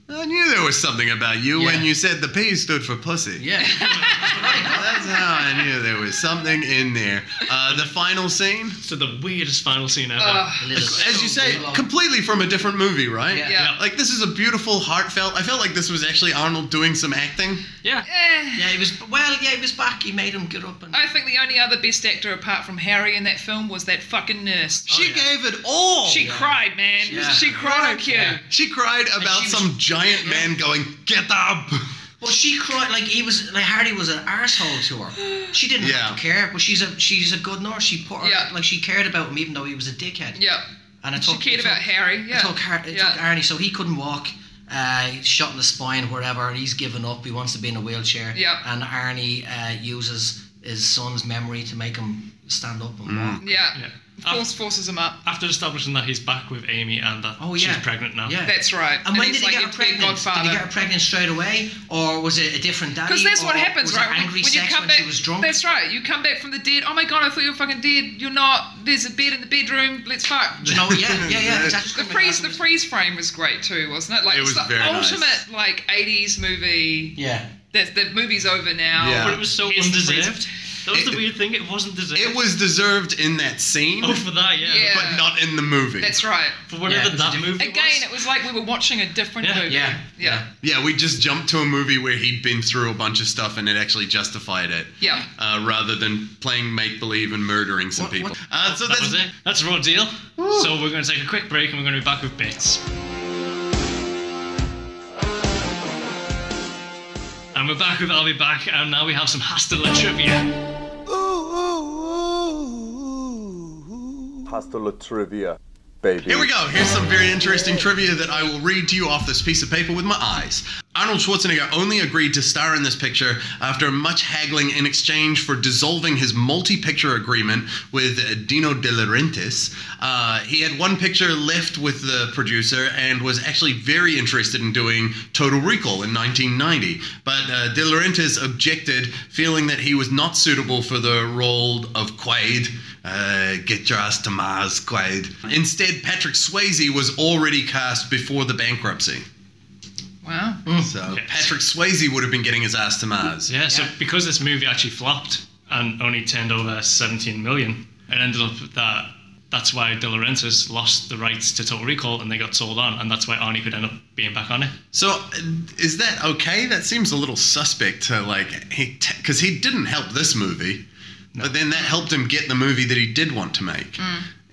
S2: I knew there was something about you when
S3: Yeah.
S2: you said the P stood for pussy.
S3: Yeah.
S4: (laughs)
S2: That's how I knew there was something in there. Uh, the final scene,
S1: So the weirdest final scene ever.
S4: Ugh.
S3: Little-
S2: as you say,
S3: little-
S2: completely from a different movie, right?
S3: Yeah.
S4: Yeah.
S2: Like this is a beautiful, heartfelt. I felt like this was actually Arnold doing some acting.
S1: yeah.
S4: Eh.
S3: Yeah, he was well. Yeah, he was back. He made him get up and.
S4: I think the only other best actor apart from Harry in that film was that fucking nurse. She,
S2: She gave it all.
S4: she cried, man.
S3: Oh, Yeah.
S4: She cried on cue.
S3: Yeah.
S2: She cried about
S3: she was-
S2: some giant man going, "Get up!"
S3: Well, she cried like he was like Hardy was an asshole to her. She didn't
S2: Yeah.
S3: have to care, but she's a she's a good nurse. She put her
S4: Yeah.
S3: like she cared about him even though he was a dickhead.
S4: Yeah.
S3: And it
S4: She
S3: took,
S4: cared
S3: it
S4: about
S3: took-
S4: Harry. Yeah.
S3: It took, Har- it
S4: Yeah.
S3: took Arnie, so he couldn't walk. Uh, he's shot in the spine, wherever. He's given up. He wants to be in a wheelchair.
S4: Yeah.
S3: And Arnie uh, uses his son's memory to make him stand up and walk.
S4: Yeah.
S1: Yeah.
S4: Of course, forces him up.
S1: After establishing that he's back with Amy and that
S3: Oh,
S1: she's
S3: yeah.
S1: pregnant now.
S3: Yeah.
S4: That's right.
S3: And when
S4: he's
S3: did he get
S4: like, "You
S3: her
S4: have to be
S3: pregnant? Did he get her pregnant straight away, or was it a different daddy?
S4: Because that's what
S3: or
S4: happens,
S3: was it
S4: right? When-
S3: angry
S4: when
S3: sex
S4: you come
S3: when
S4: back,
S3: she was drunk.
S4: that's right. You come back from the dead. Oh my god, I thought you were fucking dead. You're not. There's a bed in the bedroom. Let's fuck.
S3: Do you know? Yeah, yeah, yeah. Exactly.
S4: The freeze, the freeze frame was great too, wasn't it? Like
S2: It was
S4: it's the
S2: very nice.
S4: ultimate like '80s movie.
S3: Yeah.
S4: That the movie's over now.
S5: Yeah.
S1: But it was so
S4: Here's the
S1: undeserved. That was
S2: It-
S1: the weird thing. It wasn't deserved.
S2: It was deserved in that scene,
S1: Oh, for that, yeah.
S4: Yeah.
S2: but not in the movie.
S4: That's right.
S1: For whatever
S3: Yeah, it was a
S1: that
S3: diff-
S1: movie
S4: Again, it
S1: was.
S4: was like we were watching a different
S1: Yeah,
S4: movie.
S3: yeah,
S4: yeah,
S2: Yeah, we just jumped to a movie where he'd been through a bunch of stuff and it actually justified it.
S4: Yeah.
S2: Uh, rather than playing make believe and murdering some
S3: What-
S2: people.
S3: what-
S2: Uh, so
S1: That
S2: that's
S1: was it. That's Raw Deal. So we're going to take a quick break and we're going to be back with bits. And we're back with I'll Be Back, and now we have some Hastela trivia.
S6: Hasta la trivia, baby.
S2: Here we go. Here's some very interesting trivia that I will read to you off this piece of paper with my eyes. Arnold Schwarzenegger only agreed to star in this picture after much haggling in exchange for dissolving his multi picture agreement with uh, Dino De Laurentiis. Uh, he had one picture left with the producer and was actually very interested in doing Total Recall in 1990. But uh, De Laurentiis objected, feeling that he was not suitable for the role of Quaid. Uh, get your ass to Mars, Quaid. Instead, Patrick Swayze was already cast before the bankruptcy.
S4: Wow.
S2: So
S1: Yes.
S2: Patrick Swayze would have been getting his ass to Mars.
S1: Yeah, so
S3: Yeah.
S1: because this movie actually flopped and only turned over 17 million, it ended up that that's why De Laurentiis lost the rights to Total Recall and they got sold on, and that's why Arnie could end up being back on it.
S2: So uh, is that okay? That seems a little suspect to like he because he didn't help this movie, but then that helped him get the movie that he did want to make.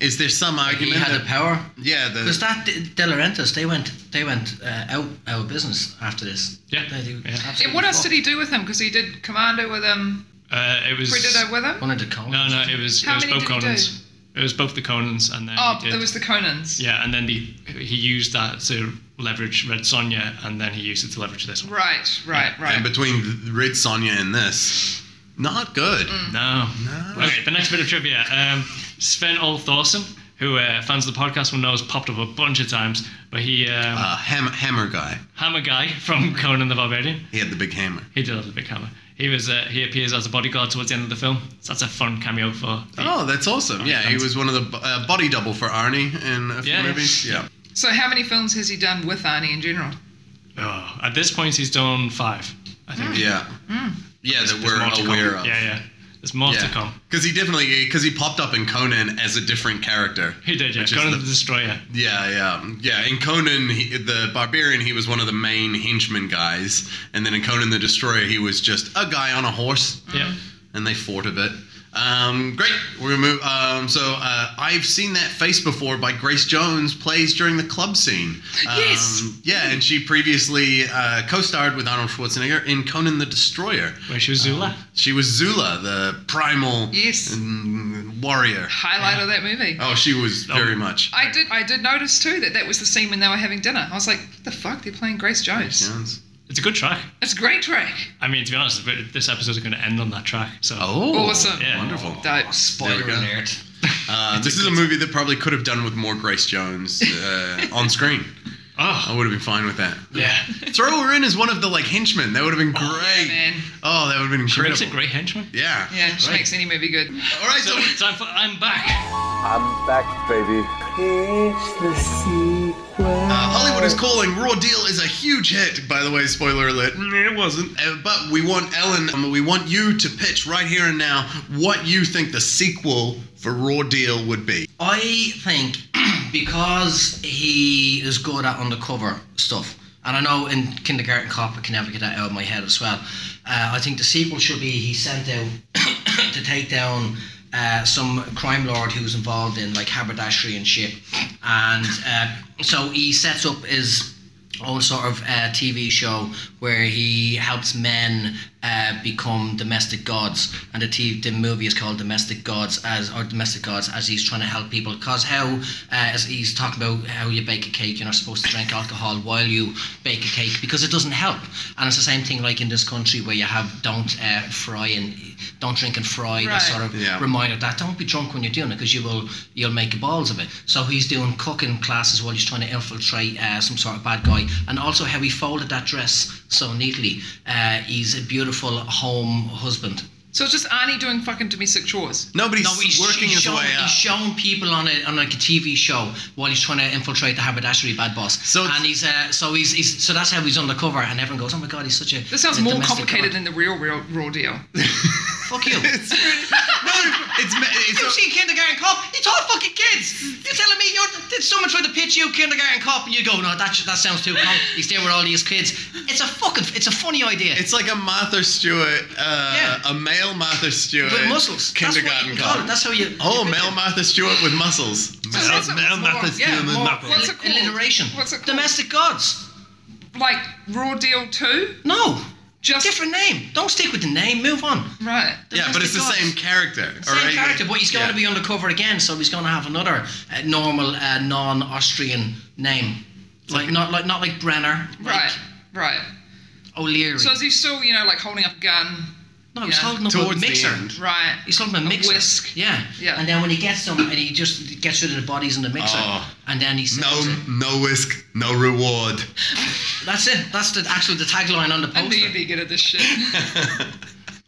S2: Is there some
S3: He
S2: argument?
S3: had the
S2: that-
S3: power.
S2: yeah,
S3: Because
S2: the,
S3: that De Laurentiis, they went, they went uh, out, out of business after this.
S1: Yeah,
S3: They, they
S1: yeah.
S3: absolutely
S4: And what else
S3: fucked.
S4: did he do with him? Because he did Commando with him,
S1: Uh, it was
S4: Predator with him.
S3: One of the Coen.
S1: No, no, it was
S4: How
S1: it was
S4: many
S1: both
S4: did he
S1: Conan's. It was both the Conan's, and then
S4: Oh,
S1: he did,
S4: it was the Conans.
S1: yeah, and then he he used that to leverage Red Sonja, and then he used it to leverage this one.
S4: Right, right, right.
S2: and between th- Red Sonja and this, not good.
S1: No. Okay, the next bit of trivia. Um, Sven Ole Thorsen, who uh, fans of the podcast will know has popped up a bunch of times, but he um,
S2: Uh, hammer, hammer guy.
S1: hammer guy from (laughs) Conan the Barbarian.
S2: He had the big hammer.
S1: He did have the big hammer. He was uh, he appears as a bodyguard towards the end of the film. So that's a fun cameo for. The,
S2: Oh, that's awesome! Yeah, he
S1: thanks.
S2: was one of the bo- uh, body double for Arnie in a few
S1: Yeah, yeah.
S2: movies. Yeah,
S4: so how many films has he done with Arnie in general?
S1: Oh, at this point, he's done five. I think.
S2: Hmm. yeah, yeah. That
S1: There's more to
S2: we're
S1: come.
S2: aware of.
S1: Yeah, yeah. There's more to come.
S2: Because he definitely because he popped up in Conan as a different character.
S1: He did, yeah.
S2: Which is
S1: Conan the,
S2: the-
S1: Destroyer.
S2: Yeah, yeah, yeah. In Conan, he, the barbarian, he was one of the main henchmen guys, and then in Conan the Destroyer, he was just a guy on a horse.
S1: Yeah.
S2: and they fought a bit. Um, great. We're gonna move. Um, so uh, I've seen that face before by Grace Jones plays during the club scene. Um,
S4: (gasps) Yes.
S2: Yeah, and she previously uh, co-starred with Arnold Schwarzenegger in Conan the Destroyer.
S1: Where she was Zula.
S2: She was Zula, the primal
S4: Yes.
S2: mm, warrior.
S4: Highlight of that movie.
S2: Oh, she was
S1: Oh.
S2: very much.
S4: I did. I did notice too that that was the scene when they were having dinner. I was like, "What the fuck? They're playing Grace Jones.
S2: Jones.
S1: It's a good track.
S4: It's a great track.
S1: I mean, to be honest, but this episode's going to end on that track. So.
S2: Oh,
S4: Awesome.
S1: Yeah.
S2: Wonderful.
S4: Dope.
S2: There we
S3: Spoiler
S2: go.
S3: alert.
S2: Uh, this is a movie that probably could have done with more Grace Jones
S4: (laughs)
S2: uh, on screen.
S1: (laughs) Oh,
S2: I would have been fine with that.
S1: yeah.
S2: Throw her in as one of the like henchmen. That would have been great.
S4: yeah, man.
S2: Oh, that would have been
S1: She
S2: incredible.
S1: makes a great henchman.
S2: Yeah.
S4: Yeah, she makes any movie good.
S2: All right,
S1: So
S2: so
S1: it's time for I'm Back.
S6: I'm back, baby.
S2: uh, Hollywood is calling. Raw Deal is a huge hit. By the way, spoiler alert. Mm, It wasn't. Uh, but we want Ellen. um, we want you to pitch right here and now what you think the sequel for Raw Deal would be.
S3: I think (clears throat) because he is good at undercover stuff, and I know in Kindergarten Cop I can never get that out of my head as well. Uh, I think the sequel should be he sent out (coughs) to take down uh, some crime lord who was involved in like haberdashery and shit, and uh, so he sets up his own sort of uh, TV show where he helps men uh, become domestic gods, and the TV, the movie is called Domestic Gods as or Domestic Gods as he's trying to help people. Cause how uh, as he's talking about how you bake a cake, you're not supposed to drink alcohol while you bake a cake because it doesn't help. And it's the same thing like in this country where you have don't uh, fry and don't drink and fry that
S4: Right.
S3: sort of
S2: Yeah.
S3: reminder that don't be drunk when you're doing it because you will you'll make balls of it. So he's doing cooking classes while he's trying to infiltrate uh, some sort of bad guy, and also how he folded that dress so neatly. Uh, he's a beautiful home husband.
S4: So it's just Arnie doing fucking domestic chores.
S2: No, but he's, working his
S3: shown,
S2: way up.
S3: He's shown people on a on like a TV show while he's trying to infiltrate the haberdashery bad boss.
S2: So it's-
S3: and he's uh, so he's, he's so that's how he's undercover, and everyone goes, "Oh my god, he's such a."
S4: This sounds
S3: a
S4: more
S3: domestic
S4: complicated
S3: god."
S4: than the real, real raw deal.
S2: (laughs)
S3: Fuck you.
S2: no, it's, it's,
S3: You
S2: it's
S3: see kindergarten cop? It's all fucking kids. You're telling me you're, did someone try to pitch you kindergarten cop and you go, no, that sh- that sounds too calm. He's there with all these kids. It's a fucking, it's a funny idea.
S2: It's like a Martha Stewart, uh,
S3: Yeah.
S2: a male Martha Stewart
S3: with muscles. That's what
S2: kindergarten
S3: you call it.
S2: cop.
S3: That's how you.
S2: Oh,
S3: you
S2: male Martha Stewart with muscles.
S4: So that's a-
S5: Mel
S4: more-
S5: Mathis
S4: yeah,
S5: doing the
S4: more-
S5: Mathis.
S4: What's it called?
S3: Alliteration.
S4: What's it called?
S3: Domestic gods.
S4: Like raw deal two.
S3: No,
S4: Just
S3: different name. Don't stick with the name. Move on.
S4: Right.
S2: Yeah, but it's the
S3: Domestic
S2: same
S3: gods.
S2: character.
S3: Same
S2: alright?
S3: character, but he's going
S2: Yeah.
S3: to be undercover again, so he's going to have another uh, normal, uh, non-Austrian name, like not like not like Brenner, like
S4: Right. Right.
S3: O'Leary.
S4: So is he still, you know, like holding up a gun?
S3: no, he's
S4: yeah.
S3: holding up
S2: Towards
S3: a
S2: the
S3: mixer.
S2: end.
S4: Right.
S3: He's holding a mixer.
S4: whisk.
S3: Yeah.
S4: Yeah.
S3: And then when he gets them, and he just gets rid of the bodies in the mixer,
S2: Oh.
S3: and then he
S2: No,
S3: sells it.
S2: no whisk, no reward.
S3: That's it. That's the actual the tagline on the
S4: I knew
S3: poster.
S4: you'd be good at this shit.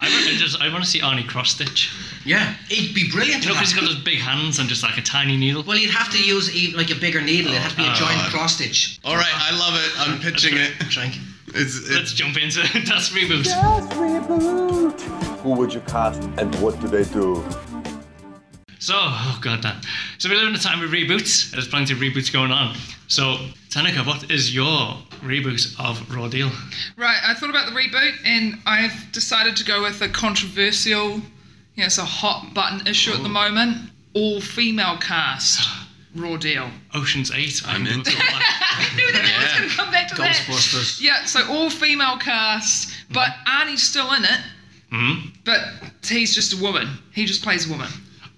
S1: I, want- I just I want to see Arnie cross stitch.
S3: yeah, he'd be brilliant.
S1: You
S3: for
S1: know, 'cause
S3: that.
S1: he's got those big hands and just like a tiny needle.
S3: well, he'd have to use e- like a bigger needle. It'd have to be a giant cross stitch.
S2: All right, I love it. I'm pitching it.
S3: Drink.
S2: It's,
S1: Let's
S2: it's
S1: jump into (laughs) that's reboot.
S6: Who would you cast and what do they do?
S1: So, oh god, Dan. So we live in a time of reboots. There's plenty of reboots going on. So, Tanaka, what is your reboot of Raw Deal?
S4: right. I thought about the reboot and I've decided to go with a controversial, you know, it's a hot button issue at the
S2: Oh.
S4: moment. All female cast.
S2: (laughs)
S4: Raw deal.
S1: Ocean's Eight.
S2: I'm into it.
S1: that.
S4: I knew that I was going to come back to that.
S3: Ghostbusters.
S4: Yeah, so all female cast, but
S2: Mm-hmm.
S4: Arnie's still in it,
S1: Hmm.
S4: but he's just a woman. He just plays a woman.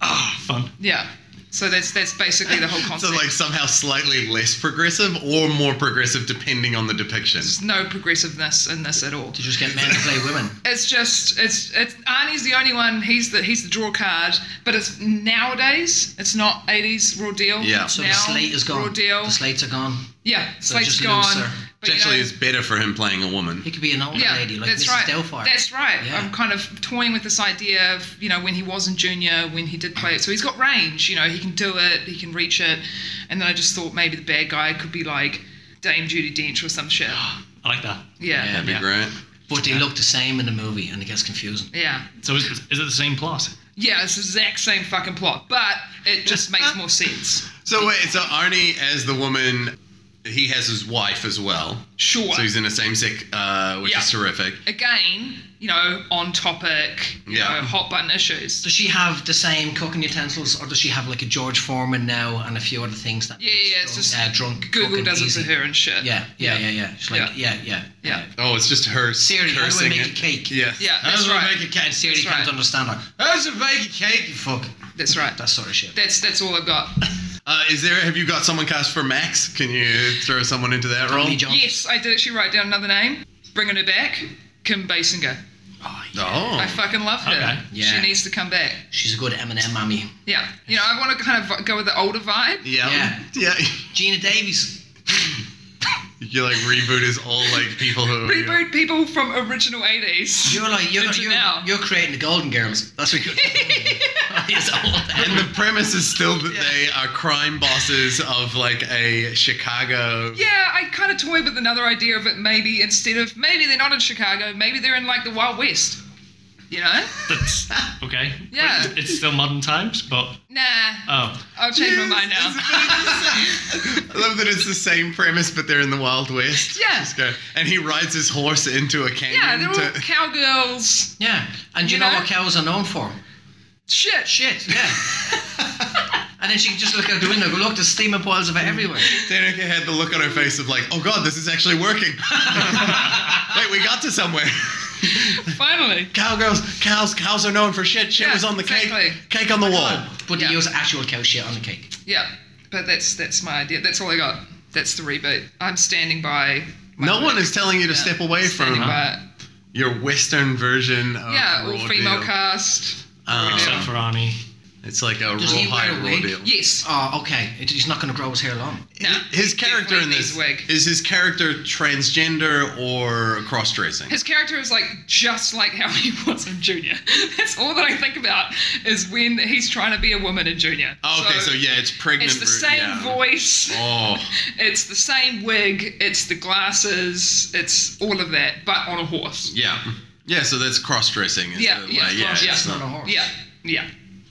S1: Ah, fun.
S4: Yeah. So that's that's basically the whole
S2: (laughs) so
S4: concept.
S2: like somehow slightly less progressive or more progressive depending on the depiction.
S4: There's no progressiveness in this at all.
S3: To just get men to play women.
S4: (laughs) It's just it's it's Arnie's the only one. He's the he's the draw card, but it's nowadays. It's not 80s raw deal.
S2: Yeah.
S4: It's
S3: So
S4: now
S3: the slate is gone.
S4: Raw deal.
S3: The slates are gone.
S4: yeah,
S3: so
S4: slate's
S3: just
S4: gone.
S3: looser.
S2: Which
S4: but you
S2: actually
S4: know-
S2: is better for him playing a woman.
S3: He could be an older lady like
S4: that's
S3: Mrs.
S4: right.
S3: Doubtfire.
S4: That's right.
S3: Yeah.
S4: I'm kind of toying with this idea of you know when he was in junior, when he did play it. So he's got range. You know, he can do it. He can reach it. And then I just thought maybe the bad guy could be like Dame Judy Dench or
S3: (gasps)
S4: some shit.
S1: I like that.
S4: Yeah.
S2: That'd be
S1: Yeah.
S2: great.
S3: But they look the same in the movie, and it gets confusing.
S4: Yeah.
S1: So, is, is it the same
S2: (laughs)
S1: plot?
S4: Yeah. It's the exact same fucking plot, but
S3: (laughs)
S4: it just makes more sense.
S2: So wait, so Arnie as the woman, he has his wife as well.
S4: Sure.
S2: So he's in a same sick, uh, which
S4: Yeah.
S2: is terrific.
S4: Again, you know, on topic, you
S2: Yeah.
S4: know, hot button issues.
S3: Does she have the same cooking utensils, or does she have like a George Foreman now and a few other things that?
S4: Yeah,
S3: makes
S4: yeah, it's
S3: drunk-
S4: just
S3: uh, drunk.
S4: Google
S3: cooking
S4: does
S3: easy?
S4: it for her and shit.
S3: Yeah, yeah, yeah, yeah. She's like, yeah, yeah, yeah.
S4: Yeah.
S2: Oh, it's just her
S3: Siri, how do I
S2: cursing
S3: make a
S2: it.
S3: cake?
S2: Yeah.
S4: Yeah.
S3: How
S4: That's
S3: do I
S4: right.
S3: make a cake? And Siri
S4: That's
S3: can't
S4: right.
S3: understand her. How does it make a cake? You fuck.
S4: That's right.
S3: That sort of shit.
S4: That's that's all I've got.
S2: Uh, is there? Have you got someone cast for Max? Can you throw someone into that role?
S3: Lee Jones.
S4: Yes, I did actually write down another name. Bringing her back, Kim Basinger.
S3: Oh, yeah.
S4: I
S2: Oh,
S4: fucking love her.
S1: Okay.
S3: Yeah.
S4: She needs to come back.
S3: She's a good Eminem mammy.
S4: Yeah. You know, I want to kind of go with the older vibe.
S2: yeah, yeah.
S3: Gina Davies.
S2: You're like reboot is all like people who
S4: Reboot people from original 80s.
S3: You're like you're
S4: Into
S3: you're,
S4: now.
S3: you're creating the Golden Girls. That's
S4: (laughs)
S3: what you're doing. (laughs) It's all
S2: And
S3: that.
S2: the premise is still that they are crime bosses of like a Chicago.
S4: Yeah, I kind of toyed with another idea of it. Maybe instead of maybe they're not in Chicago, maybe they're in like the Wild West. You know?
S1: That's okay.
S4: Yeah.
S1: But It's still modern times, but
S4: Nah,
S2: Uh,
S1: oh,
S4: I'll change my mind now.
S2: (laughs) I love that it's the same premise, but they're in the Wild West.
S4: Yeah.
S2: Just go- And he rides his horse into a canyon.
S4: Yeah, they're all
S2: to-
S4: cowgirls.
S3: Yeah. And you,
S4: You
S3: know,
S4: know?
S3: what cows are known for?
S4: Shit.
S3: Shit. Yeah.
S4: (laughs)
S3: and then she can just look out the window. Go look, there's steaming boils of
S4: Mm.
S3: it everywhere.
S2: Danica had (laughs) the look on her face of like, oh god, this is actually working. Wait, we got to somewhere.
S4: Finally.
S2: Cowgirls, cows, cows are known for shit. Shit
S4: Yeah,
S2: was on the
S4: exactly.
S2: cake, cake on the wall.
S3: But
S4: Yeah.
S3: they use actual cow shit on the cake.
S4: Yeah, but that's that's my idea. That's all I got. That's the reboot. I'm standing by. my
S2: No one
S4: work.
S2: is telling you to
S4: Yeah.
S2: step away from
S4: Standing by it.
S2: your Western version of
S4: Yeah,
S2: Oh, raw
S4: all female
S2: deal.
S4: cast.
S2: Um,
S1: Except for Arnie.
S2: It's like a
S3: Does he wear
S2: rawhide
S3: a
S2: raw
S3: wig?
S2: deal.
S4: Yes.
S3: Oh, okay. It- He's not going to grow his hair long.
S4: No,
S2: His character in
S4: definitely
S2: this
S4: needs a wig.
S2: is his character transgender or cross dressing.
S4: His character is like just like how he (laughs) was in Junior. That's all that I think about is when he's trying to be a woman in Junior.
S2: Oh, okay, so, yeah, it's pregnant.
S4: It's the
S2: ver-
S4: same
S2: yeah.
S4: voice.
S2: Oh,
S4: It's the same wig. It's the glasses. It's all of that, but on a horse.
S2: yeah, yeah. So that's cross dressing.
S4: Yeah, yeah,
S2: like, yeah,
S4: cross- yeah.
S2: it's
S3: Not a
S2: not-
S3: horse.
S4: Yeah, yeah.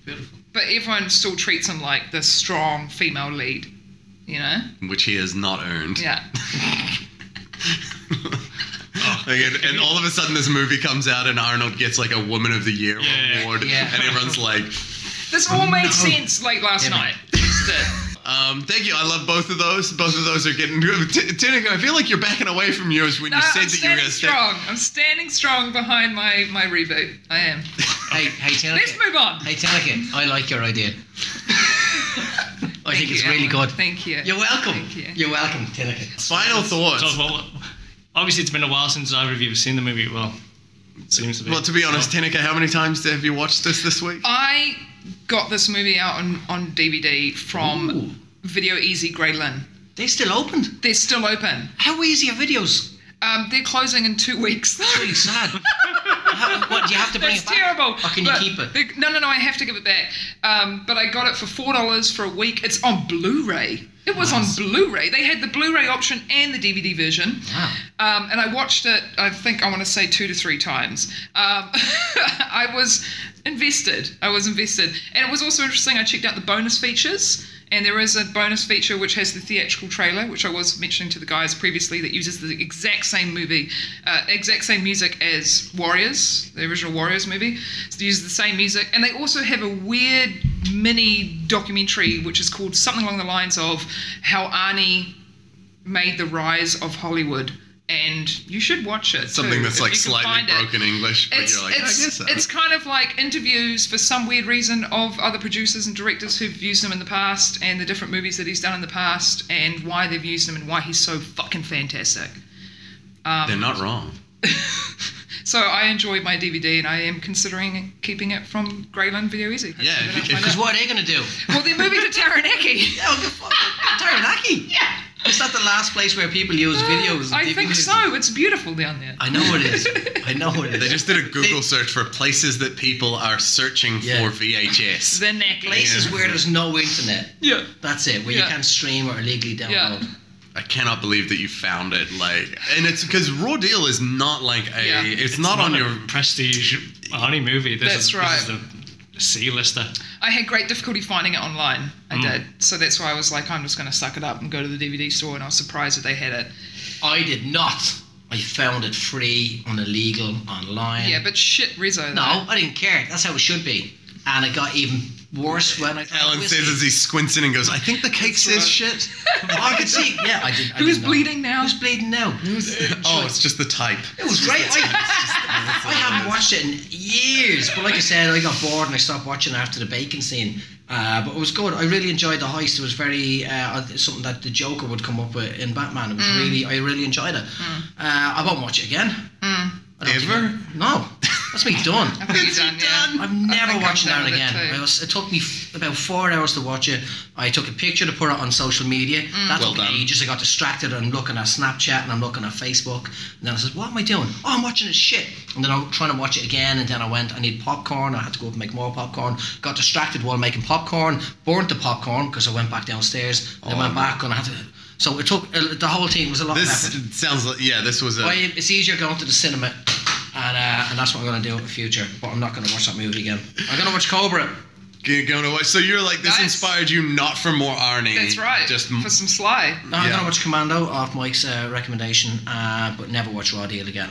S3: Beautiful.
S4: But everyone still treats him like the strong female lead. You know?
S2: which he has not earned.
S3: (laughs)
S4: Yeah.
S2: Like, and, and all of a sudden, this movie comes out, and Arnold gets like a Woman of the Year
S1: Yeah.
S2: award,
S3: Yeah.
S2: and everyone's like,
S4: This all made sense late last night.
S3: (laughs)
S4: Just did.
S2: um, "Thank you, I love both of those. Both of those are getting." T- Tinnick, I feel like you're backing away from yours when
S4: No,
S2: you said
S4: I'm
S2: that you were
S4: standing
S2: gonna step-
S4: strong. I'm standing strong behind my, my reboot. I am.
S3: Hey, hey,
S4: Let's
S3: Tanaka.
S4: move on.
S3: Hey, Tanaka. I like your
S4: (laughs)
S3: idea. I
S4: Thank
S3: think it's
S4: you,
S3: really
S4: Alan.
S3: good.
S4: Thank you.
S3: You're welcome.
S4: Thank you.
S3: You're welcome, Tinnick.
S2: (laughs) Final
S1: So,
S2: thoughts.
S1: well, obviously, it's been a while since either of you have seen the movie. Well, it seems to be.
S2: Well, to be honest,
S1: So,
S2: Tinnick, how many times have you watched this this week?
S4: I got this movie out on, on DVD from Video Easy Grey Lynn.
S3: They still opened.
S4: They're still open.
S3: How easy are videos?
S4: Um, they're closing in two weeks.
S3: It's really
S4: (laughs)
S3: sad. How, what, do you have to bring
S4: That's
S3: it back?
S4: terrible.
S3: Or can you
S4: But-
S3: keep it?
S4: the- no, no, no. I have to give it back. Um, but I got it for four dollars for a week. It's on Blu-ray. It was on Blu-ray. They had the Blu-ray option and the DVD version.
S3: Wow.
S4: Um, and I watched it. I think I want to say two to three times. Um, (laughs) I was invested. I was invested, and it was also interesting. I checked out the bonus features. And there is a bonus feature which has the theatrical trailer, which I was mentioning to the guys previously, that uses the exact same movie, uh, exact same music as Warriors, the original Warriors movie. So they use the same music, and they also have a weird mini documentary which is called something along the lines of how Arnie made the rise of Hollywood. And you should watch it.
S2: Something
S4: too,
S2: that's
S4: if
S2: like
S4: you can
S2: slightly
S4: find it.
S2: broken English, but
S4: It's,
S2: you're like, I
S4: it's,
S2: guess so.
S4: it's kind of like interviews for some weird reason of other producers and directors who've used him in the past and the different movies that he's done in the past and why they've used him and why he's so fucking fantastic.
S2: They're not wrong.
S4: So I enjoyed my DVD and I am considering keeping it from Greyland Video Easy. Hopefully
S2: Yeah,
S4: they
S2: if-
S4: don't
S2: if-
S4: find
S3: Because
S4: out.
S3: what are they going to
S4: (laughs)
S3: do?
S4: well, they're
S2: (laughs)
S4: moving to Taranaki.
S3: Oh, good fuck. Taranaki.
S4: yeah. Uh,
S3: Is that the last place where people use videos? and
S4: I think
S3: DVDs?
S4: so. It's beautiful down there.
S3: I know it
S4: (laughs)
S3: is. I know it is.
S2: They just did a Google search for places that people are searching
S3: Yeah.
S2: for
S4: (laughs)
S2: VHS.
S4: the necklace.
S3: places where there's no internet.
S4: Yeah.
S3: That's it. Where
S4: Yeah.
S3: you can't stream or illegally download.
S2: I cannot believe that you found it. Like, and it's because Raw Deal is not like a.
S4: Yeah.
S2: It's, not, on
S1: a
S2: your.
S1: prestige Arnie movie. This
S4: That's
S1: is,
S4: right.
S1: This is a C-lister.
S4: I had great difficulty finding it online. I did. So that's why I was like, I'm just going to suck it up and go to the DVD store. And I was surprised that they had it.
S3: I did not. I found it free on illegal online.
S4: Yeah, but shit, Rizzo.
S3: no,
S4: (laughs) though.
S3: I didn't care. That's how it should be. And it got even worse when I. tried
S2: Alan
S3: whiskey.
S2: says as he squints in and goes, "I think the cake says shit."
S3: I could see. Yeah, I didn't. I
S4: Who's
S3: didn't know.
S4: bleeding now?
S3: Who's bleeding now?
S2: oh, it's just the type.
S3: It was great.
S2: (laughs)
S3: I, I haven't watched it in years, but like I said, I got bored and I stopped watching after the bacon scene. Uh, but it was good. I really enjoyed the heist. It was very uh, something that the Joker would come up with in Batman. It was
S4: Mm.
S3: really, I really enjoyed it. Uh, I won't watch it again. I don't think
S2: Ever?
S3: I- no, that's me done.
S4: Mm. (laughs) I think you're done, yeah.
S3: I'm
S4: I
S3: never
S4: think I'm
S3: watching
S4: done
S3: that
S4: with it
S3: again.
S4: too.
S3: I was, it took me f- about four hours to watch it. I took a picture to put it on social media.
S4: Mm.
S3: That
S2: Well
S3: took
S2: done.
S3: me ages. I got distracted. I'm looking at Snapchat and I'm looking at Facebook. And then I said, "What am I doing? Oh, I'm watching this shit." And then I'm trying to watch it again. And then I went, "I need popcorn." I had to go up and make more popcorn. Got distracted while making popcorn. Burnt the popcorn because I went back downstairs. And then went back and I had to. So it took it, the whole thing was a lot. of effort.
S2: This sounds like yeah. This was a.
S3: Well, it's easier going to the cinema, and uh, and that's what I'm going to do in the future. But I'm not going to watch that movie again. I'm going to watch Cobra.
S2: You're going to watch. So you're like this
S4: Nice.
S2: inspired you not for more Arnie.
S4: That's right.
S2: Just
S4: for some Sly.
S3: No, I'm
S2: Yeah.
S3: going to watch Commando off Mike's uh, recommendation, uh, but never watch Raw Deal again.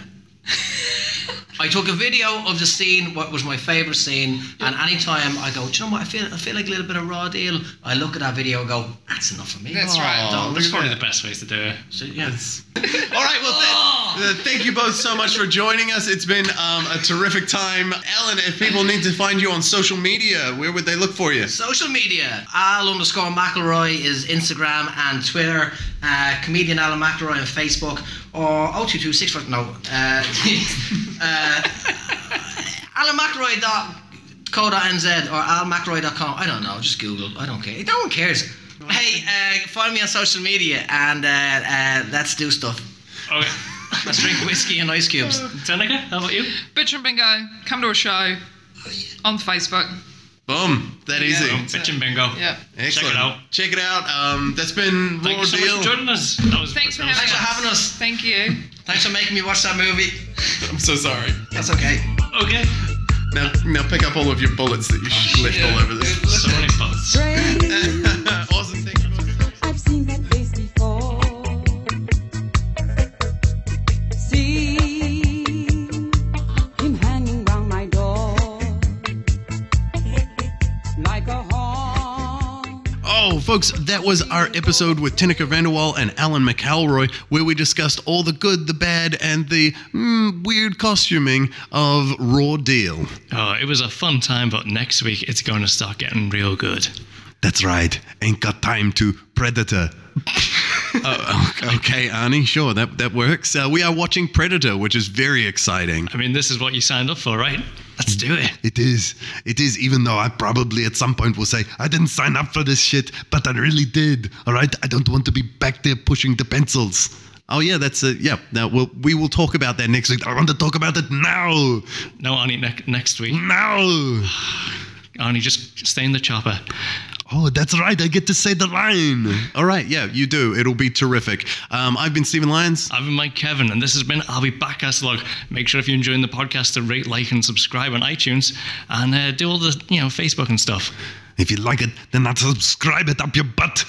S3: I took a video of the scene, what was my favourite scene, and anytime I go, do you know what? I feel I feel like a little bit of Raw Deal. I look at that video and go, that's enough for me.
S4: That's right.
S1: That's probably the best ways to do it.
S3: So, yeah.
S2: All right. Well, that, Uh, thank you both so much for joining us. It's been um, a terrific time. Ellen, if people need to find you on social media, where would they look for you?
S3: Social media. Al underscore McElroy is Instagram and Twitter. Uh, comedian Alan McElroy on Facebook or oh, 0226 for no. Uh, (laughs) uh, Alan McElroy dot co dot nz or almcroy.com. I don't know. Just Google. I don't care. No one cares. Hey, uh, follow me on social media and uh, uh, let's do stuff.
S1: Okay.
S3: Let's
S4: (laughs)
S3: drink whiskey and ice cubes.
S1: Danica, how about you?
S4: Bitch and Bingo, come to a show on Facebook.
S2: Boom. That
S4: Yeah.
S2: easy.
S1: Oh, bitch and bingo.
S4: Yeah.
S2: Excellent.
S1: Check it out.
S2: Check it out. Um, that's been
S1: Thank
S2: Raw
S1: you so
S2: Deal.
S1: much for joining us. That was
S4: Thanks for
S1: that was
S3: Thanks for
S4: having us.
S3: having us.
S4: Thank you.
S3: Thanks for making me watch that movie.
S2: I'm so sorry.
S3: That's okay.
S1: Okay.
S2: Now, now pick up all of your bullets that you
S1: Oh,
S2: sh- left all over this.
S1: So many thoughts.
S2: (laughs) awesome. Thank you. both.
S7: I've seen that face before. See him hanging round my door like a hawk.
S2: Oh, folks, that was our episode with Tinica Vanderwall and Alan McElroy, where we discussed all the good, the bad, and the mm, weird costuming of Raw Deal.
S1: Oh, it was a fun time, but next week it's going to start getting real good.
S2: That's right, ain't got time to Predator. (laughs) Oh, okay, Arnie, sure, that, that works. Uh, we are watching Predator, which is very exciting.
S1: I mean, this is what you signed up for, right? Let's do it.
S5: It is. It is, even though I probably at some point will say, I didn't sign up for this shit, but I really did. All right? I don't want to be back there pushing the pencils.
S2: Oh, yeah, that's it. Yeah, now we'll, we will talk about that next week.
S5: I want to talk about it now.
S1: No, Arnie, ne- next week.
S5: Now.
S1: Arnie, just stay in the chopper.
S5: Oh, that's right. I get to say the line.
S2: All right, yeah, you do. It'll be terrific. Um, I've been Stephen Lyons.
S1: I've been Mike Kevin, and this has been I'll Be Back Catalog. Make sure if you're enjoying the podcast to rate, like, and subscribe on iTunes, and uh, do all the you know Facebook and stuff.
S5: If you like it, then not subscribe it up your butt.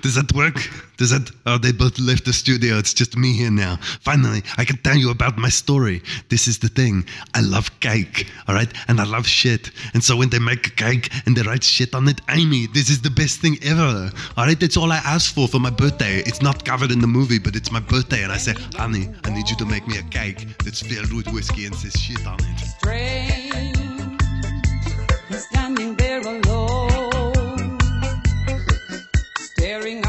S5: Does that work? Does that? Oh, they both left the studio. It's just me here now. Finally, I can tell you about my story. This is the thing. I love cake, all right? And I love shit. And so when they make a cake and they write shit on it, Amy, this is the best thing ever. All right? That's all I asked for for my birthday. It's not covered in the movie, but it's my birthday. And I say, honey, I need you to make me a cake that's filled with whiskey and says shit on it.
S7: strange. He's standing there alone, staring